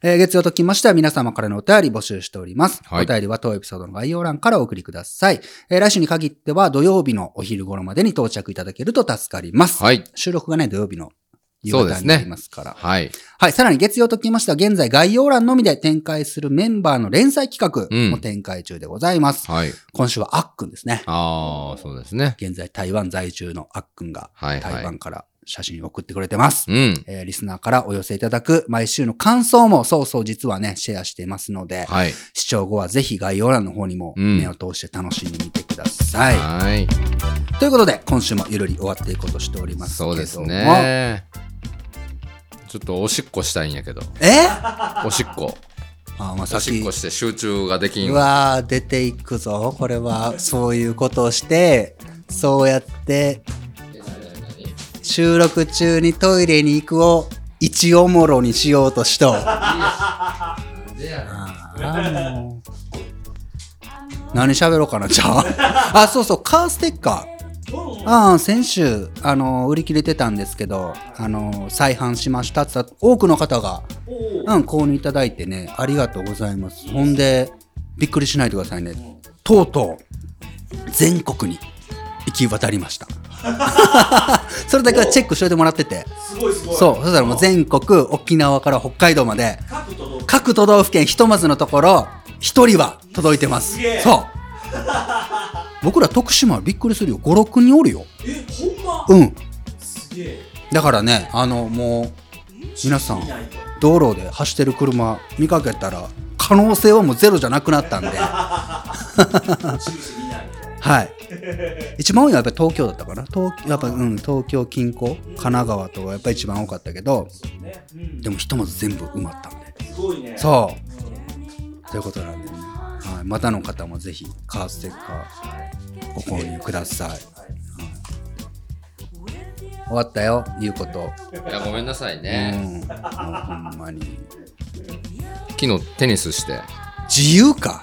[SPEAKER 1] えー月曜ときましては皆様からのお便り募集しております。
[SPEAKER 2] はい
[SPEAKER 1] お便りは当エピソードの概要欄からお送りください。えー来週に限っては土曜日のお昼頃までに到着いただけると助かります。
[SPEAKER 2] はい。
[SPEAKER 1] 収録がね、土曜日の夕
[SPEAKER 2] そうで
[SPEAKER 1] 方
[SPEAKER 2] す
[SPEAKER 1] に
[SPEAKER 2] ね
[SPEAKER 1] なりますから。
[SPEAKER 2] はい。
[SPEAKER 1] はい。さらに月曜ときましては、現在概要欄のみで展開するメンバーの連載企
[SPEAKER 2] う
[SPEAKER 1] 画
[SPEAKER 2] ん
[SPEAKER 1] も展開中でございます。
[SPEAKER 2] はい。
[SPEAKER 1] 今週はあっくんですね。
[SPEAKER 2] ああ、そうですね。
[SPEAKER 1] 現在台湾在住のあっくんが
[SPEAKER 2] はい
[SPEAKER 1] 台
[SPEAKER 2] はい
[SPEAKER 1] 湾。から写真を送ってくれてます。
[SPEAKER 2] うん。
[SPEAKER 1] えーリスナーからお寄せいただく毎週の感想もそうそう実はね、シェアしていますので、
[SPEAKER 2] はい。
[SPEAKER 1] 視聴後はぜひ概要欄の方にも
[SPEAKER 2] うん
[SPEAKER 1] 目を通して楽しんでみてください。
[SPEAKER 2] はい。
[SPEAKER 1] ということで、今週もゆるり終わっていこうとしておりますけども。
[SPEAKER 2] そうですね。ちょっとおしっこしたいんやけど。
[SPEAKER 1] え
[SPEAKER 2] おしっこ。
[SPEAKER 1] あ、まあ、
[SPEAKER 2] お
[SPEAKER 1] さっ
[SPEAKER 2] しっ
[SPEAKER 1] き
[SPEAKER 2] こして集中ができん
[SPEAKER 1] う
[SPEAKER 2] わ。
[SPEAKER 1] わー出ていくぞこれはそういうことをしてそうやって収録中にトイレに行くを一おもろにしようとしとあーもう [LAUGHS] 何喋ろうかなじゃああ [LAUGHS] そうそうカーステッカーああ先週あの売り切れてたんですけどあの再販しましたって言ったら多くの方が
[SPEAKER 3] おお
[SPEAKER 1] うん、購入いただいてね、ありがとうございます。ほんで、びっくりしないでくださいね。とうとう、全国に行き渡りました。 [LAUGHS] それだけはチェックしといてもらってて。
[SPEAKER 3] すごいすごい。
[SPEAKER 1] そう、そしたらもう全国、沖縄から北海道まで、
[SPEAKER 3] 各都道府
[SPEAKER 1] 各都道府県ひとまずのところ、一人は届いてます
[SPEAKER 3] すげえ。
[SPEAKER 1] そう。僕ら徳島はびっくりするよ。5、6人おるよ。
[SPEAKER 3] え、ほんま
[SPEAKER 1] うん。
[SPEAKER 3] すげえ。
[SPEAKER 1] だからね、あの、もう、皆さん
[SPEAKER 3] いないと
[SPEAKER 1] 道路で走ってる車見か [LAUGHS] けたら可能性はもうゼロじゃなくなったんで
[SPEAKER 3] 注意して見ないと
[SPEAKER 1] はい。一番多いのはやっぱり東京だったかな。東やっぱ、うん、東京近郊、神奈川とかやっぱり一番多かったけど、
[SPEAKER 3] そうね。うん。
[SPEAKER 1] でもひとまず全部埋まったんで。
[SPEAKER 3] すごいね。う。
[SPEAKER 1] そう。ということなんで、はい、またの方もぜひカーステッカーご購入ください。終わったよ、言うこと。
[SPEAKER 2] いや、ごめんなさい
[SPEAKER 1] うん、
[SPEAKER 2] ね。
[SPEAKER 1] もうほんまに。
[SPEAKER 2] 昨日テニスして、
[SPEAKER 1] 自由か。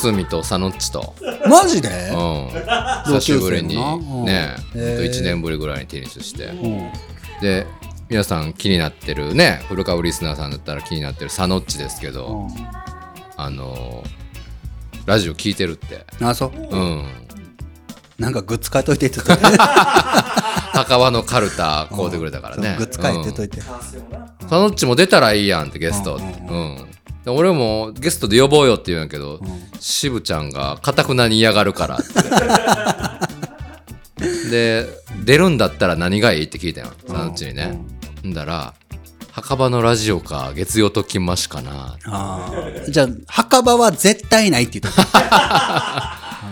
[SPEAKER 2] 久住とサノッチと、
[SPEAKER 1] マジで、
[SPEAKER 2] うん、
[SPEAKER 1] 同級生もな
[SPEAKER 2] 久しぶりに
[SPEAKER 1] うん
[SPEAKER 2] ね、
[SPEAKER 1] へ
[SPEAKER 2] ほん
[SPEAKER 1] ー
[SPEAKER 2] と1年ぶりぐらいにテニスして。
[SPEAKER 1] うん、
[SPEAKER 2] で、皆さん気になってるね、古川リスナーさんだったら気になってるサノッチですけど、
[SPEAKER 1] う
[SPEAKER 2] あのーラジオ聞いてるって。
[SPEAKER 1] ん。あ、そう。
[SPEAKER 2] うん。
[SPEAKER 1] なんかグッズ買いといてって言っといて。
[SPEAKER 2] 高輪のカルタ [LAUGHS] 買うてくれたからね。
[SPEAKER 1] グッズ買いって言っと
[SPEAKER 2] うん
[SPEAKER 1] いて。
[SPEAKER 3] 完成もな。
[SPEAKER 2] サノッチも出たらいいやんってゲスト。
[SPEAKER 1] う
[SPEAKER 2] うん。
[SPEAKER 1] うん
[SPEAKER 2] で俺もゲストで呼ぼうよって言うんやけど、渋ちゃんがかたくなに嫌がるから
[SPEAKER 1] [LAUGHS]
[SPEAKER 2] って。で、出るんだったら何がいいって聞いたよ。サノッチにね。んだら、墓場のラジオか、月曜ときましかな。
[SPEAKER 1] ああ。じゃあ、墓場は絶対ないって言っ
[SPEAKER 2] [LAUGHS]
[SPEAKER 1] といて。
[SPEAKER 2] い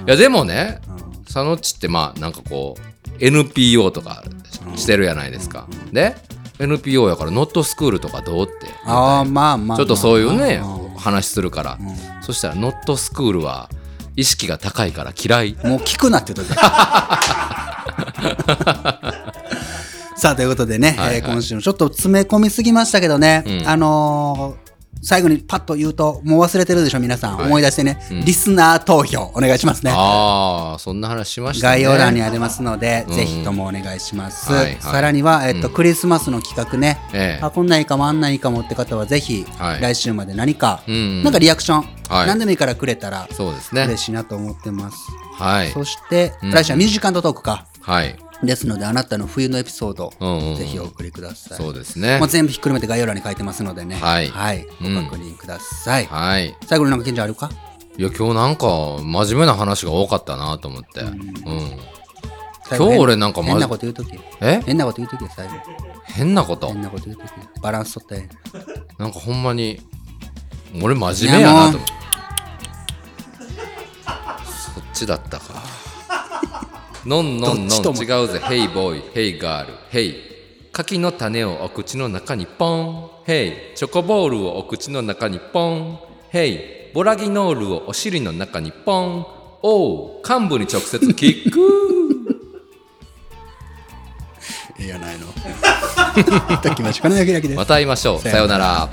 [SPEAKER 2] や、でもね、
[SPEAKER 1] うん
[SPEAKER 2] サノッチってまあなんかこう NPO とかししてるじゃないですか。で NPO やからノットスクールとかどうって
[SPEAKER 1] ああ、まあまあ。
[SPEAKER 2] ちょっとそういうね
[SPEAKER 1] ん
[SPEAKER 2] 話するから、そしたらノットスクールは意識が高いから嫌い。
[SPEAKER 1] もう聞くなって
[SPEAKER 2] [LAUGHS]
[SPEAKER 1] 言うといて。さあ、ということでね、
[SPEAKER 2] はいはい
[SPEAKER 1] えー今週もちょっと詰め込みすぎましたけどね、
[SPEAKER 2] うん
[SPEAKER 1] あのー最後にパッと言うと、もう忘れてるでしょ、皆さん。
[SPEAKER 2] はい
[SPEAKER 1] 思い出してね、
[SPEAKER 2] うん
[SPEAKER 1] リスナー投票お願いしますね。
[SPEAKER 2] ああそんな話しましたね。
[SPEAKER 1] 概要欄にありますので、
[SPEAKER 2] うん
[SPEAKER 1] ぜひともお願いします。
[SPEAKER 2] はいはい
[SPEAKER 1] さらには、えっと、
[SPEAKER 2] うん
[SPEAKER 1] クリスマスの企画ね、
[SPEAKER 2] ええ
[SPEAKER 1] あこんなんいいかもあんなんいいかもって方はぜひ、
[SPEAKER 2] はい
[SPEAKER 1] 来週まで何か、
[SPEAKER 2] うん
[SPEAKER 1] なんかリアクション、
[SPEAKER 2] はい
[SPEAKER 1] 何でもいいからくれたら
[SPEAKER 2] そうですね
[SPEAKER 1] 嬉。しいなと思ってます。
[SPEAKER 2] はい
[SPEAKER 1] そして、
[SPEAKER 2] うん
[SPEAKER 1] 来週はミュージカルトークか。
[SPEAKER 2] はい。
[SPEAKER 1] ですので、あなたの冬のエピソード、
[SPEAKER 2] うんうんうん
[SPEAKER 1] ぜひお送りください。
[SPEAKER 2] そうですね
[SPEAKER 1] もう。全部ひっくるめて概要欄に書いてますのでね。
[SPEAKER 2] はい
[SPEAKER 1] ご
[SPEAKER 2] うん
[SPEAKER 1] 確認ください。
[SPEAKER 2] はい。
[SPEAKER 1] 最後になんか、ケンちゃんあるか
[SPEAKER 2] いや今日なんか真面目な話が多かったなと思って。うん。
[SPEAKER 1] 最後変
[SPEAKER 2] 今日俺なんかま
[SPEAKER 1] 変なこと言うとき。
[SPEAKER 2] え
[SPEAKER 1] 変なこと言うとき最後。
[SPEAKER 2] 変なこと
[SPEAKER 1] 変。なこと言うとき。バランス取って。
[SPEAKER 2] なんかほんまに俺真面目やなと思ってそっちだったかのんのんのん
[SPEAKER 1] どっちと
[SPEAKER 2] 違うぜヘイボーイヘイガールヘイ柿の種をお口の中にポンヘイチョコボールをお口の中にポンヘイボラギノールをお尻の中にポンおう幹部に直接キック
[SPEAKER 1] [LAUGHS] いいやないの。ときましょう。この焼き焼きです
[SPEAKER 2] ま。た会いましょうさようなら